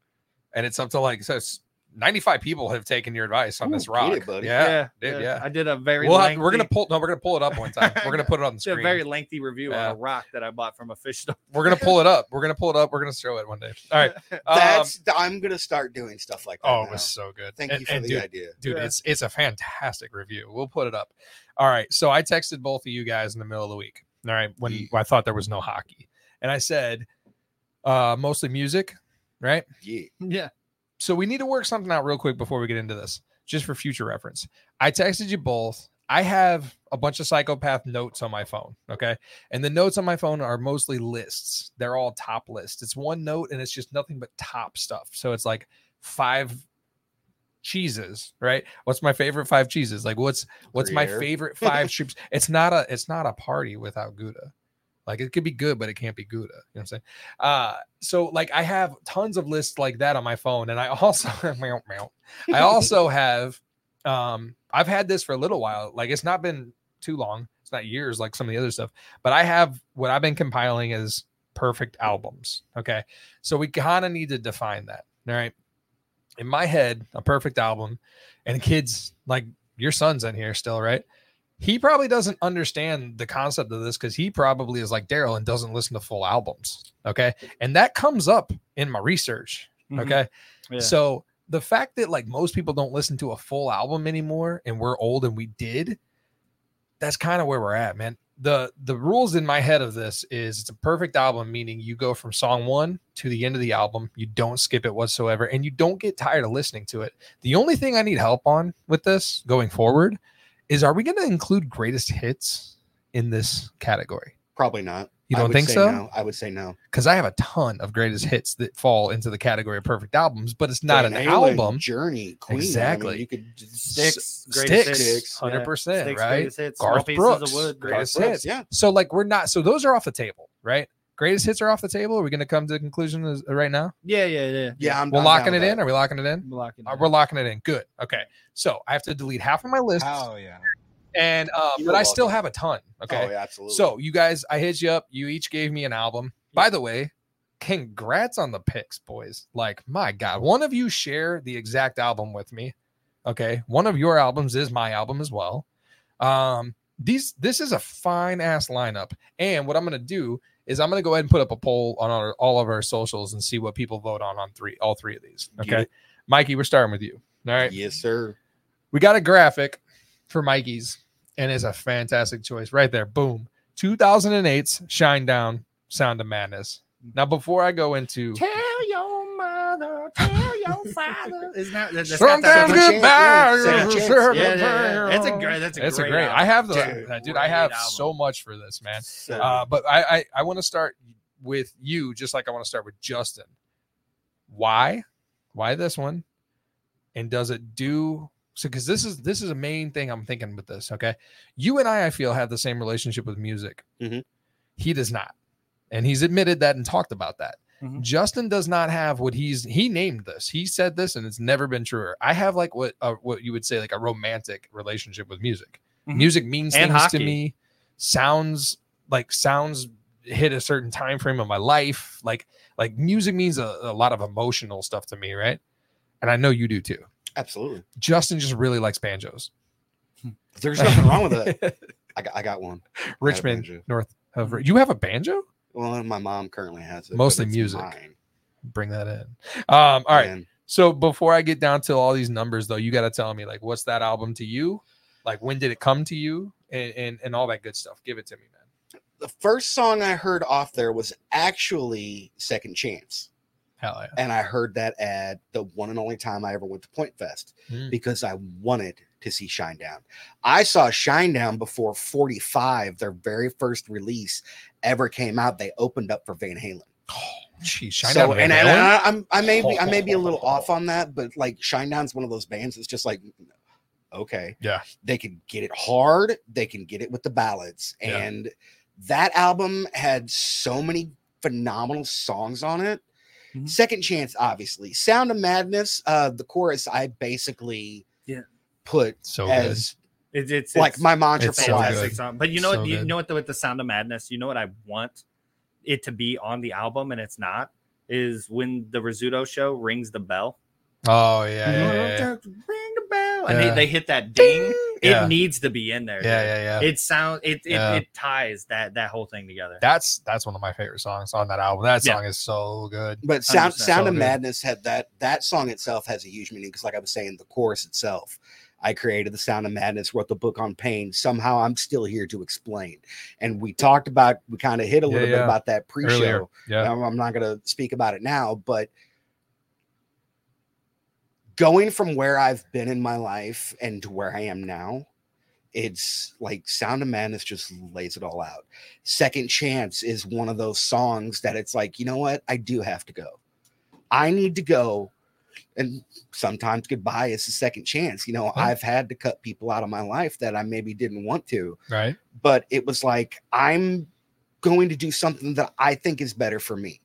Speaker 7: and it's up to like so it's 95 people have taken your advice on
Speaker 8: Ooh,
Speaker 7: this
Speaker 8: get
Speaker 7: rock.
Speaker 8: it, buddy.
Speaker 7: Yeah, dude, yeah.
Speaker 6: I did a very
Speaker 7: We'll have-
Speaker 6: lengthy,
Speaker 7: we're gonna pull no, we're gonna pull it up one time. We're gonna put it on the
Speaker 6: did a
Speaker 7: screen.
Speaker 6: very lengthy review
Speaker 7: Yeah.
Speaker 6: on a rock that I bought from a fish store.
Speaker 7: We're gonna pull it up. We're gonna pull it up. We're gonna show it one day. All right. Um,
Speaker 8: That's I'm gonna start doing stuff like that.
Speaker 7: Oh, it
Speaker 8: now.
Speaker 7: was so good.
Speaker 8: um, Thank
Speaker 7: And-
Speaker 8: you for
Speaker 7: and
Speaker 8: the
Speaker 7: dude,
Speaker 8: idea.
Speaker 7: Dude,
Speaker 6: Yeah.
Speaker 7: it's it's a fantastic review. We'll put it up. All right. So I texted both of you guys in the middle of the week. All right. When
Speaker 8: Ye-
Speaker 7: when I thought there was no hockey. And I said, uh, mostly music, right?
Speaker 8: Yeah.
Speaker 6: Yeah.
Speaker 7: So we need to work something out real quick before we get into this, just for future reference. I texted you both. I have a bunch of psychopath notes on my phone. Okay. And the notes on my phone are mostly lists. They're all top lists. It's one note and it's just nothing but top stuff. So it's like five cheeses, right? What's my favorite five cheeses? Like what's what's my
Speaker 8: Gruyere.
Speaker 7: favorite five chips? It's not a it's not a party without Gouda. Like it could be good, but it can't be Gouda. You know what I'm saying? Uh, so like I have tons of lists like that on my phone, and I also meow, meow. I also have um I've had this for a little while. Like it's not been too long. It's not years like some of the other stuff, but I have what I've been compiling is perfect albums. Okay. So we kind of need to define that. All right. In my head, a perfect album, and kids like your son's in here still, right? He probably doesn't understand the concept of this because he probably is like Daryl and doesn't listen to full albums. Okay. And that comes up in my research.
Speaker 6: Mhm.
Speaker 7: Okay.
Speaker 6: Yeah.
Speaker 7: So the fact that like most people don't listen to a full album anymore and we're old and we did, that's kind of where we're at, man. The the rules in my head of this is it's a perfect album, meaning you go from song one to the end of the album, you don't skip it whatsoever, and you don't get tired of listening to it. The only thing I need help on with this going forward is are we gonna include greatest hits in this category?
Speaker 8: Probably not.
Speaker 7: You
Speaker 8: I
Speaker 7: don't
Speaker 8: would
Speaker 7: think
Speaker 8: say
Speaker 7: so?
Speaker 8: no. I would say no.
Speaker 7: Because I have a ton of greatest hits that fall into the category of perfect albums, but it's not
Speaker 8: Van
Speaker 7: an
Speaker 8: Halen,
Speaker 7: album.
Speaker 8: Journey, Queen. I mean,
Speaker 7: Exactly.
Speaker 8: you could
Speaker 6: Sticks,
Speaker 7: S-
Speaker 6: greatest
Speaker 7: sticks,
Speaker 6: hits,
Speaker 7: hundred percent,
Speaker 6: yeah. Sticks,
Speaker 7: right?
Speaker 6: greatest hits, small
Speaker 7: Garth
Speaker 6: pieces of
Speaker 7: Brooks,
Speaker 6: wood,
Speaker 7: greatest
Speaker 6: Garth Brooks,
Speaker 7: hits,
Speaker 6: yeah.
Speaker 7: So like we're not, so those are off the table, right? Greatest hits are off the table. Are we going to come to the conclusion as, right now?
Speaker 6: Yeah, yeah, yeah.
Speaker 8: Yeah, I'm
Speaker 7: we're
Speaker 8: I'm
Speaker 7: locking
Speaker 8: down
Speaker 7: it
Speaker 8: with
Speaker 7: in. Are we locking it in?
Speaker 6: We're locking.
Speaker 7: Uh, We're locking it in. Good. Okay. So I have to delete half of my list.
Speaker 8: Oh yeah.
Speaker 7: And uh,
Speaker 8: You're
Speaker 7: but I still
Speaker 8: welcome.
Speaker 7: have a ton. Okay.
Speaker 8: Oh, yeah, absolutely.
Speaker 7: So you guys, I hit you up. You each gave me an album. By the way, congrats on the picks, boys. Like, my God, one of you share the exact album with me. Okay. One of your albums is my album as well. Um, these this is a fine ass lineup. And what I'm gonna do is I'm gonna go ahead and put up a poll on our, all of our socials and see what people vote on on three all three of these. Okay.
Speaker 8: Yeah.
Speaker 7: Mikey, we're starting with you. All right.
Speaker 8: Yes, sir.
Speaker 7: We got a graphic for Mikey's, and it's a fantastic choice right there. Boom. 2008's Shine Down Sound of Madness. Now, before I go into
Speaker 6: Tell your mother, tell your father. Isn't that that's
Speaker 7: Sometimes
Speaker 6: got that-
Speaker 7: goodbye is
Speaker 6: Second
Speaker 7: a
Speaker 6: chance.
Speaker 7: second
Speaker 6: Yeah, yeah, yeah. That's a great. That's a
Speaker 7: That's
Speaker 6: great. album.
Speaker 7: I have the uh,
Speaker 6: Dude,
Speaker 7: dude. I
Speaker 6: great
Speaker 7: have
Speaker 6: album.
Speaker 7: so much for this man. Uh, but I I, I want to start with you, just like I want to start with Justin. Why, why this one, and does it do so? Because this is this is a main thing I'm thinking with this. Okay, you and I I feel have the same relationship with music.
Speaker 8: Mm-hmm.
Speaker 7: He does not, and he's admitted that and talked about that.
Speaker 6: Mm-hmm.
Speaker 7: Justin does not have what he's he named this. He said this, and it's never been truer. I have like what uh, what you would say like a romantic relationship with music.
Speaker 6: Mhm.
Speaker 7: Music means
Speaker 6: And
Speaker 7: things to
Speaker 6: hockey.
Speaker 7: me. Sounds like sounds hit a certain time frame of my life. Like like music means a, a lot of emotional stuff to me, right? And I know you do too.
Speaker 8: Absolutely.
Speaker 7: Justin just really likes banjos.
Speaker 8: There's nothing wrong with that. I got, I got one. I got a
Speaker 7: Richmond,
Speaker 8: banjo.
Speaker 7: north of you have a banjo.
Speaker 8: Well, my mom currently has it. but
Speaker 7: mostly
Speaker 8: it's
Speaker 7: music.
Speaker 8: mine.
Speaker 7: Bring that in. Um, all right.
Speaker 8: And-
Speaker 7: So before I get down to all these numbers, though, you got to tell me like, what's that album to you? Like, when did it come to you? And and, and all that good stuff. Give it to me, man.
Speaker 8: The first song I heard off there was actually Second Chance.
Speaker 7: Hell yeah.
Speaker 8: And I heard that at the one and only time I ever went to Point Fest
Speaker 7: Mm.
Speaker 8: because I wanted to see Shinedown. I saw Shinedown before 45, their very first release ever came out. They opened up for Van Halen.
Speaker 7: Oh, Jeez, Shine
Speaker 8: So,
Speaker 7: Down
Speaker 8: and,
Speaker 7: Van
Speaker 8: and
Speaker 7: Halen?
Speaker 8: I, I'm, I may be I may be a little off on that, but like Shinedown's one of those bands that's just like, okay,
Speaker 7: yeah,
Speaker 8: they can get it hard, they can get it with the ballads,
Speaker 7: Yeah.
Speaker 8: and that album had so many phenomenal songs on it.
Speaker 7: Mm-hmm.
Speaker 8: Second Chance, obviously, Sound of Madness, uh, the chorus I basically
Speaker 6: Yeah.
Speaker 8: put
Speaker 7: so
Speaker 6: good.
Speaker 8: as
Speaker 6: It's, it's
Speaker 8: like
Speaker 6: it's
Speaker 8: my mantra
Speaker 6: it's
Speaker 8: for
Speaker 6: fantastic
Speaker 8: life.
Speaker 6: song. But you know
Speaker 7: So
Speaker 6: what? You
Speaker 7: good.
Speaker 6: know what? The, with the sound of madness, you know what I want it to be on the album, and it's not. Is when the Rizzuto show rings the bell.
Speaker 7: Oh yeah, yeah, yeah, yeah.
Speaker 6: Ring the bell, and
Speaker 7: Yeah.
Speaker 6: they, they hit that ding.
Speaker 7: Yeah.
Speaker 6: It needs to be in there.
Speaker 7: Yeah,
Speaker 6: dude.
Speaker 7: yeah, yeah.
Speaker 6: It sounds it it,
Speaker 7: Yeah.
Speaker 6: it ties that that whole thing together.
Speaker 7: That's that's one of my favorite songs on that album. That
Speaker 6: Yeah.
Speaker 7: song is so good.
Speaker 8: But sound
Speaker 7: 100%.
Speaker 8: sound
Speaker 7: So
Speaker 8: of
Speaker 7: good.
Speaker 8: madness had that that song itself has a huge meaning because, like I was saying, the chorus itself. I created the sound of madness, wrote the book on pain. Somehow I'm still here to explain. And we talked about we kind of hit a
Speaker 7: Yeah,
Speaker 8: little bit
Speaker 7: yeah.
Speaker 8: about that pre-show.
Speaker 7: Earlier. Yeah.
Speaker 8: Now, I'm not gonna speak about it now, but going from where I've been in my life and to where I am now, it's like Sound of Madness just lays it all out. Second Chance is one of those songs that it's like, you know what? I do have to go. I need to go. And sometimes goodbye is the second chance. You know, I've had to cut people out of my life that I maybe didn't want to
Speaker 7: Right.
Speaker 8: but it was like I'm going to do something that I think is better for me.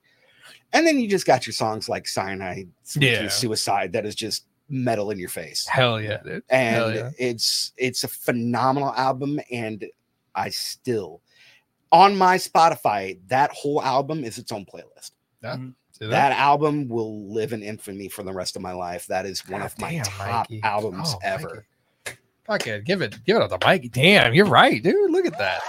Speaker 8: And then you just got your songs like Cyanide,
Speaker 7: Yeah.
Speaker 8: Suicide that is just metal in your face.
Speaker 7: Hell yeah, dude.
Speaker 8: And
Speaker 7: Hell yeah.
Speaker 8: it's it's a phenomenal album, and I still on my Spotify, that whole album is its own playlist.
Speaker 7: Yeah. See
Speaker 8: That
Speaker 7: that?
Speaker 8: album will live in infamy for the rest of my life. That is one of my
Speaker 7: damn,
Speaker 8: top
Speaker 7: Mikey.
Speaker 8: albums
Speaker 7: Oh,
Speaker 8: ever.
Speaker 7: Fuck it. Give it give it up to Mikey. Damn, you're right, dude. Look at that.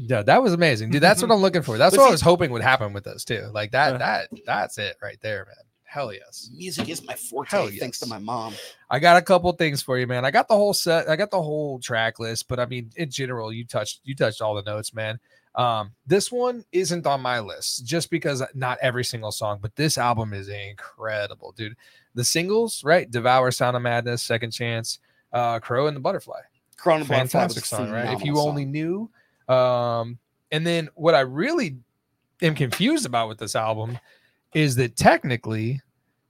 Speaker 7: Yeah, that was amazing, dude. That's what I'm looking for. That's
Speaker 8: Mm-hmm. But
Speaker 7: what I
Speaker 8: see-
Speaker 7: was hoping would happen with us too. Like that, that, that's it right there, man. Hell yes.
Speaker 8: Music is my forte,
Speaker 7: Hell
Speaker 8: thanks to my mom.
Speaker 7: I got a couple things for you, man. I got the whole set, I got the whole track list, but I mean, in general, you touched you touched all the notes, man. Um, this one isn't on my list just because not every single song, but this album is incredible, dude. The singles, right? Devour, Sound of Madness, Second Chance, uh, Crow and the Butterfly.
Speaker 8: Crow and the Butterfly was
Speaker 7: fantastic
Speaker 8: a
Speaker 7: song, right? If you
Speaker 8: phenomenal
Speaker 7: only knew. Um, and then what I really am confused about with this album is that technically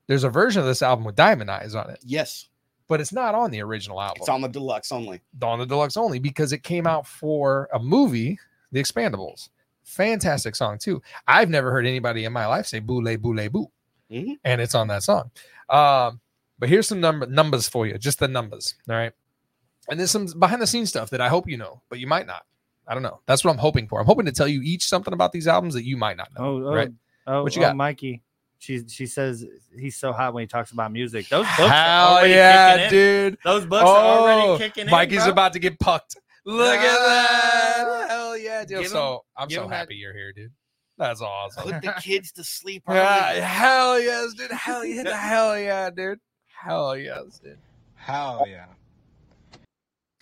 Speaker 7: there's a version of this album with Diamond Eyes on it.
Speaker 8: Yes.
Speaker 7: But it's not on the original album.
Speaker 8: It's on the deluxe only.
Speaker 7: on the deluxe only because it came out for a movie, The Expandables. Fantastic song too. I've never heard anybody in my life say "boule boule boo,"
Speaker 8: Mm-hmm.
Speaker 7: and it's on that song. Um, but here's some number numbers for you, just the numbers. All right, and there's some behind the scenes stuff that I hope you know, but you might not. I don't know. That's what I'm hoping for. I'm hoping to tell you each something about these albums that you might not know.
Speaker 6: Oh, oh,
Speaker 7: right.
Speaker 6: oh,
Speaker 7: What you
Speaker 6: oh,
Speaker 7: got?
Speaker 6: Mikey? She she says he's so hot when he talks about music. Those books are
Speaker 7: Hell
Speaker 6: already kicking
Speaker 7: yeah,
Speaker 6: in.
Speaker 7: dude! Oh,
Speaker 6: Those books are already kicking in.
Speaker 7: Mikey's
Speaker 6: bro. Ah.
Speaker 7: about to get pucked. Look at that! Hell yeah, dude!
Speaker 6: Give him-
Speaker 7: so I'm
Speaker 6: give
Speaker 7: so
Speaker 6: him that-
Speaker 7: happy you're here, dude. That's awesome.
Speaker 8: Put the kids to sleep.
Speaker 7: Yeah,
Speaker 8: early.
Speaker 7: hell yes, dude. Hell yeah, hell yeah, dude. Hell yes, dude. Hell yeah.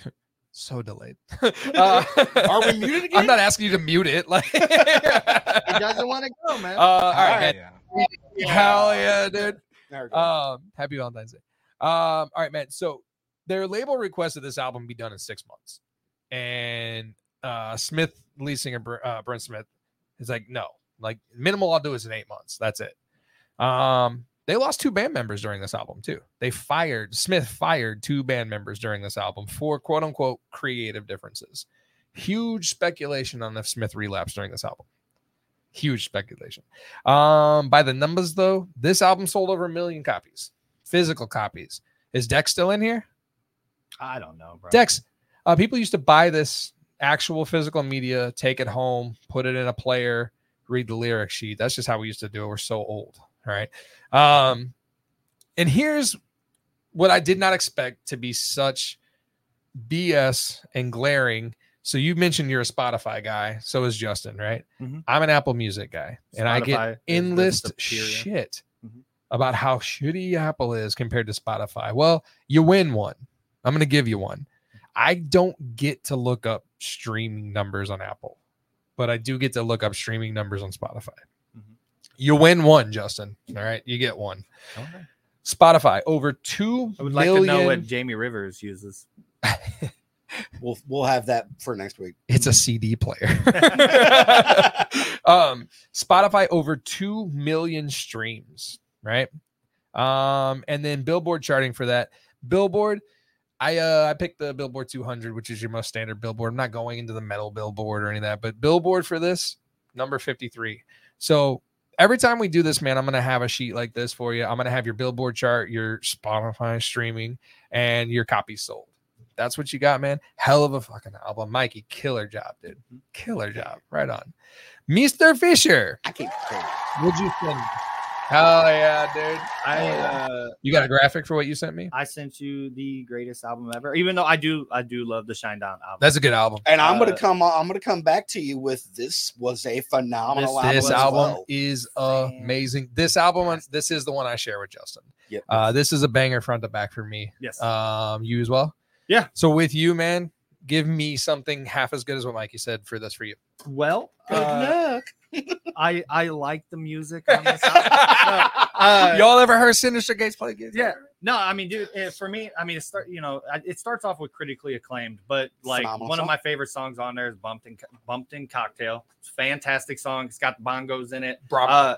Speaker 7: So delayed. Uh,
Speaker 10: Are we muted again?
Speaker 7: I'm not asking you to mute it. Uh, Like,
Speaker 10: He doesn't want to go, man.
Speaker 7: uh, all right,
Speaker 10: Yeah.
Speaker 7: man. Hell yeah, dude.
Speaker 8: There we go.
Speaker 7: Um, happy Valentine's Day. Um, all right, man. So their label requested this album be done in six months, and uh, Smith, lead singer Br- uh, Brent Smith, is like, no, like minimal I'll do is in eight months. That's it. Um, they lost two band members during this album too. They fired Smith fired two band members during this album for quote unquote creative differences. Huge speculation on if Smith relapsed during this album. Huge speculation. Um, by the numbers though, this album sold over a million copies, physical copies. Is Dex still in here?
Speaker 6: I don't know, bro.
Speaker 7: Dex, uh, people used to buy this actual physical media, take it home, put it in a player, read the lyric sheet. That's just how we used to do it. We're so old. All right. Um, and here's what I did not expect to be such BS and glaring. So you mentioned you're a Spotify guy. So is Justin, right?
Speaker 6: Mhm.
Speaker 7: I'm an Apple Music guy, and I
Speaker 6: Spotify
Speaker 7: get
Speaker 6: is the
Speaker 7: endless
Speaker 6: superior.
Speaker 7: shit
Speaker 6: Mhm.
Speaker 7: about how shitty Apple is compared to Spotify. Well, you win one. I'm going to give you one. I don't get to look up streaming numbers on Apple, but I do get to look up streaming numbers on Spotify.
Speaker 6: Mm-hmm.
Speaker 7: You win one, Justin. All right, you get one. Spotify over two
Speaker 6: I would like to know
Speaker 7: million-
Speaker 6: what Jamie Rivers uses.
Speaker 8: We'll we'll have that for next week.
Speaker 7: It's a CD player. um, Spotify over two million streams, right? Um, and then Billboard charting for that. Billboard, I uh, I picked the Billboard 200, which is your most standard Billboard. I'm not going into the metal Billboard or any of that, but Billboard for this number 53. So every time we do this, man, I'm gonna have a sheet like this for you. I'm gonna have your Billboard chart, your Spotify streaming, and your copies sold. That's what you got, man. Hell of a fucking album, Mikey. Killer job, dude. Killer job. Right on, Mister Fisher.
Speaker 8: I can't.
Speaker 7: Would you think? Hell yeah, dude.
Speaker 6: I uh,
Speaker 7: You got a graphic for what you sent me?
Speaker 6: I sent you the greatest album ever. Even though I do I do love the Shine Down album.
Speaker 7: That's a good album.
Speaker 8: And I'm gonna
Speaker 6: Uh,
Speaker 8: come. I'm gonna come back to you with this was a phenomenal
Speaker 7: This,
Speaker 8: album.
Speaker 7: this
Speaker 8: as
Speaker 7: album
Speaker 8: well.
Speaker 7: is amazing. This album, this is the one I share with Justin.
Speaker 8: Yep.
Speaker 7: Uh, this is a banger front to back for me.
Speaker 6: Yes.
Speaker 7: Um, you as well.
Speaker 6: Yeah.
Speaker 7: So with you, man, give me something half as good as what Mikey said for this for you.
Speaker 6: Well, uh, I I like the music on this
Speaker 7: Y'all ever heard Sinister Gates play gigs?
Speaker 6: Uh, Yeah. No, I mean, dude, eh, for me, I mean, it start, you know, I- it starts off with critically acclaimed, but like
Speaker 8: Phenomenal
Speaker 6: one
Speaker 8: song.
Speaker 6: of my favorite songs on there is Bumped in, Bumped in Cocktail. It's a fantastic song. It's got bongos in it.
Speaker 7: Bravo.
Speaker 6: Uh,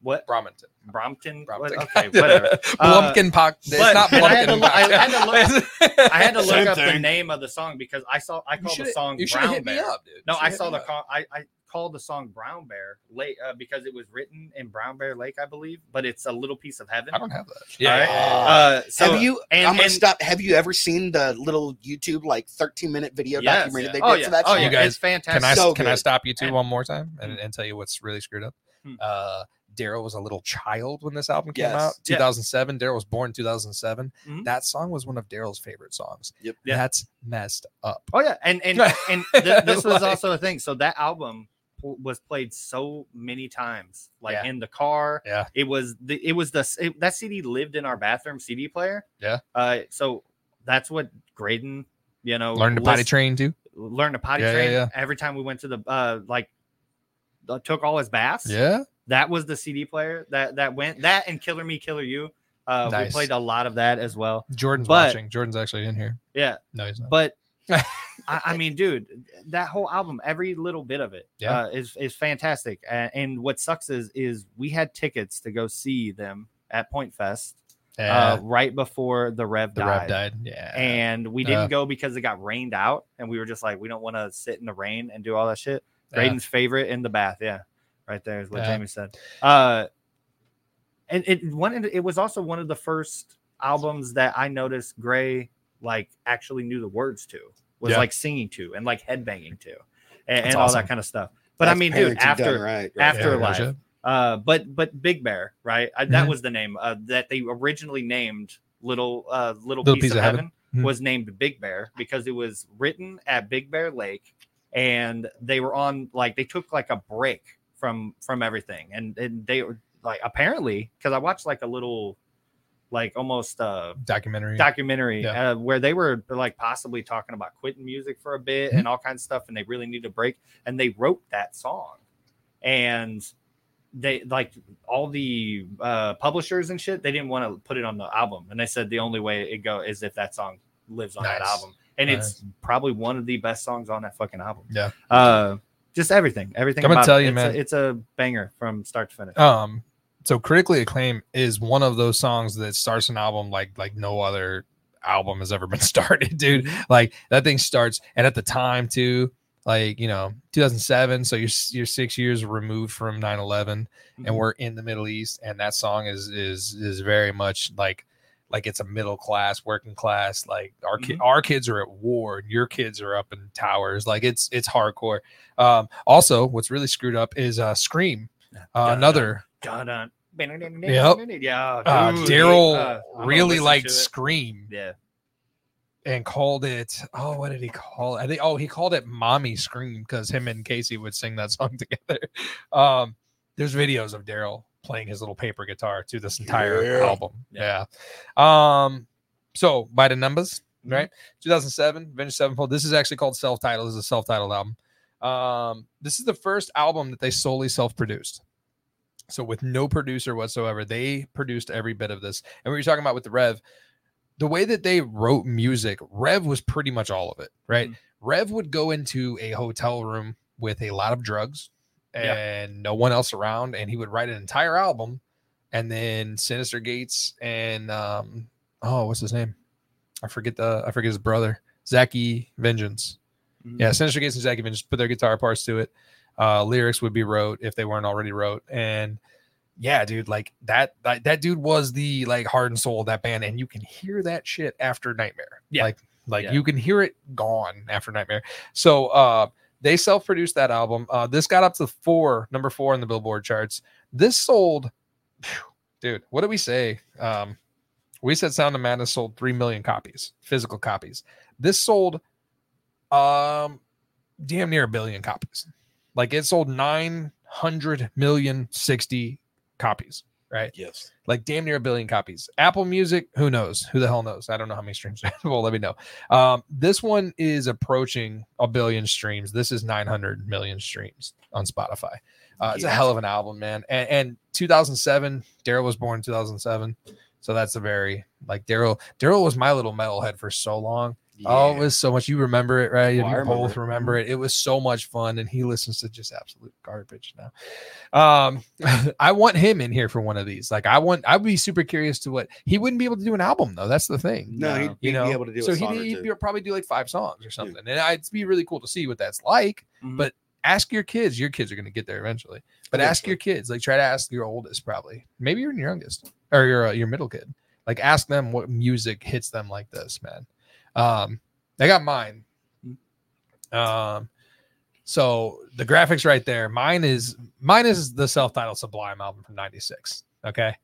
Speaker 6: what?
Speaker 7: Brompton.
Speaker 6: Brompton. What? Okay, whatever.
Speaker 7: Blumpkin Pock- it's
Speaker 6: Uh, but
Speaker 7: not
Speaker 6: I had to
Speaker 7: Blumpkin
Speaker 6: look- I had to look, Uh, I had to
Speaker 7: Same
Speaker 6: look up the
Speaker 7: thing.
Speaker 6: name of the song because I saw I called the
Speaker 7: shoulda-
Speaker 6: song
Speaker 7: you shoulda
Speaker 6: Brown
Speaker 7: hit me
Speaker 6: Bear.
Speaker 7: up, dude. You
Speaker 6: No,
Speaker 7: shoulda
Speaker 6: I
Speaker 7: hit
Speaker 6: saw
Speaker 7: me
Speaker 6: the
Speaker 7: up.
Speaker 6: call. I, I called the song Brown Bear late uh, because it was written in Brown Bear Lake, I believe, but it's a little piece of heaven. I don't
Speaker 7: have Ah. that.
Speaker 6: Yeah.
Speaker 8: Uh,
Speaker 6: Uh, so
Speaker 8: have you?
Speaker 6: and-
Speaker 8: I'm gonna
Speaker 6: and-
Speaker 8: stop. Have you ever seen the little YouTube like 13 minute video
Speaker 7: Yes.
Speaker 8: documentary
Speaker 7: Yeah.
Speaker 8: they did
Speaker 7: Oh,
Speaker 8: for
Speaker 7: yeah.
Speaker 8: that?
Speaker 7: Oh,
Speaker 8: song?
Speaker 7: you guys, Can I
Speaker 8: So
Speaker 7: can I
Speaker 8: good.
Speaker 7: stop you two one more time
Speaker 6: Mm-hmm.
Speaker 7: and, and tell you what's really screwed up?
Speaker 6: Hmm.
Speaker 7: Uh, Daryl was a little child when this album came
Speaker 8: Yes.
Speaker 7: out,
Speaker 8: Yeah.
Speaker 7: 2007. Daryl was born in 2007.
Speaker 6: Mm-hmm.
Speaker 7: That song was one of Daryl's favorite songs.
Speaker 8: Yep.
Speaker 7: That's messed up.
Speaker 6: Oh yeah, and and and th- this
Speaker 7: Like-
Speaker 6: was also a thing. So that album w- was played so many times, like
Speaker 7: Yeah.
Speaker 6: in the car.
Speaker 7: Yeah.
Speaker 6: it was the it was the s- it, that CD lived in our bathroom CD player.
Speaker 7: Yeah.
Speaker 6: Uh, so that's what Graydon, you know,
Speaker 7: Learned to potty
Speaker 6: list-
Speaker 7: train too.
Speaker 6: Learned to potty
Speaker 7: Yeah, yeah,
Speaker 6: train
Speaker 7: yeah.
Speaker 6: every time we went to the uh like uh, took all his baths.
Speaker 7: Yeah.
Speaker 6: that was the CD player that that went that and Killer Me Killer You. Uh, we
Speaker 7: Nice.
Speaker 6: played a lot of that as well.
Speaker 7: Jordan's
Speaker 6: But-
Speaker 7: watching. Jordan's actually in here.
Speaker 6: yeah.
Speaker 7: No, he's not.
Speaker 6: But I, I mean, dude, that whole album, every little bit of it,
Speaker 7: Yeah.
Speaker 6: uh, is is fantastic. And, and what sucks is is we had tickets to go see them at Point Fest.
Speaker 7: Yeah.
Speaker 6: Uh, right before the Rev
Speaker 7: The
Speaker 6: died.
Speaker 7: Rev died, yeah.
Speaker 6: And we
Speaker 7: Uh.
Speaker 6: didn't go because it got rained out, and we were just like, we don't want to sit in the rain and do all that shit.
Speaker 7: Yeah.
Speaker 6: Graydon's favorite in the bath, yeah, right there is what
Speaker 7: Yeah.
Speaker 6: Jamie said. Uh, and it one it was also one of the first albums that I noticed Gray like actually knew the words to was
Speaker 7: Yeah.
Speaker 6: like singing to and like headbanging to and,
Speaker 7: That's
Speaker 6: and all
Speaker 7: awesome.
Speaker 6: that kind of stuff. But I
Speaker 7: That's
Speaker 6: mean, dude,
Speaker 7: parenting
Speaker 6: after
Speaker 7: done right. Yeah,
Speaker 6: afterlife,
Speaker 7: gotcha.
Speaker 6: uh, but but Big Bear, right? I, that
Speaker 7: Mhm.
Speaker 6: was the name uh, that they originally named little uh, little,
Speaker 7: Little
Speaker 6: piece, of, heaven, Mm-hmm.
Speaker 7: Mhm.
Speaker 6: was named Big Bear because it was written at Big Bear Lake, and they were on like they took like a break from from everything, and, and they were like apparently because I watched like a little like almost uh
Speaker 7: Documentary.
Speaker 6: documentary
Speaker 7: Yeah.
Speaker 6: uh, where they were like possibly talking about quitting music for a bit and all kinds of stuff and they really need a break and they wrote that song and they like all the uh, publishers and shit they didn't want to put it on the album and they said the only way it go is if that song lives on that
Speaker 7: Nice.
Speaker 6: album and it's probably one of the best songs on that fucking album
Speaker 7: Yeah.
Speaker 6: uh just everything everything
Speaker 7: I'm gonna
Speaker 6: about
Speaker 7: tell
Speaker 6: it.
Speaker 7: you,
Speaker 6: it's
Speaker 7: man.
Speaker 6: a, it's a banger from start to finish
Speaker 7: Um, so critically acclaim is one of those songs that starts an album like like no other album has ever been started, dude. Like that thing starts, and at the time too, like you know, 2007. So you're s- you're six years removed from 9/11,
Speaker 6: Mhm.
Speaker 7: and we're in the Middle East, and that song is is is very much like like it's a middle class, working class. Like our ki-
Speaker 6: Mhm.
Speaker 7: our kids are at war, and your kids are up in towers. Like it's it's hardcore. Um, also, what's really screwed up is uh, Scream. Uh, another
Speaker 6: Dun-dun.
Speaker 7: Yep.
Speaker 6: Yeah,
Speaker 7: Uh,
Speaker 6: dude.
Speaker 7: Daryl
Speaker 6: Uh, I'm gonna
Speaker 7: really
Speaker 6: listen
Speaker 7: liked
Speaker 6: to it.
Speaker 7: Scream
Speaker 6: Yeah.
Speaker 7: and called it. Oh, what did he call it? I think. Oh, he called it "Mommy Scream" because him and Casey would sing that song together. Um, there's videos of Daryl playing his little paper guitar to this entire
Speaker 6: Yeah.
Speaker 7: album. Yeah. Um. So by the numbers, right? 2007, Avenged Sevenfold. This is actually called self-titled. This is a self-titled album. Um, this is the first album that they solely self-produced. So with no producer whatsoever, they produced every bit of this. And we were talking about with the Rev, the way that they wrote music, Rev was pretty much all of it, right? Rev would go into a hotel room with a lot of drugs
Speaker 6: Yeah.
Speaker 7: and no one else around, and he would write an entire album. And then Sinister Gates and um, oh, what's his name? I forget the I forget his brother, Zachy Vengeance. Yeah, Sinister Gates and Zachy Vengeance put their guitar parts to it. Uh, lyrics would be wrote if they weren't already wrote, and yeah, dude, like that, that that dude was the like heart and soul of that band, and you can hear that shit after Nightmare. Yeah, like like
Speaker 6: Yeah.
Speaker 7: you can hear it gone after Nightmare. So uh, they self-produced that album. Uh, this got up to four, number four in the Billboard charts. This sold, phew, dude. What did we say? Um, we said Sound of Madness sold three million copies, physical copies. This sold, um, damn near a billion copies. Like it sold nine hundred million sixty copies, right?
Speaker 8: Yes.
Speaker 7: Like damn near a billion copies. Apple Music, who knows? Who the hell knows? I don't know how many streams. well, let me know. Um, this one is approaching a billion streams. This is nine hundred million streams on Spotify. Uh, It's a
Speaker 6: Yeah.
Speaker 7: hell of an album, man. And, and 2007, Daryl was born in 2007, so that's a very like Daryl. Daryl was my little metalhead for so long. Oh, it was so much. You remember it, right?
Speaker 8: Oh, I
Speaker 7: you
Speaker 8: remember
Speaker 7: both
Speaker 8: it. Mm-hmm.
Speaker 7: remember it. It was so much fun, and he listens to just absolute garbage now. Um, I want him in here for one of these. Like, I want. I'd be super curious to what he wouldn't be able to do an album though. That's the thing.
Speaker 8: No, he'd- he'd be able to do a
Speaker 7: So
Speaker 8: song or
Speaker 7: he'd,
Speaker 8: two.
Speaker 7: he'd be- probably do like five songs or something, and I, it'd be really cool to see what that's like. But ask your kids. Your kids are going to get there eventually. But ask your kids. Like, try to ask your oldest, probably, maybe even your youngest or your uh, your middle kid. Like, ask them what music hits them like this, man. Um, I got mine. Um, so the graphics right there. Mine is mine is the self-titled Sublime album from '96. Okay,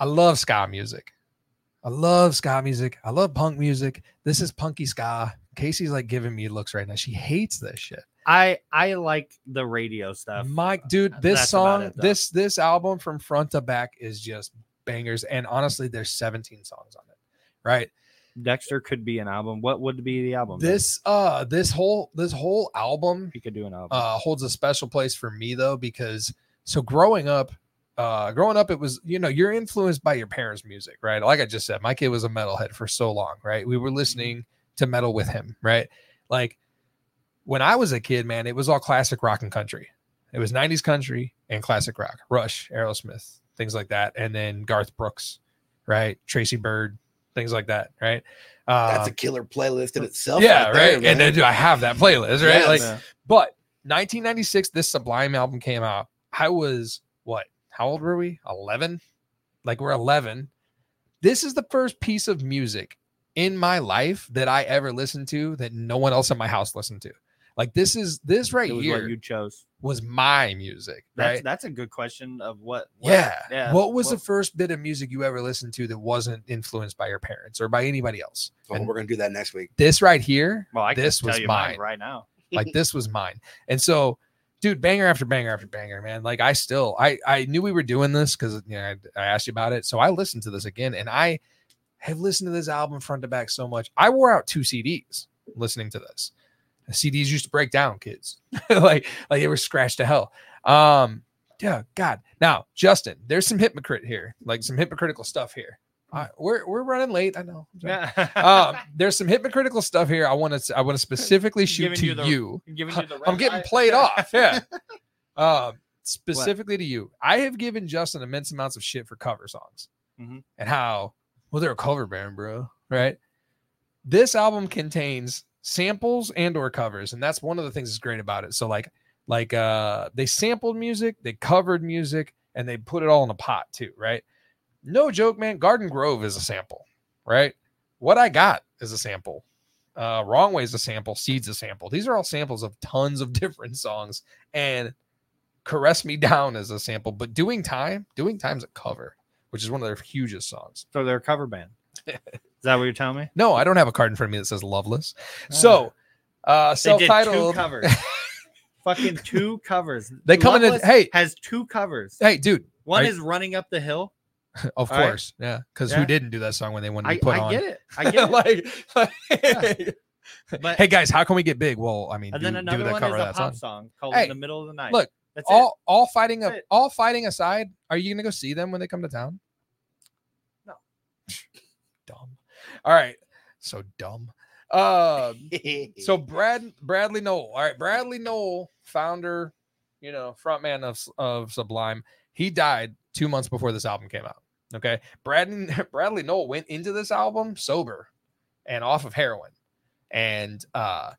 Speaker 7: I love ska music. I love ska music. I love punk music. This is punky ska. Casey's like giving me looks right now. She hates this shit.
Speaker 6: I I like the radio stuff.
Speaker 7: Mike, dude, this
Speaker 6: That's about
Speaker 7: song,
Speaker 6: it, though.
Speaker 7: this this album from front to back is just bangers. And honestly, there's 17 songs on it, right?
Speaker 6: Dexter could be an album. What would be the album?
Speaker 7: This uh this whole this whole album
Speaker 6: he could do an album.
Speaker 8: Um,
Speaker 7: uh holds a special place for me though because so growing up uh growing up it was you know you're influenced by your parents music right like i just said my kid was a metalhead for so long right we were
Speaker 8: Mm-hmm.
Speaker 7: listening to metal with him right like when i was a kid man it was all classic rock and country it was 90s country and classic rock rush aerosmith things like that and then garth brooks right tracy bird things like that right
Speaker 8: That's a
Speaker 7: Um,
Speaker 8: killer playlist in itself.
Speaker 7: yeah,
Speaker 8: there,
Speaker 7: right. and
Speaker 8: man.
Speaker 7: then dude, I have that playlist, right?
Speaker 8: Yes.
Speaker 7: Like,
Speaker 8: Yeah.
Speaker 7: but 1996, this Sublime album came out. I was what? How old were we? 11. Like we're 11. This is the first piece of music in my life that I ever listened to that no one else in my house listened to. Like this is this right
Speaker 6: It was
Speaker 7: here
Speaker 6: what you chose.
Speaker 7: was my music,
Speaker 6: That's
Speaker 7: right?
Speaker 6: that's a good question of what. what-
Speaker 7: yeah.
Speaker 6: yeah.
Speaker 7: What was the first bit of music you ever listened to that wasn't influenced by your parents or by anybody else?
Speaker 8: Oh, we're gonna do that next week.
Speaker 7: this right here,
Speaker 6: Well, I can
Speaker 7: this
Speaker 6: tell
Speaker 7: was
Speaker 6: you
Speaker 7: mine.
Speaker 6: right now.
Speaker 7: like this was mine. And so, dude, banger after banger after banger, man. Like I still, I I knew we were doing this because you know I, I asked you about it. So I listened to this again, and I have listened to this album front to back so much. I wore out two CDs listening to this. The CDs used to break down, kids. like like they were scratched to hell. Um, yeah, God. Now, Justin, there's some hypocrite here, like some hypocritical stuff here. I, we're we're running late. I know. I'm sorry. um, there's some hypocritical stuff here. I want to I want to specifically shoot
Speaker 6: Giving
Speaker 7: to
Speaker 6: you the-
Speaker 7: you.
Speaker 6: giving you the
Speaker 7: I'm
Speaker 6: red
Speaker 7: getting
Speaker 6: eye.
Speaker 7: played off. Yeah. Um, specifically to you. I have given Justin immense amounts of shit for cover songs
Speaker 6: Mhm.
Speaker 7: and how well they're a cover band, bro. Right. This album contains samples and or covers, and that's one of the things that's great about it. So like like uh they sampled music, they covered music, and they put it all in a pot too, right? No joke, man. Garden Grove is a sample, right? What I got is a sample. Uh, Wrong Way is a sample. Seeds a sample. These are all samples of tons of different songs. And Caress Me Down is a sample, but Doing Time, Doing Time's a cover, which is one of their hugest songs.
Speaker 6: So they're a cover band. Is that what you're telling me?
Speaker 7: No, I don't have a card in front of me that says Loveless. So, uh,
Speaker 6: Ah. They did two
Speaker 7: self-titled
Speaker 6: covers. Fucking two covers.
Speaker 7: They come in and-
Speaker 6: Loveless
Speaker 7: hey.
Speaker 6: has two covers.
Speaker 7: Hey, dude,
Speaker 6: One
Speaker 7: I-
Speaker 6: is running up the hill.
Speaker 7: of
Speaker 6: All right.
Speaker 7: course, yeah, because
Speaker 6: Yeah.
Speaker 7: who didn't do that song when they wanted
Speaker 6: I,
Speaker 7: to put
Speaker 6: I
Speaker 7: on?
Speaker 6: get it. I get it.
Speaker 7: like,
Speaker 6: But-
Speaker 7: hey guys, how can we get big? Well, I mean,
Speaker 6: and
Speaker 7: do,
Speaker 6: then another
Speaker 7: do the
Speaker 6: one is
Speaker 7: cover
Speaker 6: a
Speaker 7: of that
Speaker 6: pop song,
Speaker 7: song.
Speaker 6: called
Speaker 7: Hey,
Speaker 6: "In the Middle of the Night."
Speaker 7: Look,
Speaker 6: that's
Speaker 7: all
Speaker 6: it.
Speaker 7: all fighting
Speaker 6: That's
Speaker 7: a-
Speaker 6: it.
Speaker 7: all fighting aside, are you gonna go see them when they come to town?
Speaker 6: No.
Speaker 7: dumb. All right, so dumb. Um, so Brad Bradley Noel. All right, Bradley Noel, founder, you know, frontman of of Sublime. He died two months before this album came out. Okay, Bradley Bradley Noel went into this album sober and off of heroin, and uh,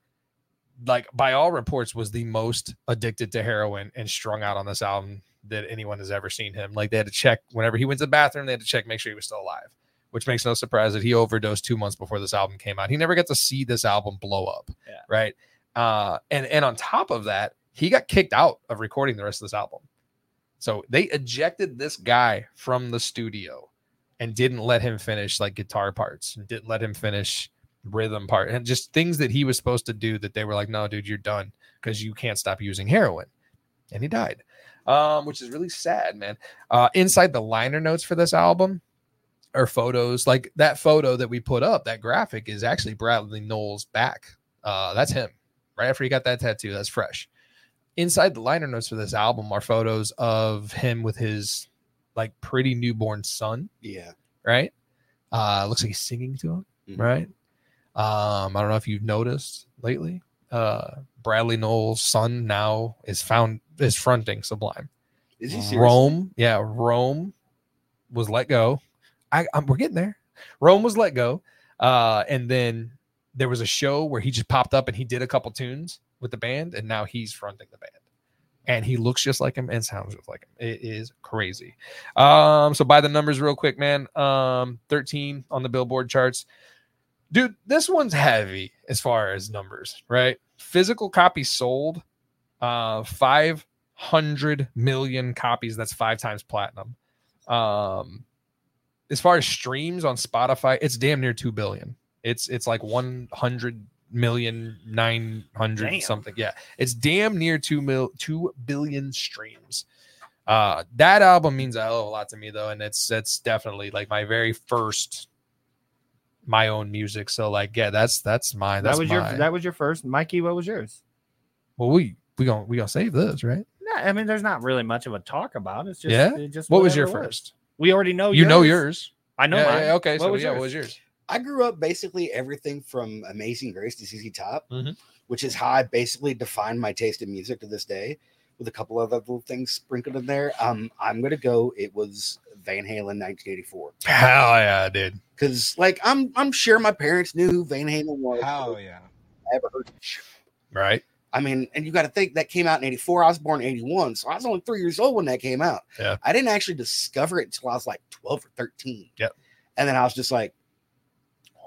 Speaker 7: like by all reports was the most addicted to heroin and strung out on this album that anyone has ever seen him. Like they had to check whenever he went to the bathroom, they had to check make sure he was still alive which makes no surprise that he overdosed two months before this album came out. He never got to see this album blow up, right? Uh, and and on top of that, he got kicked out of recording the rest of this album. So they ejected this guy from the studio and didn't let him finish like guitar parts and didn't let him finish rhythm part and just things that he was supposed to do that they were like, no, dude, you're done because you can't stop using heroin. And he died, um, which is really sad, man. Uh, inside the liner notes for this album, or photos like that photo that we put up that graphic is actually bradley knowles back uh that's him right after he got that tattoo that's fresh inside the liner notes for this album are photos of him with his like pretty newborn son
Speaker 8: Yeah.
Speaker 7: right uh looks like he's singing to him
Speaker 8: Mhm.
Speaker 7: right Um, I don't know if you've noticed lately. Uh, Bradley Knowles' son now is found is fronting Sublime.
Speaker 8: Is he serious?
Speaker 7: Rome? Yeah, Rome was let go. I I'm, we're getting there. Rome was let go, uh, and then there was a show where he just popped up and he did a couple tunes with the band, and now he's fronting the band. And he looks just like him and sounds just like him. It is crazy. Um, so by the numbers, real quick, man. Um, 13 on the Billboard charts. Dude, this one's heavy as far as numbers, right? Physical copies sold, uh, 500 million copies. That's five times platinum. Um, as far as streams on Spotify, it's damn near two billion. It's it's like one hundred million nine
Speaker 6: Damn.
Speaker 7: hundred something. Yeah, it's damn near two mil two billion streams. Uh, that album means a hell of a lot to me though, and it's that's definitely like my very first my own music. So like, yeah, that's that's mine. That's
Speaker 6: that was
Speaker 7: my-
Speaker 6: your that was your first, Mikey. What was yours?
Speaker 7: well, we we gonna we gonna save this right?
Speaker 6: Nah, I mean, there's not really much of a talk about. It's just
Speaker 7: Yeah?
Speaker 6: it just
Speaker 7: What was your
Speaker 6: whatever it
Speaker 7: first?
Speaker 6: We already know.
Speaker 7: You know yours.
Speaker 6: I know
Speaker 7: Yeah,
Speaker 6: mine.
Speaker 7: yeah, okay,
Speaker 6: What
Speaker 7: so
Speaker 6: was
Speaker 7: yeah,
Speaker 6: yours?
Speaker 7: what was yours?
Speaker 8: I grew up basically everything from Amazing Grace to ZZ Top,
Speaker 7: Mhm.
Speaker 8: which is how I basically define my taste in music to this day, with a couple of other little things sprinkled in there. Um, I'm gonna go. It was Van Halen, 1984.
Speaker 7: Hell yeah, I did.
Speaker 8: Because like I'm, I'm sure my parents knew who Van Halen was.
Speaker 7: Hell yeah.
Speaker 8: I ever heard.
Speaker 7: Right.
Speaker 8: I mean, and you got to think that came out in '84. I was born in '81, so I was only three years old when that came out.
Speaker 7: Yeah.
Speaker 8: I didn't actually discover it until I was like 12 or 13.
Speaker 7: Yep.
Speaker 8: And then I was just like,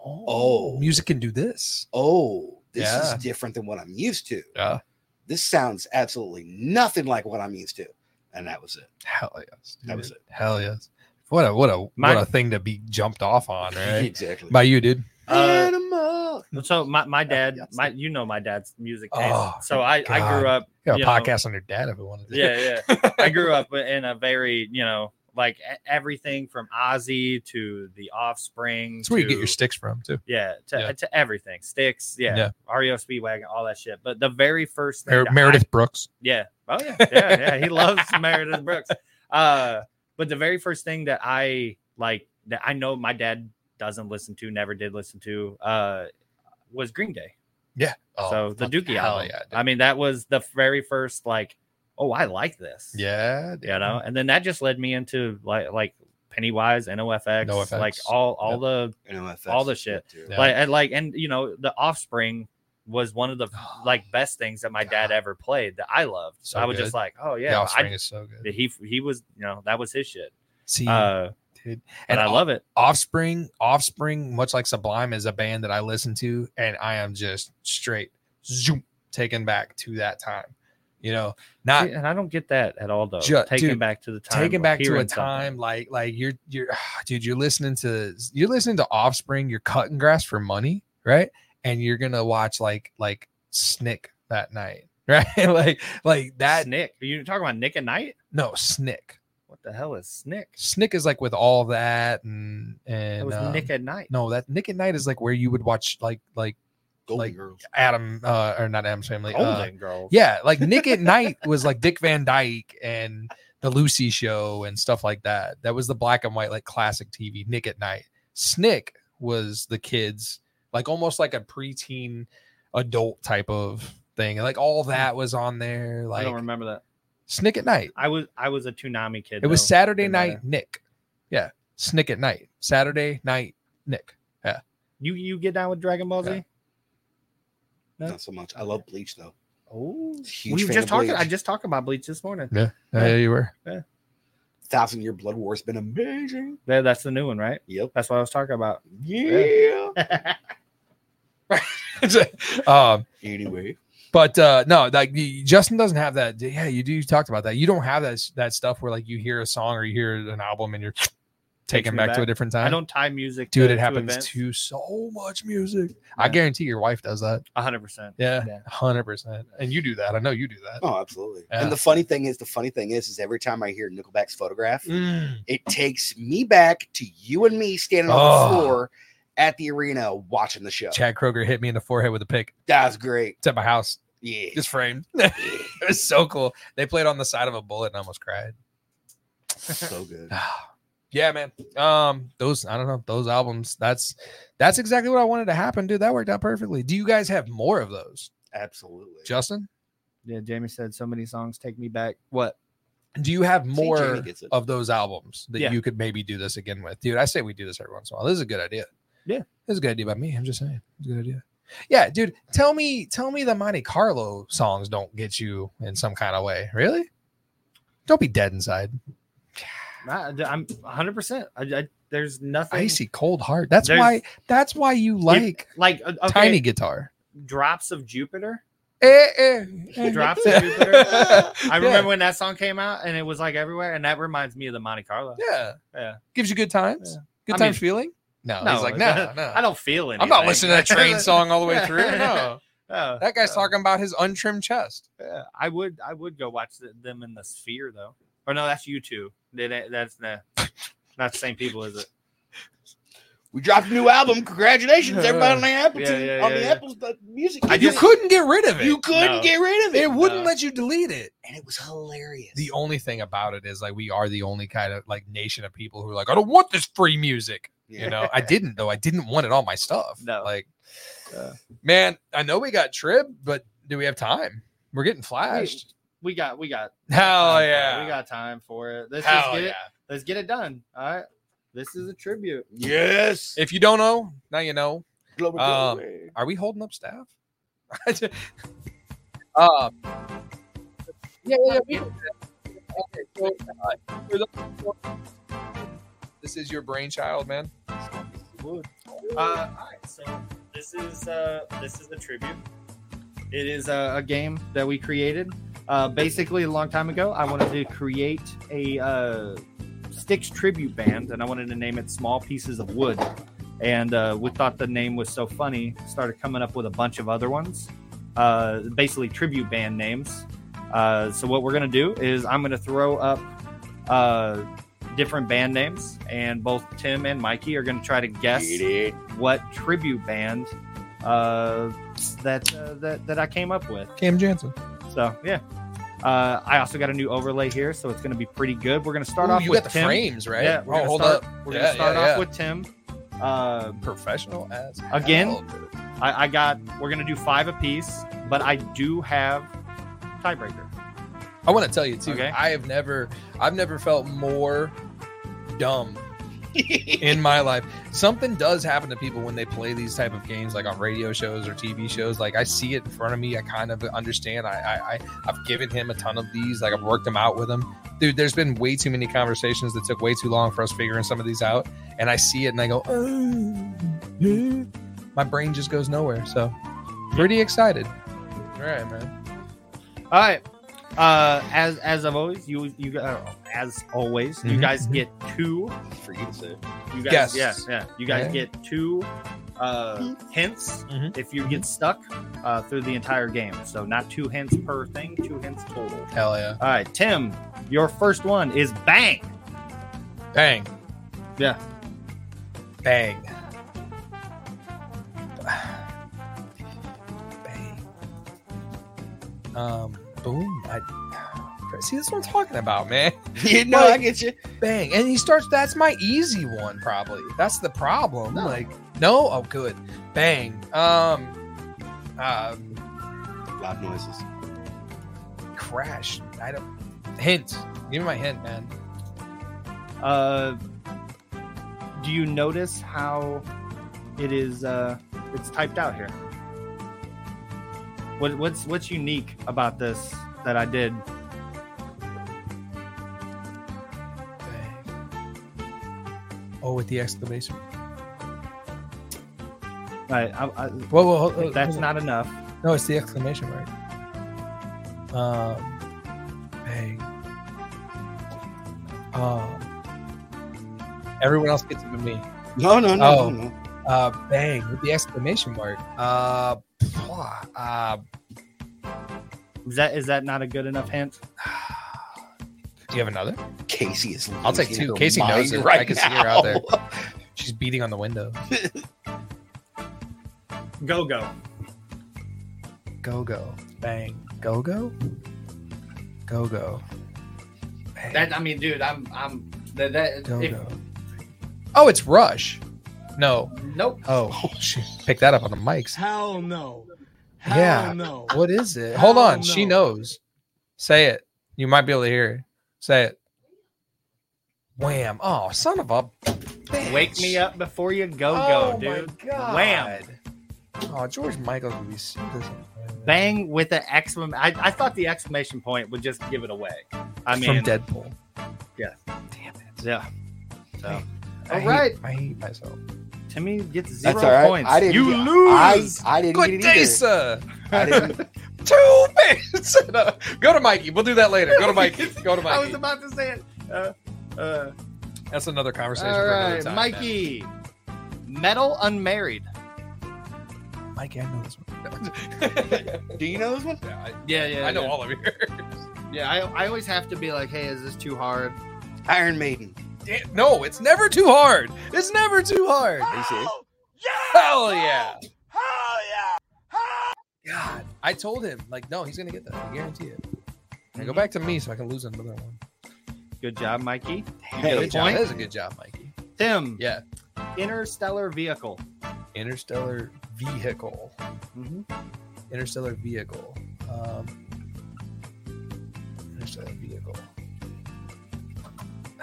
Speaker 8: oh,
Speaker 7: music can do this.
Speaker 8: Oh, this
Speaker 7: Yeah.
Speaker 8: is different than what I'm used to.
Speaker 7: Yeah.
Speaker 8: This sounds absolutely nothing like what I'm used to. And that was it.
Speaker 7: Hell yes.
Speaker 8: That was it.
Speaker 7: Hell yes. What a what a
Speaker 6: Mine-
Speaker 7: what a thing to be jumped off on, right?
Speaker 8: Exactly.
Speaker 7: By you, dude.
Speaker 6: Uh,
Speaker 8: Animal.
Speaker 6: so my, my dad, my you know my dad's music taste.
Speaker 7: Oh,
Speaker 6: so I, I grew
Speaker 7: God.
Speaker 6: up.
Speaker 7: You got a
Speaker 6: you know,
Speaker 7: podcast on your dad if we wanted to.
Speaker 6: yeah, yeah. I grew up in a very, you know, like e- everything from Ozzy to The Offspring.
Speaker 7: That's where you
Speaker 6: to-
Speaker 7: get your sticks from too.
Speaker 6: Yeah, to,
Speaker 7: Yeah.
Speaker 6: to everything. Sticks, yeah. E
Speaker 7: Yeah.
Speaker 6: REO Speedwagon, all that shit. But the very first thing
Speaker 7: Mer-
Speaker 6: that I-
Speaker 7: Meredith Brooks.
Speaker 6: yeah. Oh yeah. Yeah. Yeah. He loves Meredith Brooks. Uh, but the very first thing that I like that I know my dad doesn't listen to, never did listen to, uh, was Green Day.
Speaker 7: Yeah.
Speaker 6: so the
Speaker 7: Oh, fuck,
Speaker 6: Dookie
Speaker 7: hell
Speaker 6: album.
Speaker 7: yeah, dude.
Speaker 6: I mean, that was the very first like, oh, I like this.
Speaker 7: Yeah. dude.
Speaker 6: You know, and then that just led me into like like Pennywise, NOFX,
Speaker 7: NOFX,
Speaker 6: like all all
Speaker 7: yep.
Speaker 6: the
Speaker 8: NOFX
Speaker 6: all the
Speaker 8: was good
Speaker 6: shit.
Speaker 8: too.
Speaker 7: Yeah.
Speaker 6: Like and like and you know, the offspring was one of the like best things that my dad ever played that I loved. So
Speaker 7: So
Speaker 6: I was
Speaker 7: good.
Speaker 6: just like, oh
Speaker 7: The
Speaker 6: yeah,
Speaker 7: offspring
Speaker 6: I,
Speaker 7: is so good.
Speaker 6: he he was you know that was his shit.
Speaker 7: See,
Speaker 6: Uh,
Speaker 7: dude.
Speaker 6: and I
Speaker 7: Off-
Speaker 6: love it.
Speaker 7: Offspring, Offspring, much like Sublime, is a band that I listen to, and I am just straight zoom taken back to that time. You know, not
Speaker 6: See, and I don't get that at all though.
Speaker 7: Ju-
Speaker 6: taken
Speaker 7: dude,
Speaker 6: back to the time,
Speaker 7: taken
Speaker 6: of
Speaker 7: back to a
Speaker 6: hearing something.
Speaker 7: time like like you're you're dude you're listening to you're listening to offspring you're cutting grass for money right and you're gonna watch like like snick that night right like like that
Speaker 6: Nick. Are you talking about Nick at Night?
Speaker 7: no snick
Speaker 6: What the hell is Nick?
Speaker 7: snick is like with all that and and
Speaker 6: It was
Speaker 7: um,
Speaker 6: Nick at Night.
Speaker 7: no that nick at night is like where you would watch like like
Speaker 8: Golden
Speaker 7: like
Speaker 8: Girls.
Speaker 7: adam uh or not adam's family uh,
Speaker 6: Golden Girls.
Speaker 7: yeah, like Nick at Night was like Dick Van Dyke and the Lucy Show and stuff like that. That was the black and white like classic TV. Nick at Night. Snick was the kids like almost like a preteen adult type of thing. Like all that was on there.
Speaker 6: Hmm. I
Speaker 7: Like
Speaker 6: don't remember that.
Speaker 7: Snick at Night.
Speaker 6: I was I was a Toonami kid.
Speaker 7: It was
Speaker 6: though.
Speaker 7: Saturday
Speaker 6: Didn't
Speaker 7: night
Speaker 6: matter.
Speaker 7: Nick. Yeah, Snick at Night. Saturday night Nick.
Speaker 6: You you get down with Dragon Ball Z?
Speaker 7: Yeah.
Speaker 6: No.
Speaker 8: Not so much. I love Bleach though.
Speaker 6: Oh,
Speaker 8: Huge
Speaker 6: we were
Speaker 8: fan
Speaker 6: just
Speaker 8: of
Speaker 6: talking. I
Speaker 8: Bleach.
Speaker 6: just talked about Bleach this morning.
Speaker 7: Yeah, Oh, yeah, you were.
Speaker 8: Thousand Year Blood War has been amazing.
Speaker 6: Yeah, that's the new one, right?
Speaker 8: Yep.
Speaker 6: That's what I was talking about.
Speaker 8: Yeah.
Speaker 7: um,
Speaker 8: anyway,
Speaker 7: But uh no, like you- Justin doesn't have that. Yeah, you do. You talked about that. You don't have that that stuff where like you hear a song or you hear an album and you're taken
Speaker 6: me
Speaker 7: back, to a
Speaker 6: back.
Speaker 7: different time.
Speaker 6: I don't tie music.
Speaker 7: dude.
Speaker 6: to,
Speaker 7: It happens
Speaker 6: events.
Speaker 7: to so much music. I
Speaker 6: Yeah.
Speaker 7: guarantee your wife does that.
Speaker 6: 100%.
Speaker 7: Yeah,
Speaker 6: Yeah.
Speaker 7: hundred percent. And you do that. I know you do that.
Speaker 8: oh, absolutely.
Speaker 7: Yeah.
Speaker 8: And the funny thing is, the funny thing is, is every time I hear Nickelback's photograph,
Speaker 7: Mm.
Speaker 8: it takes me back to you and me standing on the
Speaker 7: Oh.
Speaker 8: floor at the arena watching the show.
Speaker 7: Chad Kroger hit me in the forehead with a pick.
Speaker 8: That was great.
Speaker 7: It's at my house.
Speaker 8: Yeah.
Speaker 7: It's framed. it was so cool. They played on the side of a bullet and I almost cried.
Speaker 8: so good.
Speaker 7: yeah, man. Um, those I don't know those albums. That's that's exactly what I wanted to happen, dude. That worked out perfectly. Do you guys have more of those?
Speaker 8: Absolutely,
Speaker 7: Justin.
Speaker 17: Yeah, Jamie said so many songs take me back. What?
Speaker 7: Do you have more of those albums that you could maybe do this again with, dude? I say we do this every once in a while. This is a good idea.
Speaker 17: Yeah,
Speaker 7: this is a good idea by me. I'm just saying, it's a good idea. Yeah, dude. Tell me, tell me the Monte Carlo songs don't get you in some kind of way. Really? Don't be dead inside.
Speaker 6: I, am 100. percent There's nothing
Speaker 7: Icy cold heart. That's
Speaker 6: There's-
Speaker 7: why. That's why you like
Speaker 6: like uh, okay,
Speaker 7: tiny guitar.
Speaker 6: drops of Jupiter.
Speaker 7: Eh, eh, eh.
Speaker 6: Drops of Jupiter. I
Speaker 7: Yeah.
Speaker 6: remember when that song came out and it was like everywhere, and that reminds me of the Monte Carlo.
Speaker 7: Yeah.
Speaker 6: yeah.
Speaker 7: Gives you good times. Good
Speaker 6: I
Speaker 7: times
Speaker 6: mean-
Speaker 7: feeling. No, he's like, no, no.
Speaker 6: I don't feel anything.
Speaker 7: I'm not listening to that train song all the way through. No.
Speaker 6: No,
Speaker 7: That guy's talking about his untrimmed chest.
Speaker 6: oh, Yeah, I would, I would go watch th- them in the Sphere though. Or no, that's you two. They- they- That's nah, not the same people, is it?
Speaker 8: We dropped a new album. Congratulations, everybody on the Apple
Speaker 6: Yeah,
Speaker 8: team-
Speaker 6: yeah,
Speaker 8: on
Speaker 6: yeah,
Speaker 8: the
Speaker 6: yeah.
Speaker 8: Apple's uh, music.
Speaker 6: I
Speaker 8: team.
Speaker 6: just-
Speaker 7: Couldn't get rid of it.
Speaker 8: you couldn't
Speaker 7: No.
Speaker 8: get rid of it.
Speaker 7: It wouldn't
Speaker 6: No.
Speaker 7: let you delete it.
Speaker 8: and it was hilarious.
Speaker 7: The only thing about it is like we are the only kind of like nation of people who are like, I don't want this free music. You know, I didn't though. I didn't want it on my stuff.
Speaker 6: No. Uh.
Speaker 7: Like, man, I know we got Trib, but do we have time? We're getting flashed.
Speaker 6: We got, we got.
Speaker 7: Hell
Speaker 6: time for it.
Speaker 7: yeah.
Speaker 6: we got time for it. Let's
Speaker 7: Hell
Speaker 6: just get
Speaker 7: yeah.
Speaker 6: it. Let's get it done. All right, this is a tribute.
Speaker 8: Yes.
Speaker 7: If you don't know, now you know.
Speaker 8: Global
Speaker 7: Um,
Speaker 8: glory.
Speaker 7: are we holding up staff? um, yeah, yeah, yeah. we- okay, so, uh, for the- this is your brainchild, man.
Speaker 6: Uh, all right, so this is uh, this is the tribute. It is uh, a, a game that we created uh, basically a long time ago. I wanted to create a uh, Styx tribute band, and I wanted to name it Small Pieces of Wood. And uh, we thought the name was so funny, started coming up with a bunch of other ones, uh, basically tribute band names. Uh, so what we're gonna do is I'm gonna throw up uh, different band names, and both Tim and Mikey are gonna try to guess what tribute band uh, that uh, that that I came up with.
Speaker 7: Cam Jansen.
Speaker 6: So yeah, uh, I also got a new overlay here, so it's going to be pretty good. We're going to start
Speaker 7: Ooh,
Speaker 6: off
Speaker 7: you got
Speaker 6: with
Speaker 7: the
Speaker 6: Tim.
Speaker 7: frames, right?
Speaker 6: Yeah, we're
Speaker 7: Oh,
Speaker 6: gonna
Speaker 7: hold
Speaker 6: start,
Speaker 7: up.
Speaker 6: We're
Speaker 7: Yeah,
Speaker 6: going to start
Speaker 7: yeah,
Speaker 6: off
Speaker 7: yeah.
Speaker 6: with Tim. Uh,
Speaker 7: Professional as hell,
Speaker 6: again,
Speaker 7: dude.
Speaker 6: I, I got. We're going to do five apiece, but I do have tiebreaker.
Speaker 7: I want to tell you too.
Speaker 6: Okay.
Speaker 7: I have never, I've never felt more dumb in my life. Something does happen to people when they play these type of games, like on radio shows or TV shows. Like I see it in front of me. I kind of understand. I, I, I I've given him a ton of these. Like I've worked them out with him. Dude, there's been way too many conversations that took way too long for us figuring some of these out. And I see it and I go, "Oh, yeah." my brain just goes nowhere. So pretty excited. All right, man.
Speaker 6: All right. Uh, as as of always, you you uh, as always, you
Speaker 7: Mhm.
Speaker 6: guys get two.
Speaker 8: For you to say.
Speaker 6: You guys,
Speaker 7: Guess.
Speaker 6: yeah, yeah. You guys
Speaker 7: Yeah.
Speaker 6: get two uh, hints if you get stuck uh, through the entire game. So not two hints per thing, two hints total.
Speaker 7: Hell yeah.
Speaker 6: All right, Tim, your first one is bang.
Speaker 7: Bang.
Speaker 6: Yeah.
Speaker 7: Bang. Bang. Um, boom. I see that's what I'm talking about, man.
Speaker 8: You know, I get you.
Speaker 7: Bang. And he starts that's my easy one, probably. That's the problem. Like, no, oh good. Bang. Um um
Speaker 8: Loud noises.
Speaker 7: crash. I don't hint. Give me my hint, man.
Speaker 6: Uh, do you notice how it is? Uh, it's typed out here. What, what's what's unique about this that I did?
Speaker 7: Bang. Oh, with the exclamation.
Speaker 6: Right, I, I,
Speaker 7: Whoa, whoa, hold- hold-
Speaker 6: that's
Speaker 7: hold
Speaker 6: not
Speaker 7: on.
Speaker 6: enough.
Speaker 7: No, it's the exclamation mark. Um, hey. Um, everyone else gets it but me.
Speaker 8: No, no, no,
Speaker 7: Oh.
Speaker 8: no, no.
Speaker 7: Uh, bang with the exclamation mark. Uh, pwah, uh,
Speaker 6: Is that is that not a good enough hint?
Speaker 7: do you have another?
Speaker 8: Casey is.
Speaker 7: I'll take
Speaker 8: losing
Speaker 7: two.
Speaker 8: her
Speaker 7: Casey knows
Speaker 8: mind
Speaker 7: it.
Speaker 8: Right
Speaker 7: I can see her out there.
Speaker 8: now.
Speaker 7: She's beating on the window.
Speaker 6: Go go.
Speaker 7: Go go, bang, go go, go go.
Speaker 6: That I mean, dude, I'm I'm That, that if,
Speaker 7: Oh, it's Rush. No.
Speaker 6: Nope.
Speaker 7: Oh, shit. Pick that up on the mics.
Speaker 10: Hell no.
Speaker 7: yeah. What is it? Hold on. She knows. Say it. You might be able to hear it. Say it. Wham. Oh, son of a.
Speaker 6: wake me up before you go go,
Speaker 7: Oh, my
Speaker 6: dude.
Speaker 7: God.
Speaker 6: Wham.
Speaker 7: Oh, George Michael's would be so disappointed.
Speaker 6: Bang with an exclamation. I, I thought the exclamation point would just give it away. I
Speaker 7: From
Speaker 6: mean,
Speaker 7: Deadpool.
Speaker 6: Yeah. Damn it. Yeah. So,
Speaker 7: I
Speaker 6: all
Speaker 7: hate-
Speaker 6: right.
Speaker 7: I hate myself.
Speaker 6: Timmy gets zero
Speaker 8: That's all right.
Speaker 6: points.
Speaker 8: I didn't
Speaker 6: you
Speaker 8: get-
Speaker 6: lose.
Speaker 8: I- I didn't
Speaker 7: Good
Speaker 8: get it
Speaker 7: day,
Speaker 8: either.
Speaker 7: sir.
Speaker 8: I didn't-
Speaker 7: Two minutes. No. Go to Mikey. We'll do that later. Go to Mikey. Go to
Speaker 6: I was
Speaker 7: Mikey.
Speaker 6: about to say it. Uh, uh,
Speaker 7: That's another conversation.
Speaker 6: all
Speaker 7: for another
Speaker 6: right,
Speaker 7: time, man.
Speaker 6: Mikey. Metal unmarried.
Speaker 7: Mikey, I know this one.
Speaker 8: Do you know this one?
Speaker 7: Yeah, I,
Speaker 6: Yeah, yeah.
Speaker 7: I know
Speaker 6: yeah.
Speaker 7: all of yours.
Speaker 6: Yeah, I, I always have to be like, hey, is this too hard?
Speaker 8: Iron Maiden.
Speaker 7: Damn, no, it's never too hard. It's never too hard. Hell yeah. Hell yeah. God, I told him like, no, he's gonna get that. I guarantee it. Now go back to me so I can lose another one.
Speaker 6: Good job, Mikey. You
Speaker 7: Hey,
Speaker 6: get a
Speaker 7: good job.
Speaker 6: point.
Speaker 7: That is a good job, Mikey.
Speaker 6: Tim,
Speaker 7: Yeah.
Speaker 6: interstellar vehicle.
Speaker 7: Interstellar vehicle.
Speaker 6: Mhm.
Speaker 7: Interstellar vehicle. Um, interstellar vehicle.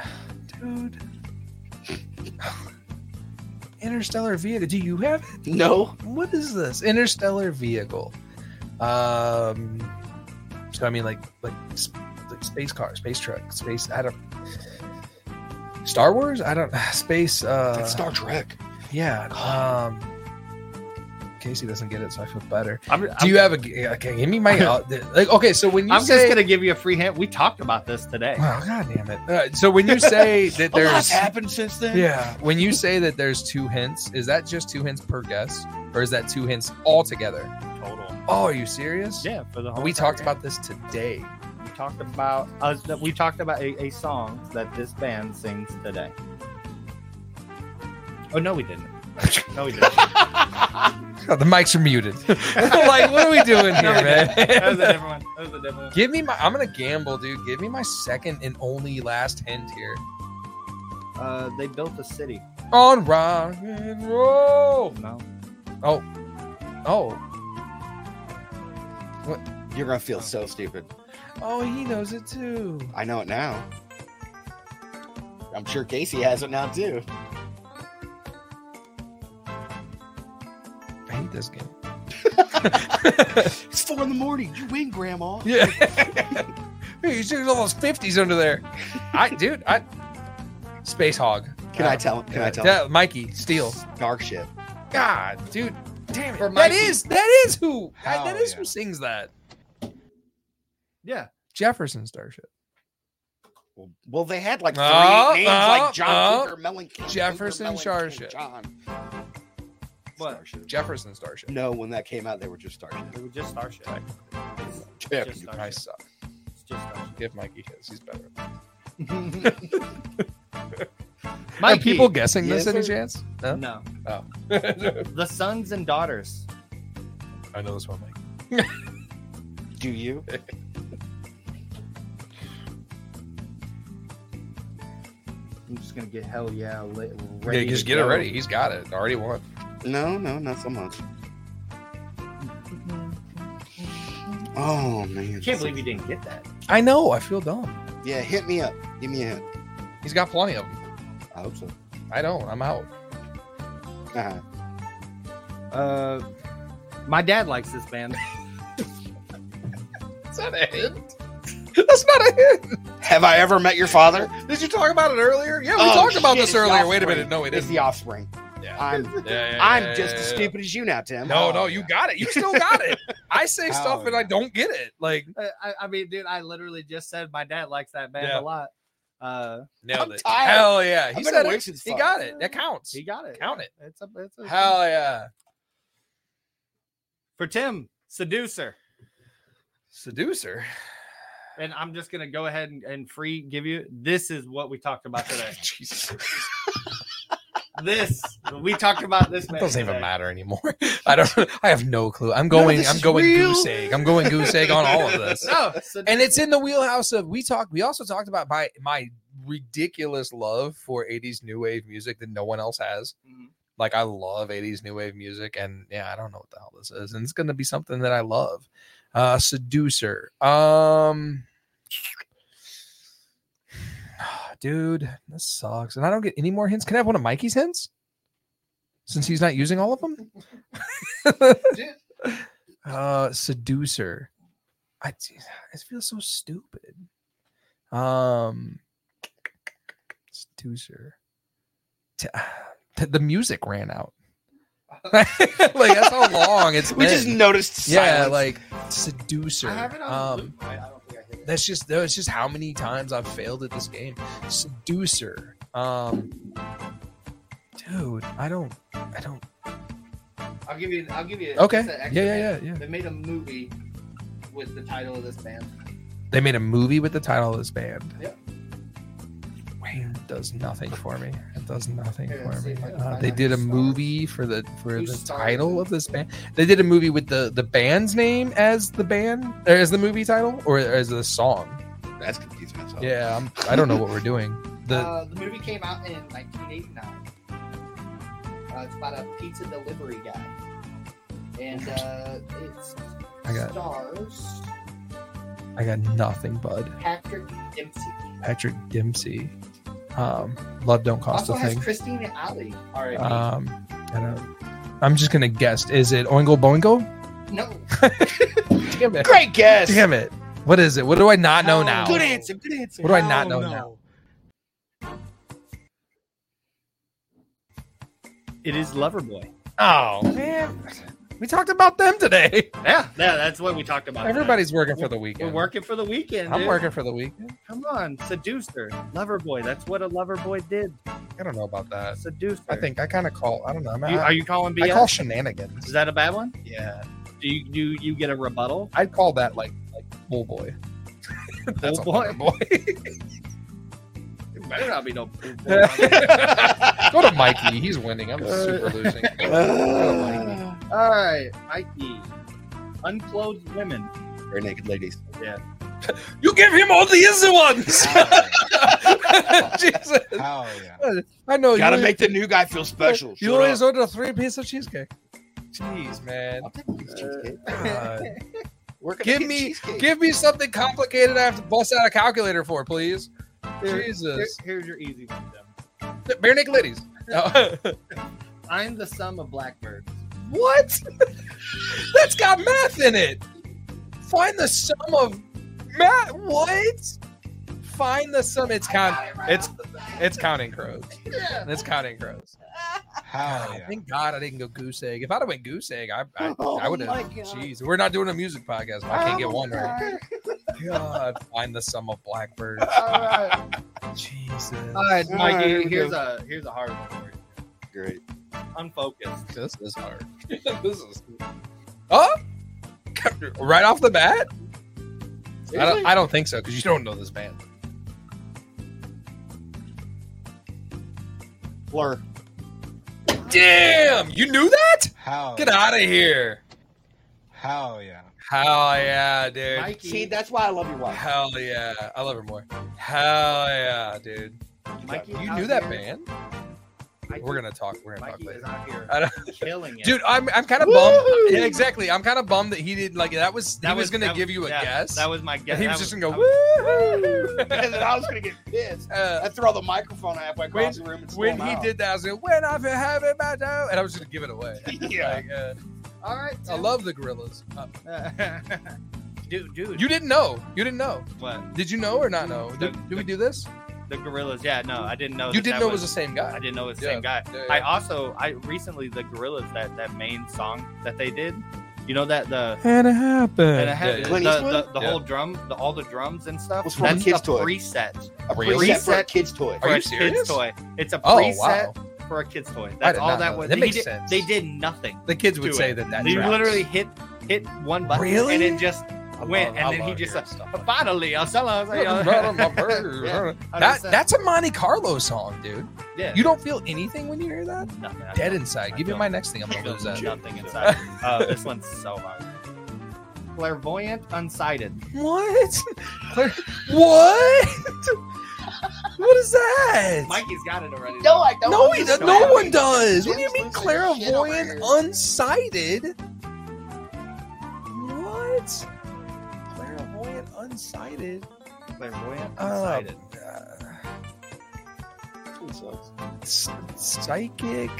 Speaker 7: Dude. interstellar vehicle. Do you have it?
Speaker 8: No.
Speaker 7: What is this? Interstellar vehicle. Um. So I mean, like, like, s- like space car, space truck, space. I don't. Star Wars. I don't. Space. Uh,
Speaker 8: That's Star Trek.
Speaker 7: yeah. Um, Casey doesn't get it, so I feel better.
Speaker 6: I'm,
Speaker 7: Do you have a? g- Okay, give me my. uh, the- like, okay, so when you
Speaker 6: I'm
Speaker 7: say,
Speaker 6: just gonna give you a free hint. We talked about this today.
Speaker 7: Wow, God damn it! Uh, so when you say that
Speaker 8: A lot's
Speaker 7: there's,
Speaker 8: happened since then.
Speaker 7: yeah, when you say that there's two hints, is that just two hints per guess, or is that two hints altogether?
Speaker 6: Total.
Speaker 7: Oh, are you serious?
Speaker 6: Yeah, for the whole
Speaker 7: We
Speaker 6: entire
Speaker 7: talked
Speaker 6: game.
Speaker 7: about this today.
Speaker 6: we talked about uh, that we talked about a, a song that this band sings today. Oh no, we didn't. No, we didn't.
Speaker 7: Oh, the mics are muted. like, what are we doing here,
Speaker 6: No, we
Speaker 7: man?
Speaker 6: didn't. That was a different one. That was a different one.
Speaker 7: Give me my. I'm gonna gamble, dude. Give me my second and only last hint here.
Speaker 6: Uh, they built a city.
Speaker 7: On rock and roll.
Speaker 6: No.
Speaker 7: Oh. Oh.
Speaker 8: You're gonna feel so stupid.
Speaker 7: Oh, he knows it too.
Speaker 8: I know it now. I'm sure Casey has it now too.
Speaker 7: I hate this game.
Speaker 8: It's four in the morning. You win, Grandma.
Speaker 7: Yeah. hey, you see all those fifties under there. I dude, I Space Hog.
Speaker 8: Can I tell him? Can I tell him?
Speaker 7: Yeah, Mikey, Steel.
Speaker 8: Dark shit.
Speaker 7: God, dude. Damn
Speaker 6: For
Speaker 7: it. That
Speaker 6: Mikey.
Speaker 7: is that is who I- that
Speaker 8: Hell
Speaker 7: is
Speaker 8: yeah.
Speaker 7: who sings that.
Speaker 6: Yeah.
Speaker 7: Jefferson Starship.
Speaker 8: Well, well, they had like three
Speaker 7: Oh,
Speaker 8: names,
Speaker 7: oh,
Speaker 8: like John
Speaker 7: oh.
Speaker 8: Cougar, Mellencamp,
Speaker 7: Jefferson
Speaker 8: Cougar,
Speaker 7: Starship.
Speaker 8: Mellencamp, John.
Speaker 6: What?
Speaker 8: Starship.
Speaker 7: Jefferson Starship.
Speaker 8: No, when that came out, they were just Starship.
Speaker 6: It was just Starship. It's
Speaker 8: Yeah,
Speaker 6: just
Speaker 7: I
Speaker 6: Starship.
Speaker 7: suck.
Speaker 6: It's just Starship.
Speaker 7: Give Mikey his. He's better. Are
Speaker 6: Mikey.
Speaker 7: people guessing
Speaker 8: Yes,
Speaker 7: this any
Speaker 8: sir.
Speaker 7: chance? No.
Speaker 6: No.
Speaker 7: Oh.
Speaker 6: The sons and daughters.
Speaker 7: I know this one, Mike.
Speaker 8: Do you?
Speaker 6: I'm just gonna get hell yeah. Li-
Speaker 7: Yeah,
Speaker 6: ready
Speaker 7: you just
Speaker 6: to
Speaker 7: get
Speaker 6: go.
Speaker 7: it ready. He's got it. Already won.
Speaker 8: No, no, not so much. Oh man.
Speaker 6: I can't believe you didn't get that.
Speaker 7: I know. I feel dumb.
Speaker 8: Yeah, hit me up. Give me a hint.
Speaker 7: He's got plenty of them.
Speaker 8: I hope so.
Speaker 7: I don't. I'm out.
Speaker 8: Uh-huh.
Speaker 6: Uh, my dad likes this band.
Speaker 7: That's not a hint. That's not a hint.
Speaker 8: Have I ever met your father?
Speaker 7: Did you talk about it earlier? Yeah, we
Speaker 8: Oh,
Speaker 7: talked about
Speaker 8: shit,
Speaker 7: this
Speaker 8: it's the
Speaker 7: earlier. Wait a
Speaker 8: offspring.
Speaker 7: minute. No, it
Speaker 8: It's
Speaker 7: is.
Speaker 8: the offspring.
Speaker 7: Yeah.
Speaker 8: I'm
Speaker 7: Yeah, yeah, yeah,
Speaker 8: I'm just
Speaker 7: yeah,
Speaker 8: as
Speaker 7: yeah.
Speaker 8: stupid as you now, Tim.
Speaker 7: No,
Speaker 8: Oh,
Speaker 7: no, you
Speaker 8: yeah.
Speaker 7: got it. You still got it. I say
Speaker 8: Oh,
Speaker 7: stuff and I
Speaker 8: yeah.
Speaker 7: don't get it. Like
Speaker 6: Uh, I, I mean, dude, I literally just said my dad likes that band
Speaker 7: Yeah.
Speaker 6: a lot. Uh,
Speaker 7: nailed
Speaker 8: I'm
Speaker 7: it.
Speaker 8: tired.
Speaker 7: Hell yeah. He
Speaker 8: I've been
Speaker 7: said
Speaker 8: awake
Speaker 7: it.
Speaker 8: since
Speaker 7: He
Speaker 8: five.
Speaker 7: got it. That counts.
Speaker 6: he got it.
Speaker 7: Count it.
Speaker 6: It's a, it's a
Speaker 7: Hell yeah.
Speaker 6: for Tim Seducer.
Speaker 7: Seducer.
Speaker 6: And I'm just gonna go ahead and, and free give you. This is what we talked about today.
Speaker 7: Jesus.
Speaker 6: this we talked about this.
Speaker 7: It
Speaker 6: man
Speaker 7: doesn't even
Speaker 6: today.
Speaker 7: matter anymore. I don't. I have no clue. I'm
Speaker 8: None of
Speaker 7: going.
Speaker 8: this
Speaker 7: I'm
Speaker 8: is
Speaker 7: going
Speaker 8: real.
Speaker 7: goose egg. I'm going goose egg on all of this.
Speaker 6: No, Sedu-
Speaker 7: and it's in the wheelhouse of we talked. We also talked about my my ridiculous love for 80s new wave music that no one else has. Like I love 80s new wave music, and yeah, I don't know what the hell this is, and it's gonna be something that I love. Uh, Seducer. Um, dude, this sucks, and I don't get any more hints. Can I have one of Mikey's hints? Since he's not using all of them. uh, Seducer. I it feels so stupid. Um, Seducer. T- t- the music ran out. like that's how long it's.
Speaker 8: We just
Speaker 7: been.
Speaker 8: noticed
Speaker 7: Yeah,
Speaker 8: silence.
Speaker 7: like seducer. um, that's just that's just how many times I've failed at this game. Seducer. Um, dude, I don't, I don't.
Speaker 18: I'll give you. I'll give you.
Speaker 7: Okay.
Speaker 18: just an extra
Speaker 7: Yeah, yeah,
Speaker 18: hint.
Speaker 7: yeah, yeah.
Speaker 18: They made a movie with the title of this band.
Speaker 7: They made a movie with the title of this band.
Speaker 18: Yep.
Speaker 7: Wayne does nothing for me. It does nothing
Speaker 18: Here,
Speaker 7: for
Speaker 18: let's see
Speaker 7: me.
Speaker 18: if I can
Speaker 7: Uh,
Speaker 18: find
Speaker 7: they
Speaker 18: out
Speaker 7: did
Speaker 18: who
Speaker 7: a movie for the for
Speaker 18: Who
Speaker 7: the
Speaker 18: starred
Speaker 7: title of this band. They did a movie with the the band's name as the band or as the movie title or as the song.
Speaker 8: That's confusing myself.
Speaker 7: Yeah, I'm, I don't know what we're doing. The
Speaker 18: uh, the movie came out in 1989. Uh, it's about a pizza delivery guy, and uh, it's
Speaker 7: I got-
Speaker 18: stars
Speaker 7: I got nothing, bud.
Speaker 18: Patrick Dempsey.
Speaker 7: Patrick Dempsey. Um, love don't cost
Speaker 18: also
Speaker 7: a
Speaker 18: has
Speaker 7: thing.
Speaker 18: Christina Alley. All right.
Speaker 7: Um, I don't. I'm just gonna guess. Is it Oingo Boingo?
Speaker 18: no.
Speaker 7: Damn it.
Speaker 8: Great guess.
Speaker 7: Damn it. What is it? What do I not know now?
Speaker 8: Good answer. Good answer.
Speaker 7: What do I not know now?
Speaker 6: It is Loverboy.
Speaker 7: Oh man, we talked about them today.
Speaker 6: Yeah, yeah, that's what we talked about.
Speaker 7: Everybody's working for the
Speaker 6: We're-
Speaker 7: weekend.
Speaker 6: We're working for the weekend.
Speaker 7: I'm
Speaker 6: dude.
Speaker 7: working for the weekend.
Speaker 6: Come on, seducer, lover boy. That's what a lover boy did.
Speaker 7: I don't know about that.
Speaker 6: Seducer.
Speaker 7: I think I kind of call. I don't know. I'm,
Speaker 6: You-
Speaker 7: I-
Speaker 6: are you calling
Speaker 7: I
Speaker 6: BS?
Speaker 7: call shenanigans.
Speaker 6: Is that a bad one?
Speaker 7: Yeah.
Speaker 6: Do you do you get a rebuttal?
Speaker 7: I'd call that like like bull boy. That's
Speaker 6: Bull
Speaker 7: a boy. boy.
Speaker 6: It better not be no. poop.
Speaker 7: Go to Mikey. He's winning. I'm super losing.
Speaker 6: All right, Mikey. Unclothed women.
Speaker 8: Very naked ladies.
Speaker 6: Yeah.
Speaker 7: You give him all the easy ones. Jesus.
Speaker 8: Hell yeah.
Speaker 7: I know.
Speaker 8: Gotta
Speaker 7: you-
Speaker 8: make the new guy feel special.
Speaker 7: You
Speaker 8: Shut
Speaker 7: always
Speaker 8: up.
Speaker 7: order three piece of cheesecake. Jeez, man. God.
Speaker 8: We're
Speaker 7: Uh,
Speaker 8: gonna
Speaker 7: give
Speaker 8: get
Speaker 7: me
Speaker 8: cheesecake.
Speaker 7: give me something complicated I have to bust out a calculator for, please.
Speaker 6: Here-
Speaker 7: Jesus.
Speaker 6: here- here's your easy one. Then.
Speaker 7: Bare naked ladies. No.
Speaker 6: I'm the sum of blackbirds.
Speaker 7: what? That's got math in it. Find the sum of math. What? Find the sum. It's count. It's it's counting crows. It's counting crows.
Speaker 8: Hell
Speaker 7: God,
Speaker 8: yeah.
Speaker 7: Thank God I didn't go goose egg. If I'd have went goose egg, I I,
Speaker 8: Oh
Speaker 7: I would have.
Speaker 8: my God.
Speaker 7: Jeez, we're not doing a music podcast. If I can't get
Speaker 8: Oh
Speaker 7: one
Speaker 8: my
Speaker 7: right. God, find the sum of blackbirds.
Speaker 6: All right,
Speaker 7: Jesus.
Speaker 6: all right,
Speaker 8: All
Speaker 6: Mikey.
Speaker 8: right, here we
Speaker 6: here's
Speaker 8: go.
Speaker 6: a here's a hard one for you.
Speaker 8: Great.
Speaker 6: Unfocused.
Speaker 7: This is hard. this is. Oh, right off the bat. I don't,
Speaker 6: Seriously?
Speaker 7: I don't think so because you don't know this band.
Speaker 8: Blur.
Speaker 7: Damn, you knew that?
Speaker 8: Hell
Speaker 7: Get
Speaker 8: yeah.
Speaker 7: out of here!
Speaker 8: Hell yeah.
Speaker 7: Hell yeah, dude!
Speaker 18: Mikey.
Speaker 8: See, that's why I love your wife.
Speaker 7: Hell yeah, I love her more. Hell yeah, dude!
Speaker 6: Mikey,
Speaker 7: You
Speaker 6: out
Speaker 7: knew that
Speaker 6: here-
Speaker 7: band?
Speaker 6: Mikey-
Speaker 7: We're gonna talk. We're gonna
Speaker 6: Mikey
Speaker 7: talk
Speaker 6: is
Speaker 7: later.
Speaker 6: out here
Speaker 7: I don't-
Speaker 6: killing it.
Speaker 7: Dude, I'm I'm kind of bummed.
Speaker 6: Woo-hoo!
Speaker 7: Yeah, exactly. I'm kind of bummed that he didn't like it. That was that he was, gonna
Speaker 6: that-
Speaker 7: give you a
Speaker 6: yeah,
Speaker 7: guess.
Speaker 6: That was my
Speaker 7: and
Speaker 6: guess.
Speaker 7: he was
Speaker 6: That
Speaker 7: just
Speaker 6: was-
Speaker 7: gonna go.
Speaker 6: I
Speaker 7: Woo!
Speaker 8: and then I was gonna get pissed. I throw the microphone halfway across the room and
Speaker 7: uh, when
Speaker 8: storm
Speaker 7: he
Speaker 8: out.
Speaker 7: did that, I was like, "When I've been having my time," and I was just gonna give it away.
Speaker 8: Yeah.
Speaker 7: Like, uh,
Speaker 6: All right.
Speaker 7: I love the gorillas. Uh,
Speaker 6: dude, dude.
Speaker 7: You didn't know. You didn't know.
Speaker 6: what?
Speaker 7: Did you know or not know? Did, did we do this?
Speaker 6: The gorillas. Yeah, no, I didn't know.
Speaker 7: You
Speaker 6: that
Speaker 7: didn't
Speaker 6: that
Speaker 7: know it was the same guy.
Speaker 6: I didn't know it was the
Speaker 7: Yeah,
Speaker 6: same guy.
Speaker 7: yeah,
Speaker 6: I
Speaker 7: yeah.
Speaker 6: also, I recently the gorillas that that main song that they did. You know that the
Speaker 7: And it happened.
Speaker 6: and it had,
Speaker 7: Yeah,
Speaker 6: the,
Speaker 7: yeah.
Speaker 8: Clint
Speaker 6: the,
Speaker 8: Eastwood?
Speaker 6: the, the
Speaker 7: Yeah.
Speaker 6: whole drum, the, all the drums and stuff.
Speaker 8: Was from a kid's
Speaker 6: a
Speaker 8: toy.
Speaker 6: preset.
Speaker 8: a
Speaker 6: Reset
Speaker 8: preset for a
Speaker 6: for
Speaker 8: kid's toy.
Speaker 7: Are you
Speaker 6: a
Speaker 7: serious?
Speaker 6: kid's toy. It's a
Speaker 7: Oh,
Speaker 6: preset
Speaker 7: wow.
Speaker 6: for a kid's toy. That's
Speaker 7: did
Speaker 6: all
Speaker 7: not
Speaker 6: that
Speaker 7: know
Speaker 6: was.
Speaker 7: that. That
Speaker 6: They
Speaker 7: makes
Speaker 6: did-
Speaker 7: sense.
Speaker 6: They did nothing.
Speaker 7: The kids would
Speaker 6: to
Speaker 7: say
Speaker 6: it.
Speaker 7: that that
Speaker 6: They
Speaker 7: tracks.
Speaker 6: literally hit hit one button
Speaker 7: Really?
Speaker 6: and it just
Speaker 7: I love-
Speaker 6: went,
Speaker 7: I
Speaker 6: and then he
Speaker 7: love
Speaker 6: just
Speaker 7: hearing
Speaker 6: like,
Speaker 7: stuff.
Speaker 6: finally, I'll sell out.
Speaker 7: that, that's a Monte Carlo song, dude.
Speaker 6: yeah.
Speaker 7: You don't feel anything when you hear that?
Speaker 6: nothing. I
Speaker 7: Dead
Speaker 6: don't-
Speaker 7: inside.
Speaker 6: I
Speaker 7: Give me
Speaker 6: don't-
Speaker 7: my next thing. I'm
Speaker 6: I
Speaker 7: gonna
Speaker 6: feel
Speaker 7: lose that.
Speaker 6: nothing inside. Oh, this one's so hard. Clairvoyant, unsighted.
Speaker 7: What? Claire- what? What is that?
Speaker 18: Mikey's got it already.
Speaker 7: No, I
Speaker 18: don't.
Speaker 7: No, he
Speaker 18: Just
Speaker 7: does,
Speaker 18: go
Speaker 7: no
Speaker 18: ahead.
Speaker 7: one does. What do you
Speaker 18: Jim's
Speaker 7: mean
Speaker 18: losing his shit over
Speaker 7: clairvoyant, unsighted? What? Clairvoyant, unsighted.
Speaker 6: Clairvoyant,
Speaker 7: Uh,
Speaker 6: unsighted.
Speaker 7: s- psychic,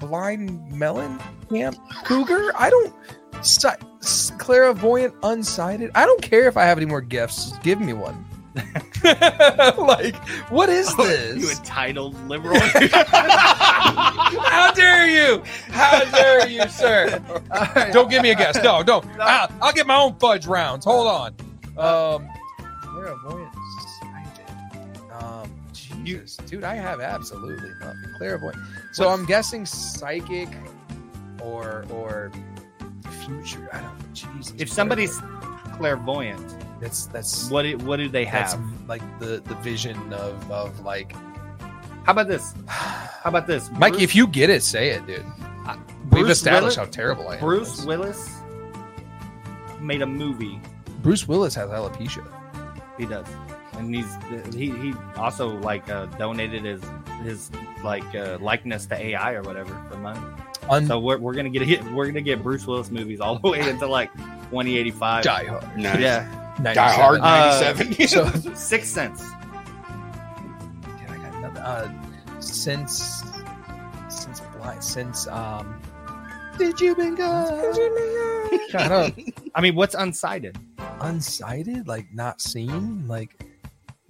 Speaker 7: blind melon camp cougar. I don't. Si- s- clairvoyant, unsighted. I don't care if I have any more gifts. Just give me one. like, what is this?
Speaker 6: You entitled liberal.
Speaker 7: How dare you? How dare you, sir? Don't give me a guess. No, no. I'll, I'll get my own fudge rounds. Hold on. Um, clairvoyant sighted. Um, Jesus, dude, I have absolutely nothing. Clairvoyant. So I'm guessing psychic or or future. I don't. Jesus.
Speaker 6: if somebody's clairvoyant,
Speaker 7: that's that's
Speaker 6: what it, what do they have?
Speaker 7: that's like the the vision of of like
Speaker 6: How about this? How about this,
Speaker 7: Mikey.
Speaker 6: Bruce-
Speaker 7: If you get it, say it, dude. We've
Speaker 6: Bruce
Speaker 7: established
Speaker 6: Willis-
Speaker 7: how terrible I am.
Speaker 6: Bruce Willis made a movie.
Speaker 7: Bruce Willis has alopecia.
Speaker 6: He does, and he's he he also like uh, donated his his like uh, likeness to AI or whatever for money.
Speaker 7: Mm-hmm. Un-
Speaker 6: so we're, we're gonna get hit, we're gonna get Bruce Willis movies all the way into like 2085.
Speaker 7: Die Hard.
Speaker 6: Nice. Yeah.
Speaker 7: Die Hard 97.
Speaker 6: Uh, Sixth Sense.
Speaker 7: uh, since since blind since um Did you been good? kind of
Speaker 6: I mean, what's unsighted?
Speaker 7: unsighted, like not seen, like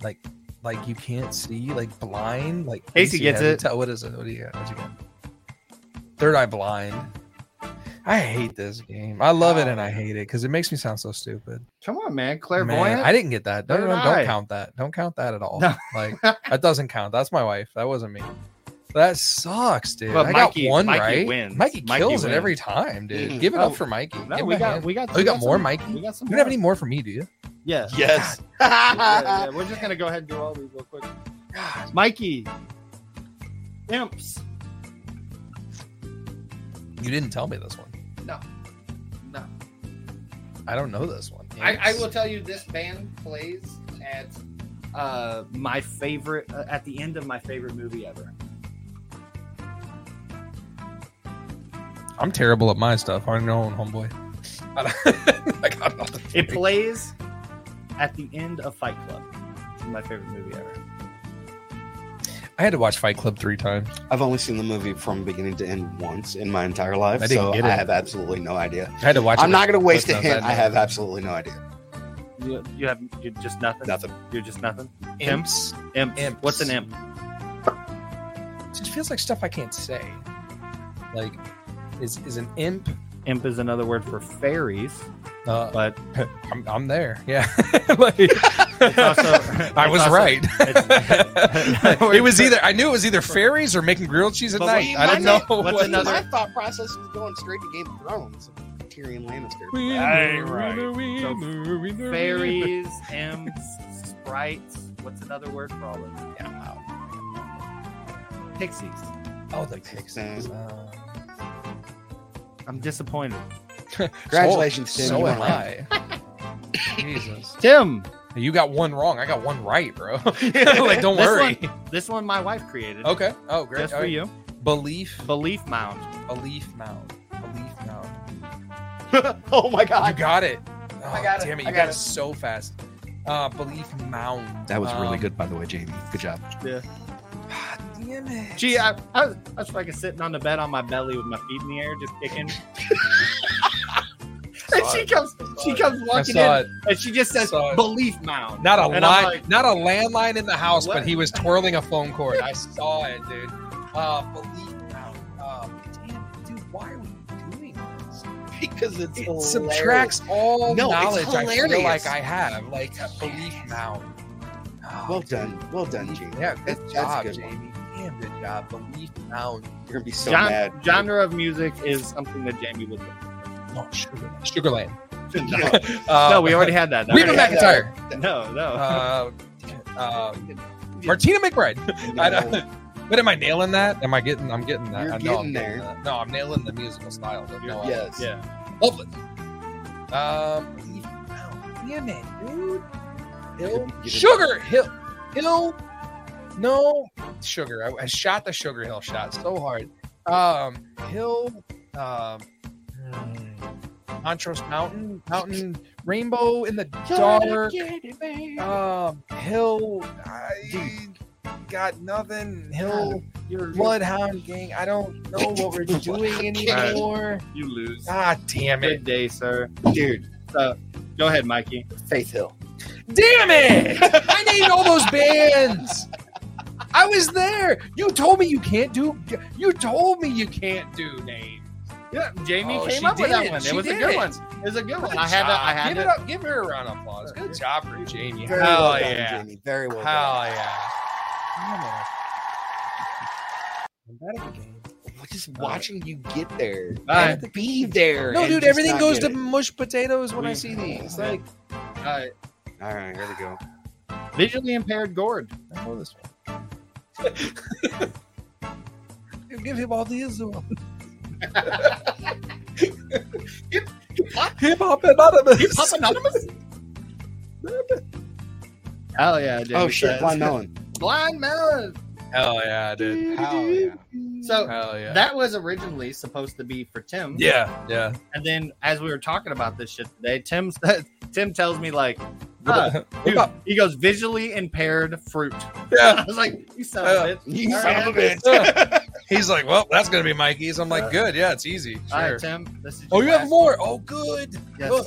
Speaker 7: like like you can't see, like blind, like
Speaker 6: Casey gets
Speaker 7: hasn't
Speaker 6: it.
Speaker 7: Tell, what is it? What do you got? What you got? Third eye blind. I hate this game. I love it and I hate it because it makes me sound so stupid.
Speaker 6: Come on, man. Clairvoyant.
Speaker 7: Man, I didn't get that. No, no,
Speaker 6: Third
Speaker 7: no, don't
Speaker 6: eye.
Speaker 7: count that. Don't count that at all.
Speaker 6: No.
Speaker 7: Like that doesn't count. That's my wife. That wasn't me. That sucks, dude.
Speaker 6: But
Speaker 7: I
Speaker 6: Mikey-
Speaker 7: got one
Speaker 6: Mikey
Speaker 7: right.
Speaker 6: wins.
Speaker 7: Mikey
Speaker 6: Mikey
Speaker 7: kills it
Speaker 6: wins.
Speaker 7: every time, dude.
Speaker 6: Mhm.
Speaker 7: Give it
Speaker 6: Oh,
Speaker 7: up for Mikey.
Speaker 6: no,
Speaker 7: Give him
Speaker 6: we
Speaker 7: a
Speaker 6: got-
Speaker 7: hand.
Speaker 6: we got-
Speaker 7: Oh, you
Speaker 6: we
Speaker 7: got,
Speaker 6: got
Speaker 7: more,
Speaker 6: some-
Speaker 7: Mikey.
Speaker 6: we got some
Speaker 7: You don't have any more for me, do you?
Speaker 6: Yeah.
Speaker 7: Yes.
Speaker 6: yeah, yeah, We're just gonna go ahead and do all these real quick. Mikey. Imps.
Speaker 7: You didn't tell me this one.
Speaker 18: No. No.
Speaker 7: I don't know this one.
Speaker 18: I, I will tell you this band plays at
Speaker 6: Uh, my favorite uh, at the end of my favorite movie ever.
Speaker 7: I'm terrible at my stuff. I know, homeboy. I don't- I got nothing. for
Speaker 6: It
Speaker 7: you.
Speaker 6: plays at the end of Fight Club. It's my favorite movie ever.
Speaker 7: I had to watch Fight Club three times.
Speaker 8: I've only seen the movie from beginning to end once in my entire life,
Speaker 7: I didn't
Speaker 8: so
Speaker 7: get it.
Speaker 8: I have absolutely no idea.
Speaker 7: I had to watch.
Speaker 8: I'm
Speaker 7: it
Speaker 8: not going to
Speaker 7: with
Speaker 8: waste a
Speaker 7: Cliff
Speaker 8: hint.
Speaker 7: Notes.
Speaker 8: I have absolutely no idea.
Speaker 6: You, you have you just nothing.
Speaker 8: Nothing.
Speaker 6: You're just nothing.
Speaker 7: Imps.
Speaker 6: Imps.
Speaker 7: Imps.
Speaker 6: What's an imp?
Speaker 7: It just feels like stuff I can't say. Like, is is an imp?
Speaker 6: Imp is another word for fairies,
Speaker 7: Uh,
Speaker 6: but
Speaker 7: I'm, I'm there. Yeah. Like-
Speaker 6: it's also
Speaker 7: I was right.
Speaker 6: right.
Speaker 7: it was either I knew it was either fairies or making grilled cheese at
Speaker 6: But
Speaker 7: night.
Speaker 6: wait,
Speaker 7: I didn't know
Speaker 6: what's it-
Speaker 7: what
Speaker 6: what's
Speaker 7: the-
Speaker 6: another-
Speaker 8: My thought process was going straight to Game of Thrones. Tyrion Lannister.
Speaker 6: fairies, imps, sprites. What's another word for all of them? Pixies.
Speaker 7: Oh, the pixies. Uh,
Speaker 6: I'm disappointed.
Speaker 8: Congratulations,
Speaker 7: so,
Speaker 8: Tim.
Speaker 7: So
Speaker 8: You won
Speaker 7: am I. Jesus.
Speaker 6: Tim,
Speaker 7: You got one wrong. I got one right, bro. like, don't
Speaker 6: This
Speaker 7: worry.
Speaker 6: one- this one my wife created.
Speaker 7: Okay. Oh, great.
Speaker 6: Just
Speaker 7: All
Speaker 6: for
Speaker 7: right.
Speaker 6: you.
Speaker 7: Belief.
Speaker 6: Belief mound.
Speaker 7: Belief mound. Belief mound.
Speaker 6: oh my
Speaker 7: You got it. Oh,
Speaker 18: got it.
Speaker 7: Damn it.
Speaker 18: I
Speaker 7: You got,
Speaker 18: got
Speaker 7: it.
Speaker 18: it.
Speaker 7: so fast. Uh, belief mound.
Speaker 8: That was really
Speaker 7: Um,
Speaker 8: good, by the way, Jamie. Good job.
Speaker 6: Yeah.
Speaker 7: Damn it.
Speaker 6: Gee, I, I, was, I was fucking sitting on the bed on my belly with my feet in the air, just kicking. and she comes, she comes walking
Speaker 7: saw
Speaker 6: in,
Speaker 7: it.
Speaker 6: and she just says,
Speaker 7: Saw it.
Speaker 6: "Belief mound."
Speaker 7: Not a
Speaker 6: And I'm
Speaker 7: line,
Speaker 6: like,
Speaker 7: not a landline in the house,
Speaker 6: What?
Speaker 7: but he was twirling a phone cord. I saw it, dude. Uh, believe now, uh, damn, dude, why are we doing this?
Speaker 8: Because it's
Speaker 7: It
Speaker 8: hilarious.
Speaker 7: subtracts all
Speaker 8: No, it's
Speaker 7: knowledge I feel
Speaker 8: hilarious.
Speaker 7: like I have, like a belief mound. Oh,
Speaker 8: Well done. Well done, Jamie.
Speaker 7: yeah, good
Speaker 8: That's- that's a
Speaker 7: job,
Speaker 8: good one.
Speaker 7: Jamie. Damn, good job. Belief mound.
Speaker 8: You're going to be so mad.
Speaker 6: Gen- genre of music is something that Jamie would.
Speaker 7: No, Sugar- Sugarland.
Speaker 6: No,
Speaker 7: Uh,
Speaker 6: no, we already had that.
Speaker 7: Reba
Speaker 8: already had
Speaker 7: McIntyre.
Speaker 6: No, no.
Speaker 7: Uh, uh, Martina McBride. I don't, but am I nailing that? Am I getting? I'm getting that.
Speaker 8: You're
Speaker 7: I know I'm
Speaker 8: getting
Speaker 7: getting
Speaker 8: there.
Speaker 7: that. No, I'm nailing the musical style. But no, I-
Speaker 8: Yes.
Speaker 6: yeah.
Speaker 7: Lovely. Um, damn it, dude. Hill,
Speaker 8: You didn't-
Speaker 7: sugar hill, hill No, Sugar. I, I shot the Sugar Hill shot so hard. Um, Hill, um, hmm. Montrose Mountain, Mountain Rainbow in the Dark. Um, Hill, I got nothing. Hill,
Speaker 6: you're-
Speaker 7: Bloodhound Gang. I don't know what we're doing anymore.
Speaker 6: You lose.
Speaker 7: Ah, damn it.
Speaker 6: Good day, sir.
Speaker 8: Dude.
Speaker 6: So, go ahead, Mikey.
Speaker 8: Faith Hill.
Speaker 7: Damn it! I named all those bands. I was there. You told me you can't do. You told me you can't do names.
Speaker 6: Yeah, Jamie
Speaker 7: Oh,
Speaker 6: came
Speaker 7: she
Speaker 6: up with that
Speaker 7: did.
Speaker 6: one. It
Speaker 7: She
Speaker 6: was a
Speaker 7: did
Speaker 6: good
Speaker 7: it.
Speaker 6: one. It was a good one.
Speaker 7: Good
Speaker 6: I had to. I
Speaker 7: job.
Speaker 6: had
Speaker 7: give
Speaker 6: to.
Speaker 7: it up. Give her a round of applause. Good job for Jamie.
Speaker 8: Very
Speaker 7: Hell
Speaker 8: well done,
Speaker 7: yeah.
Speaker 8: Jamie. Very well
Speaker 7: Hell
Speaker 8: done.
Speaker 7: yeah.
Speaker 8: Just watching you get there.
Speaker 6: uh,
Speaker 7: All
Speaker 8: and Be there.
Speaker 7: No,
Speaker 8: and
Speaker 7: dude,
Speaker 8: just
Speaker 7: everything
Speaker 8: not
Speaker 7: goes
Speaker 8: get
Speaker 7: to
Speaker 8: it.
Speaker 7: mush potatoes when I
Speaker 8: We-
Speaker 7: see these. Like,
Speaker 6: All right.
Speaker 8: All right, here we go.
Speaker 6: Visually impaired gourd.
Speaker 7: I know this one. Give him all the Israel. Hip hop anonymous. Hip hop anonymous.
Speaker 6: Hell yeah! Jamie
Speaker 8: Oh shit,
Speaker 6: says.
Speaker 8: blind melon.
Speaker 6: Blind melon.
Speaker 7: Hell yeah, dude. Hell yeah.
Speaker 6: So
Speaker 7: Hell yeah.
Speaker 6: that was originally supposed to be for Tim.
Speaker 7: Yeah, yeah.
Speaker 6: And then as we were talking about this shit today, Tim Tim tells me like, uh,
Speaker 7: What
Speaker 6: dude, he goes visually impaired fruit.
Speaker 7: Yeah.
Speaker 6: I was like, you son
Speaker 7: Uh,
Speaker 6: of a bitch.
Speaker 7: you
Speaker 6: All
Speaker 7: son
Speaker 6: right.
Speaker 7: of a bitch. He's like, well, that's gonna be Mikey's. I'm like,
Speaker 6: Uh,
Speaker 7: good, yeah, it's easy. Sure.
Speaker 6: All right, Tim. This is
Speaker 7: Oh,
Speaker 6: your
Speaker 7: you have
Speaker 6: last-
Speaker 7: more. Oh, good.
Speaker 6: Yes.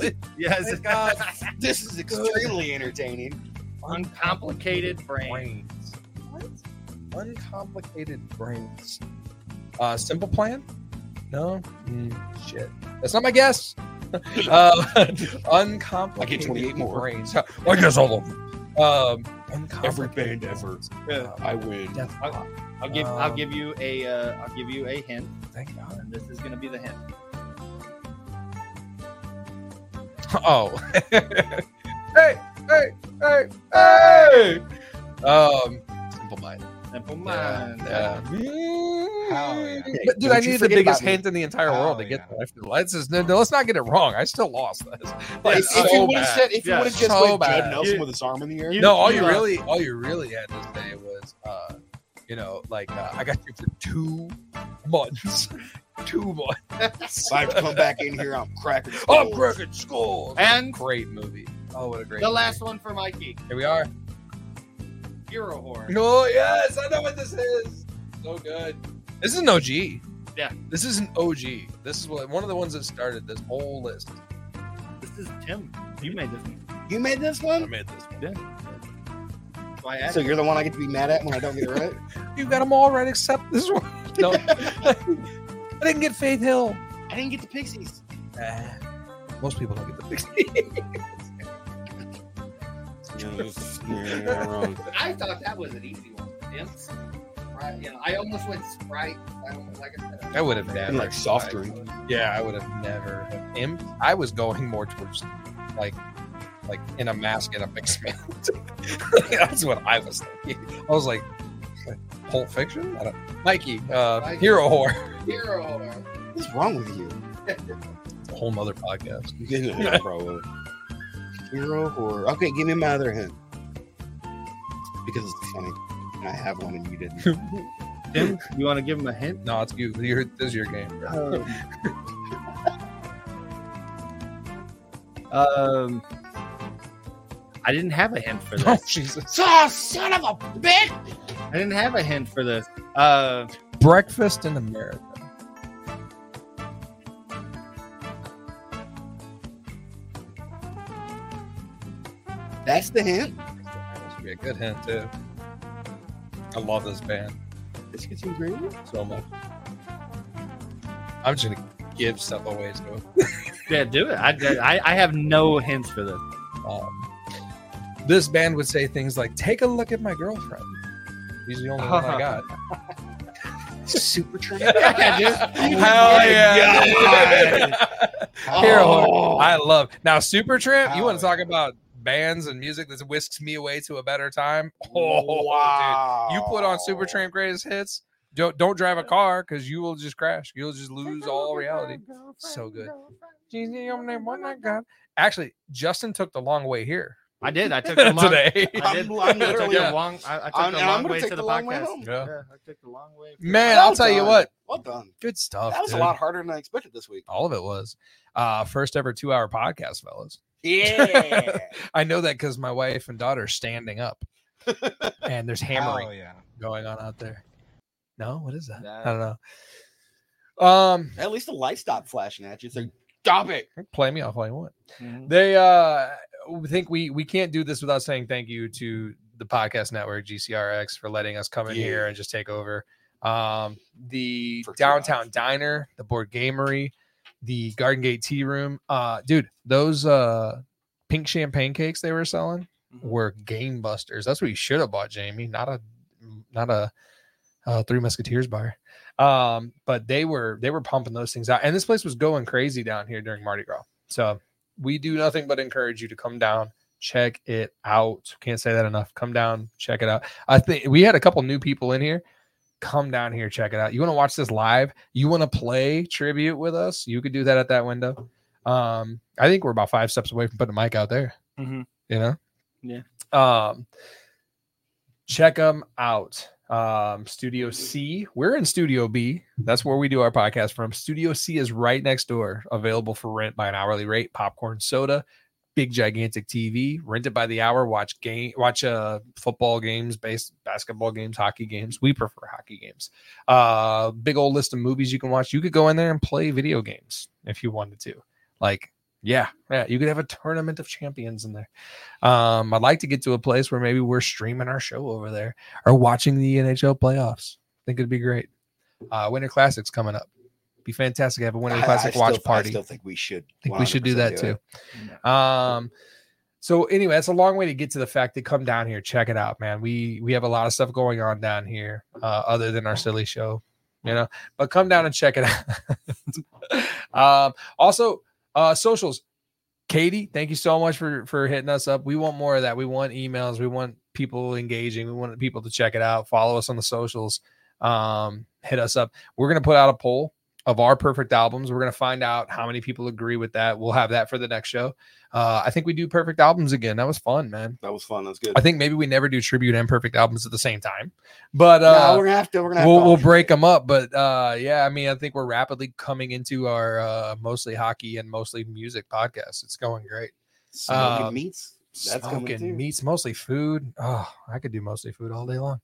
Speaker 7: Good.
Speaker 6: Yes.
Speaker 7: Thank God.
Speaker 8: This is extremely entertaining.
Speaker 6: Uncomplicated brain.
Speaker 7: Brains. What? Uncomplicated brains. Uh, simple plan? No. Mm, shit. That's not my guess. uh, uncomplicated.
Speaker 8: I get 28 more.
Speaker 7: brains. I guess all of them. Um,
Speaker 8: Every
Speaker 7: uncomplicated. Uh,
Speaker 8: band ever.
Speaker 6: Yeah.
Speaker 8: I win.
Speaker 7: Death Clock.
Speaker 6: I'll give I'll
Speaker 7: Um,
Speaker 6: give you a uh, I'll give you a hint,
Speaker 7: Thank God.
Speaker 6: and this is gonna be the hint.
Speaker 7: Oh. hey, hey, hey, hey. Um, simple mind.
Speaker 6: Simple
Speaker 7: Yeah,
Speaker 6: mind.
Speaker 7: yeah.
Speaker 8: Mm. Hey,
Speaker 7: But dude,
Speaker 8: don't
Speaker 7: I
Speaker 8: you
Speaker 7: needed the
Speaker 8: forget
Speaker 7: biggest
Speaker 8: about me.
Speaker 7: hint in the entire world to
Speaker 8: Oh,
Speaker 7: get that. I feel- Let's just no, no, let's not get it wrong. I still lost this. Like,
Speaker 8: If, if
Speaker 7: so
Speaker 8: you would have
Speaker 7: bad.
Speaker 8: said, if
Speaker 6: Yeah,
Speaker 8: you would have just
Speaker 7: so
Speaker 8: went
Speaker 7: bad.
Speaker 8: Judd Nelson
Speaker 6: You-
Speaker 8: with his arm in the air,
Speaker 6: you-
Speaker 7: no, all you
Speaker 6: lost.
Speaker 7: really, all you really had to say was, uh, you know, like uh, I got you for two months, two months.
Speaker 8: if I have to come back in here, I'm cracking.
Speaker 7: oh,
Speaker 8: skulls.
Speaker 7: crooked school.
Speaker 6: And
Speaker 7: Great movie. Oh, what a great.
Speaker 6: the last one for Mikey,
Speaker 7: Movie. Here we are.
Speaker 6: hero horror.
Speaker 7: No, yes, I know what this is. So good. This is an OG.
Speaker 6: Yeah.
Speaker 7: This is an OG. This is what, one of the ones that started this whole list.
Speaker 6: This is Tim. You made this one.
Speaker 8: You made this
Speaker 7: I
Speaker 8: one?
Speaker 7: made this one.
Speaker 6: That's why I asked.
Speaker 8: So you're the one I get to be mad at when I don't get it right?
Speaker 7: You got them all right except this one. No. I didn't get Faith Hill.
Speaker 8: I didn't get the Pixies.
Speaker 7: most people don't get the Pixies.
Speaker 18: I thought that was an easy one. Tim. Sprite, you know, I almost went Sprite. I almost, like I said,
Speaker 7: I would have never.
Speaker 8: like soft drink.
Speaker 7: Yeah, I would have never. have Imp. I was going more towards like, like in a mask and a mixed mount. That's what I was thinking. I was like, Pulp Fiction. I don't, Mikey, uh,
Speaker 18: Mikey.
Speaker 7: Hero Whore.
Speaker 18: Hero.
Speaker 8: What's wrong with you?
Speaker 7: It's a whole nother podcast.
Speaker 8: Bro. Hero horror. Okay, give me my other hint. Because it's funny. And I have one and you didn't.
Speaker 6: Tim, you want to give him a hint?
Speaker 7: No, it's you. You're, this is your game. Bro.
Speaker 6: Um, I didn't have a hint for
Speaker 7: Oh
Speaker 6: this.
Speaker 7: Jesus!
Speaker 8: oh, son of a bitch!
Speaker 6: I didn't have a hint for this. Uh,
Speaker 7: Breakfast in America.
Speaker 8: That's the hint.
Speaker 7: This would be a good hint too. I love this band.
Speaker 8: This gets you great.
Speaker 7: so much. I'm just gonna give stuff away to him.
Speaker 6: yeah, do it. I, I I have no hints for this.
Speaker 7: Um, this band would say things like, "Take a look at my girlfriend." He's the only one I got.
Speaker 8: Super train.
Speaker 7: Hell
Speaker 8: yeah.
Speaker 7: Hero.
Speaker 8: Oh.
Speaker 7: I love now Super Tramp. you
Speaker 8: Hell
Speaker 7: want to talk about bands and music that whisks me away to a better time? Oh,
Speaker 8: wow.
Speaker 7: dude. you put on Super Tramp greatest hits. Don't don't drive a car because you will just crash. You'll just lose all reality. So good. Actually, Justin took the long way here.
Speaker 6: I did. I took the long,
Speaker 7: Today.
Speaker 6: I did.
Speaker 7: I'm-
Speaker 6: i
Speaker 7: I'm
Speaker 6: took
Speaker 7: literally-
Speaker 6: the long. I, I took
Speaker 7: I'm-
Speaker 6: the
Speaker 7: Oh, I'm
Speaker 6: long
Speaker 7: gonna
Speaker 6: way
Speaker 7: take
Speaker 6: to
Speaker 7: the
Speaker 6: the,
Speaker 7: long way home.
Speaker 6: podcast.
Speaker 7: Yeah.
Speaker 6: I took the long way.
Speaker 7: Man,
Speaker 8: Well
Speaker 7: I'll tell you
Speaker 8: done.
Speaker 7: what.
Speaker 8: Well done.
Speaker 7: Good stuff.
Speaker 8: That was
Speaker 7: Oh, dude.
Speaker 8: a lot harder than I expected this week.
Speaker 7: All of it was. Uh, first ever two hour podcast, fellas.
Speaker 8: Yeah.
Speaker 7: I know that because my wife and daughter are standing up and there's hammering
Speaker 10: Oh, yeah.
Speaker 7: going on out there. No, what is that? I
Speaker 8: That-
Speaker 7: don't know. Um,
Speaker 8: At least the light stopped flashing at you. So stop it.
Speaker 7: play me off all you want.
Speaker 8: Mm-hmm.
Speaker 7: They uh we think we we can't do this without saying thank you to the podcast network GCRX for letting us come in
Speaker 8: Yeah.
Speaker 7: here and just take over. Um the downtown diner, the board gamery, the Garden Gate tea room. Uh dude, those uh pink champagne cakes they were selling were game busters. That's what you should have bought, Jamie, not a not a uh, Three Musketeers bar. Um, but they were they were pumping those things out, and this place was going crazy down here during Mardi Gras. So we do nothing but encourage you to come down, check it out. Can't say that enough. Come down, check it out. I think we had a couple new people in here. Come down here, check it out. You want to watch this live? You want to play tribute with us? You could do that at that window. Um, I think we're about five steps away from putting a mic out there.
Speaker 6: Mhm.
Speaker 7: You know,
Speaker 6: Yeah.
Speaker 7: um, check them out. Um, Studio C, we're in Studio B. That's where we do our podcast from. Studio C is right next door, available for rent by an hourly rate. Popcorn, soda, big gigantic TV. Rent it by the hour. Watch game, watch uh football games, base basketball games, hockey games. We prefer hockey games. Uh, big old list of movies you can watch. You could go in there and play video games if you wanted to. Like, yeah, yeah, you could have a tournament of champions in there. Um, I'd like to get to a place where maybe we're streaming our show over there or watching the NHL playoffs. I think it'd be great. Uh, Winter Classic's coming up. Be fantastic. Have a Winter
Speaker 8: I- I
Speaker 7: Classic watch
Speaker 8: still-
Speaker 7: party.
Speaker 8: I still think we should.
Speaker 7: I think we should do
Speaker 8: 100%
Speaker 7: that too. Um, so anyway, that's a long way to get to the fact that come down here, check it out, man. We we have a lot of stuff going on down here, uh, other than our silly show, you know. But come down and check it out. um, also, uh, socials. Katie, thank you so much for for hitting us up. We want more of that. We want emails. We want people engaging. We want people to check it out. Follow us on the socials. Um, hit us up. We're gonna put out a poll of our perfect albums. We're gonna find out how many people agree with that. We'll have that for the next show. Uh, I think we do perfect albums again. That was fun, man.
Speaker 8: That was fun. That was good.
Speaker 7: I think maybe we never do tribute and perfect albums at the same time, but
Speaker 8: No,
Speaker 7: uh,
Speaker 8: we're gonna have to- we're gonna have
Speaker 7: we'll,
Speaker 8: to
Speaker 7: we'll
Speaker 8: alternate.
Speaker 7: break them up. But uh, yeah, I mean, I think we're rapidly coming into our uh, mostly hockey and mostly music podcast. It's going great.
Speaker 8: Smoking
Speaker 7: Um,
Speaker 8: meats. That's coming
Speaker 7: smoking
Speaker 8: too.
Speaker 7: meats, mostly food. Oh, I could do mostly food all day long.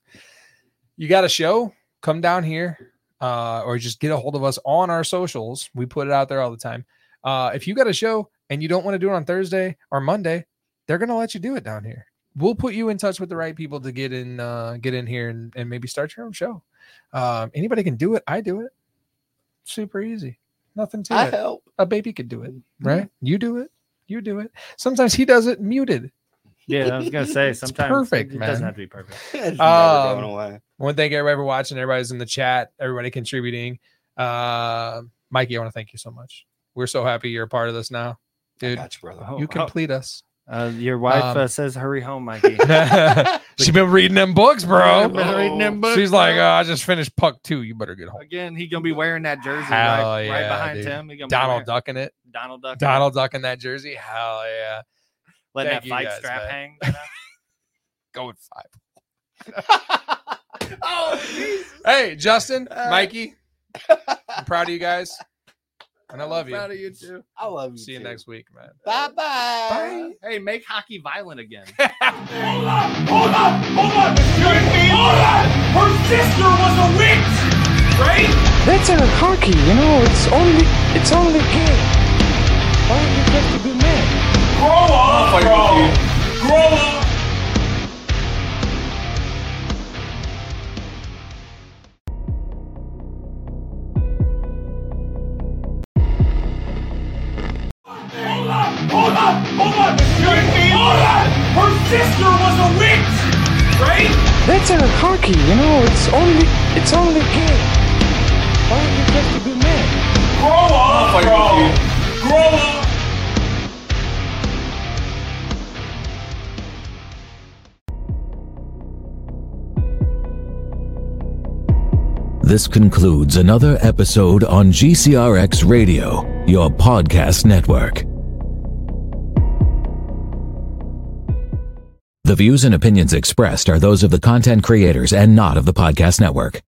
Speaker 7: You got a show? Come down here, uh, or just get a hold of us on our socials. We put it out there all the time. Uh, if you got a show and you don't want to do it on Thursday or Monday, they're gonna let you do it down here. We'll put you in touch with the right people to get in, uh, get in here and, and maybe start your own show. Um, anybody can do it. I do it. Super easy. Nothing to
Speaker 10: I
Speaker 7: it.
Speaker 10: help.
Speaker 7: A baby could do it, right? You do it. You do it. Sometimes he does it muted.
Speaker 6: Yeah, I was gonna say
Speaker 7: It's
Speaker 6: sometimes
Speaker 7: perfect,
Speaker 6: It doesn't
Speaker 7: man.
Speaker 6: have to be perfect.
Speaker 8: It's never
Speaker 7: Um,
Speaker 8: going away.
Speaker 7: want to thank everybody for watching. Everybody's in the chat. Everybody contributing. Uh, Mikey, I want to thank you so much. We're so happy you're a part of this now, dude.
Speaker 8: got you, brother.
Speaker 7: You complete us.
Speaker 6: Oh, Uh, your wife
Speaker 7: Um,
Speaker 6: uh, says, "Hurry home, Mikey."
Speaker 7: She's been reading them books, bro.
Speaker 6: I've been reading them books,
Speaker 7: She's like,
Speaker 6: bro.
Speaker 7: uh, I just finished Puck Two. You better get home.
Speaker 6: Again, he gonna be wearing that jersey
Speaker 7: Hell
Speaker 6: right, right
Speaker 7: yeah,
Speaker 6: behind
Speaker 7: dude.
Speaker 6: him. He gonna be
Speaker 7: Donald
Speaker 6: wearing-
Speaker 7: ducking it.
Speaker 6: Donald Duck.
Speaker 7: Donald Duck in that jersey. Hell yeah.
Speaker 6: Letting
Speaker 7: Thank
Speaker 6: that
Speaker 7: you
Speaker 6: fight
Speaker 7: guys,
Speaker 6: strap
Speaker 7: man.
Speaker 6: hang.
Speaker 7: Going five.
Speaker 6: Oh,
Speaker 7: Hey, Justin, Mikey, I'm proud of you guys. And I love you.
Speaker 6: Proud of you too.
Speaker 8: I love you.
Speaker 7: See you next week, man.
Speaker 8: Bye bye.
Speaker 6: Hey, make hockey violent again.
Speaker 10: Hold on, hold on, hold on. Hold on. Her sister was a witch, right?
Speaker 19: That's our hockey, you know. It's only, it's only game. Why do you have to be mad?
Speaker 10: Grow up, bro. Grow up. Hold on, hold on, hold on. Hold on. Her sister was a witch, right?
Speaker 19: That's our hockey, you know. It's only, it's only game. Why do you have to be mad?
Speaker 10: Grow up, bro. Grow up.
Speaker 1: This concludes another episode on GCRX Radio, your podcast network. The views and opinions expressed are those of the content creators and not of the podcast network.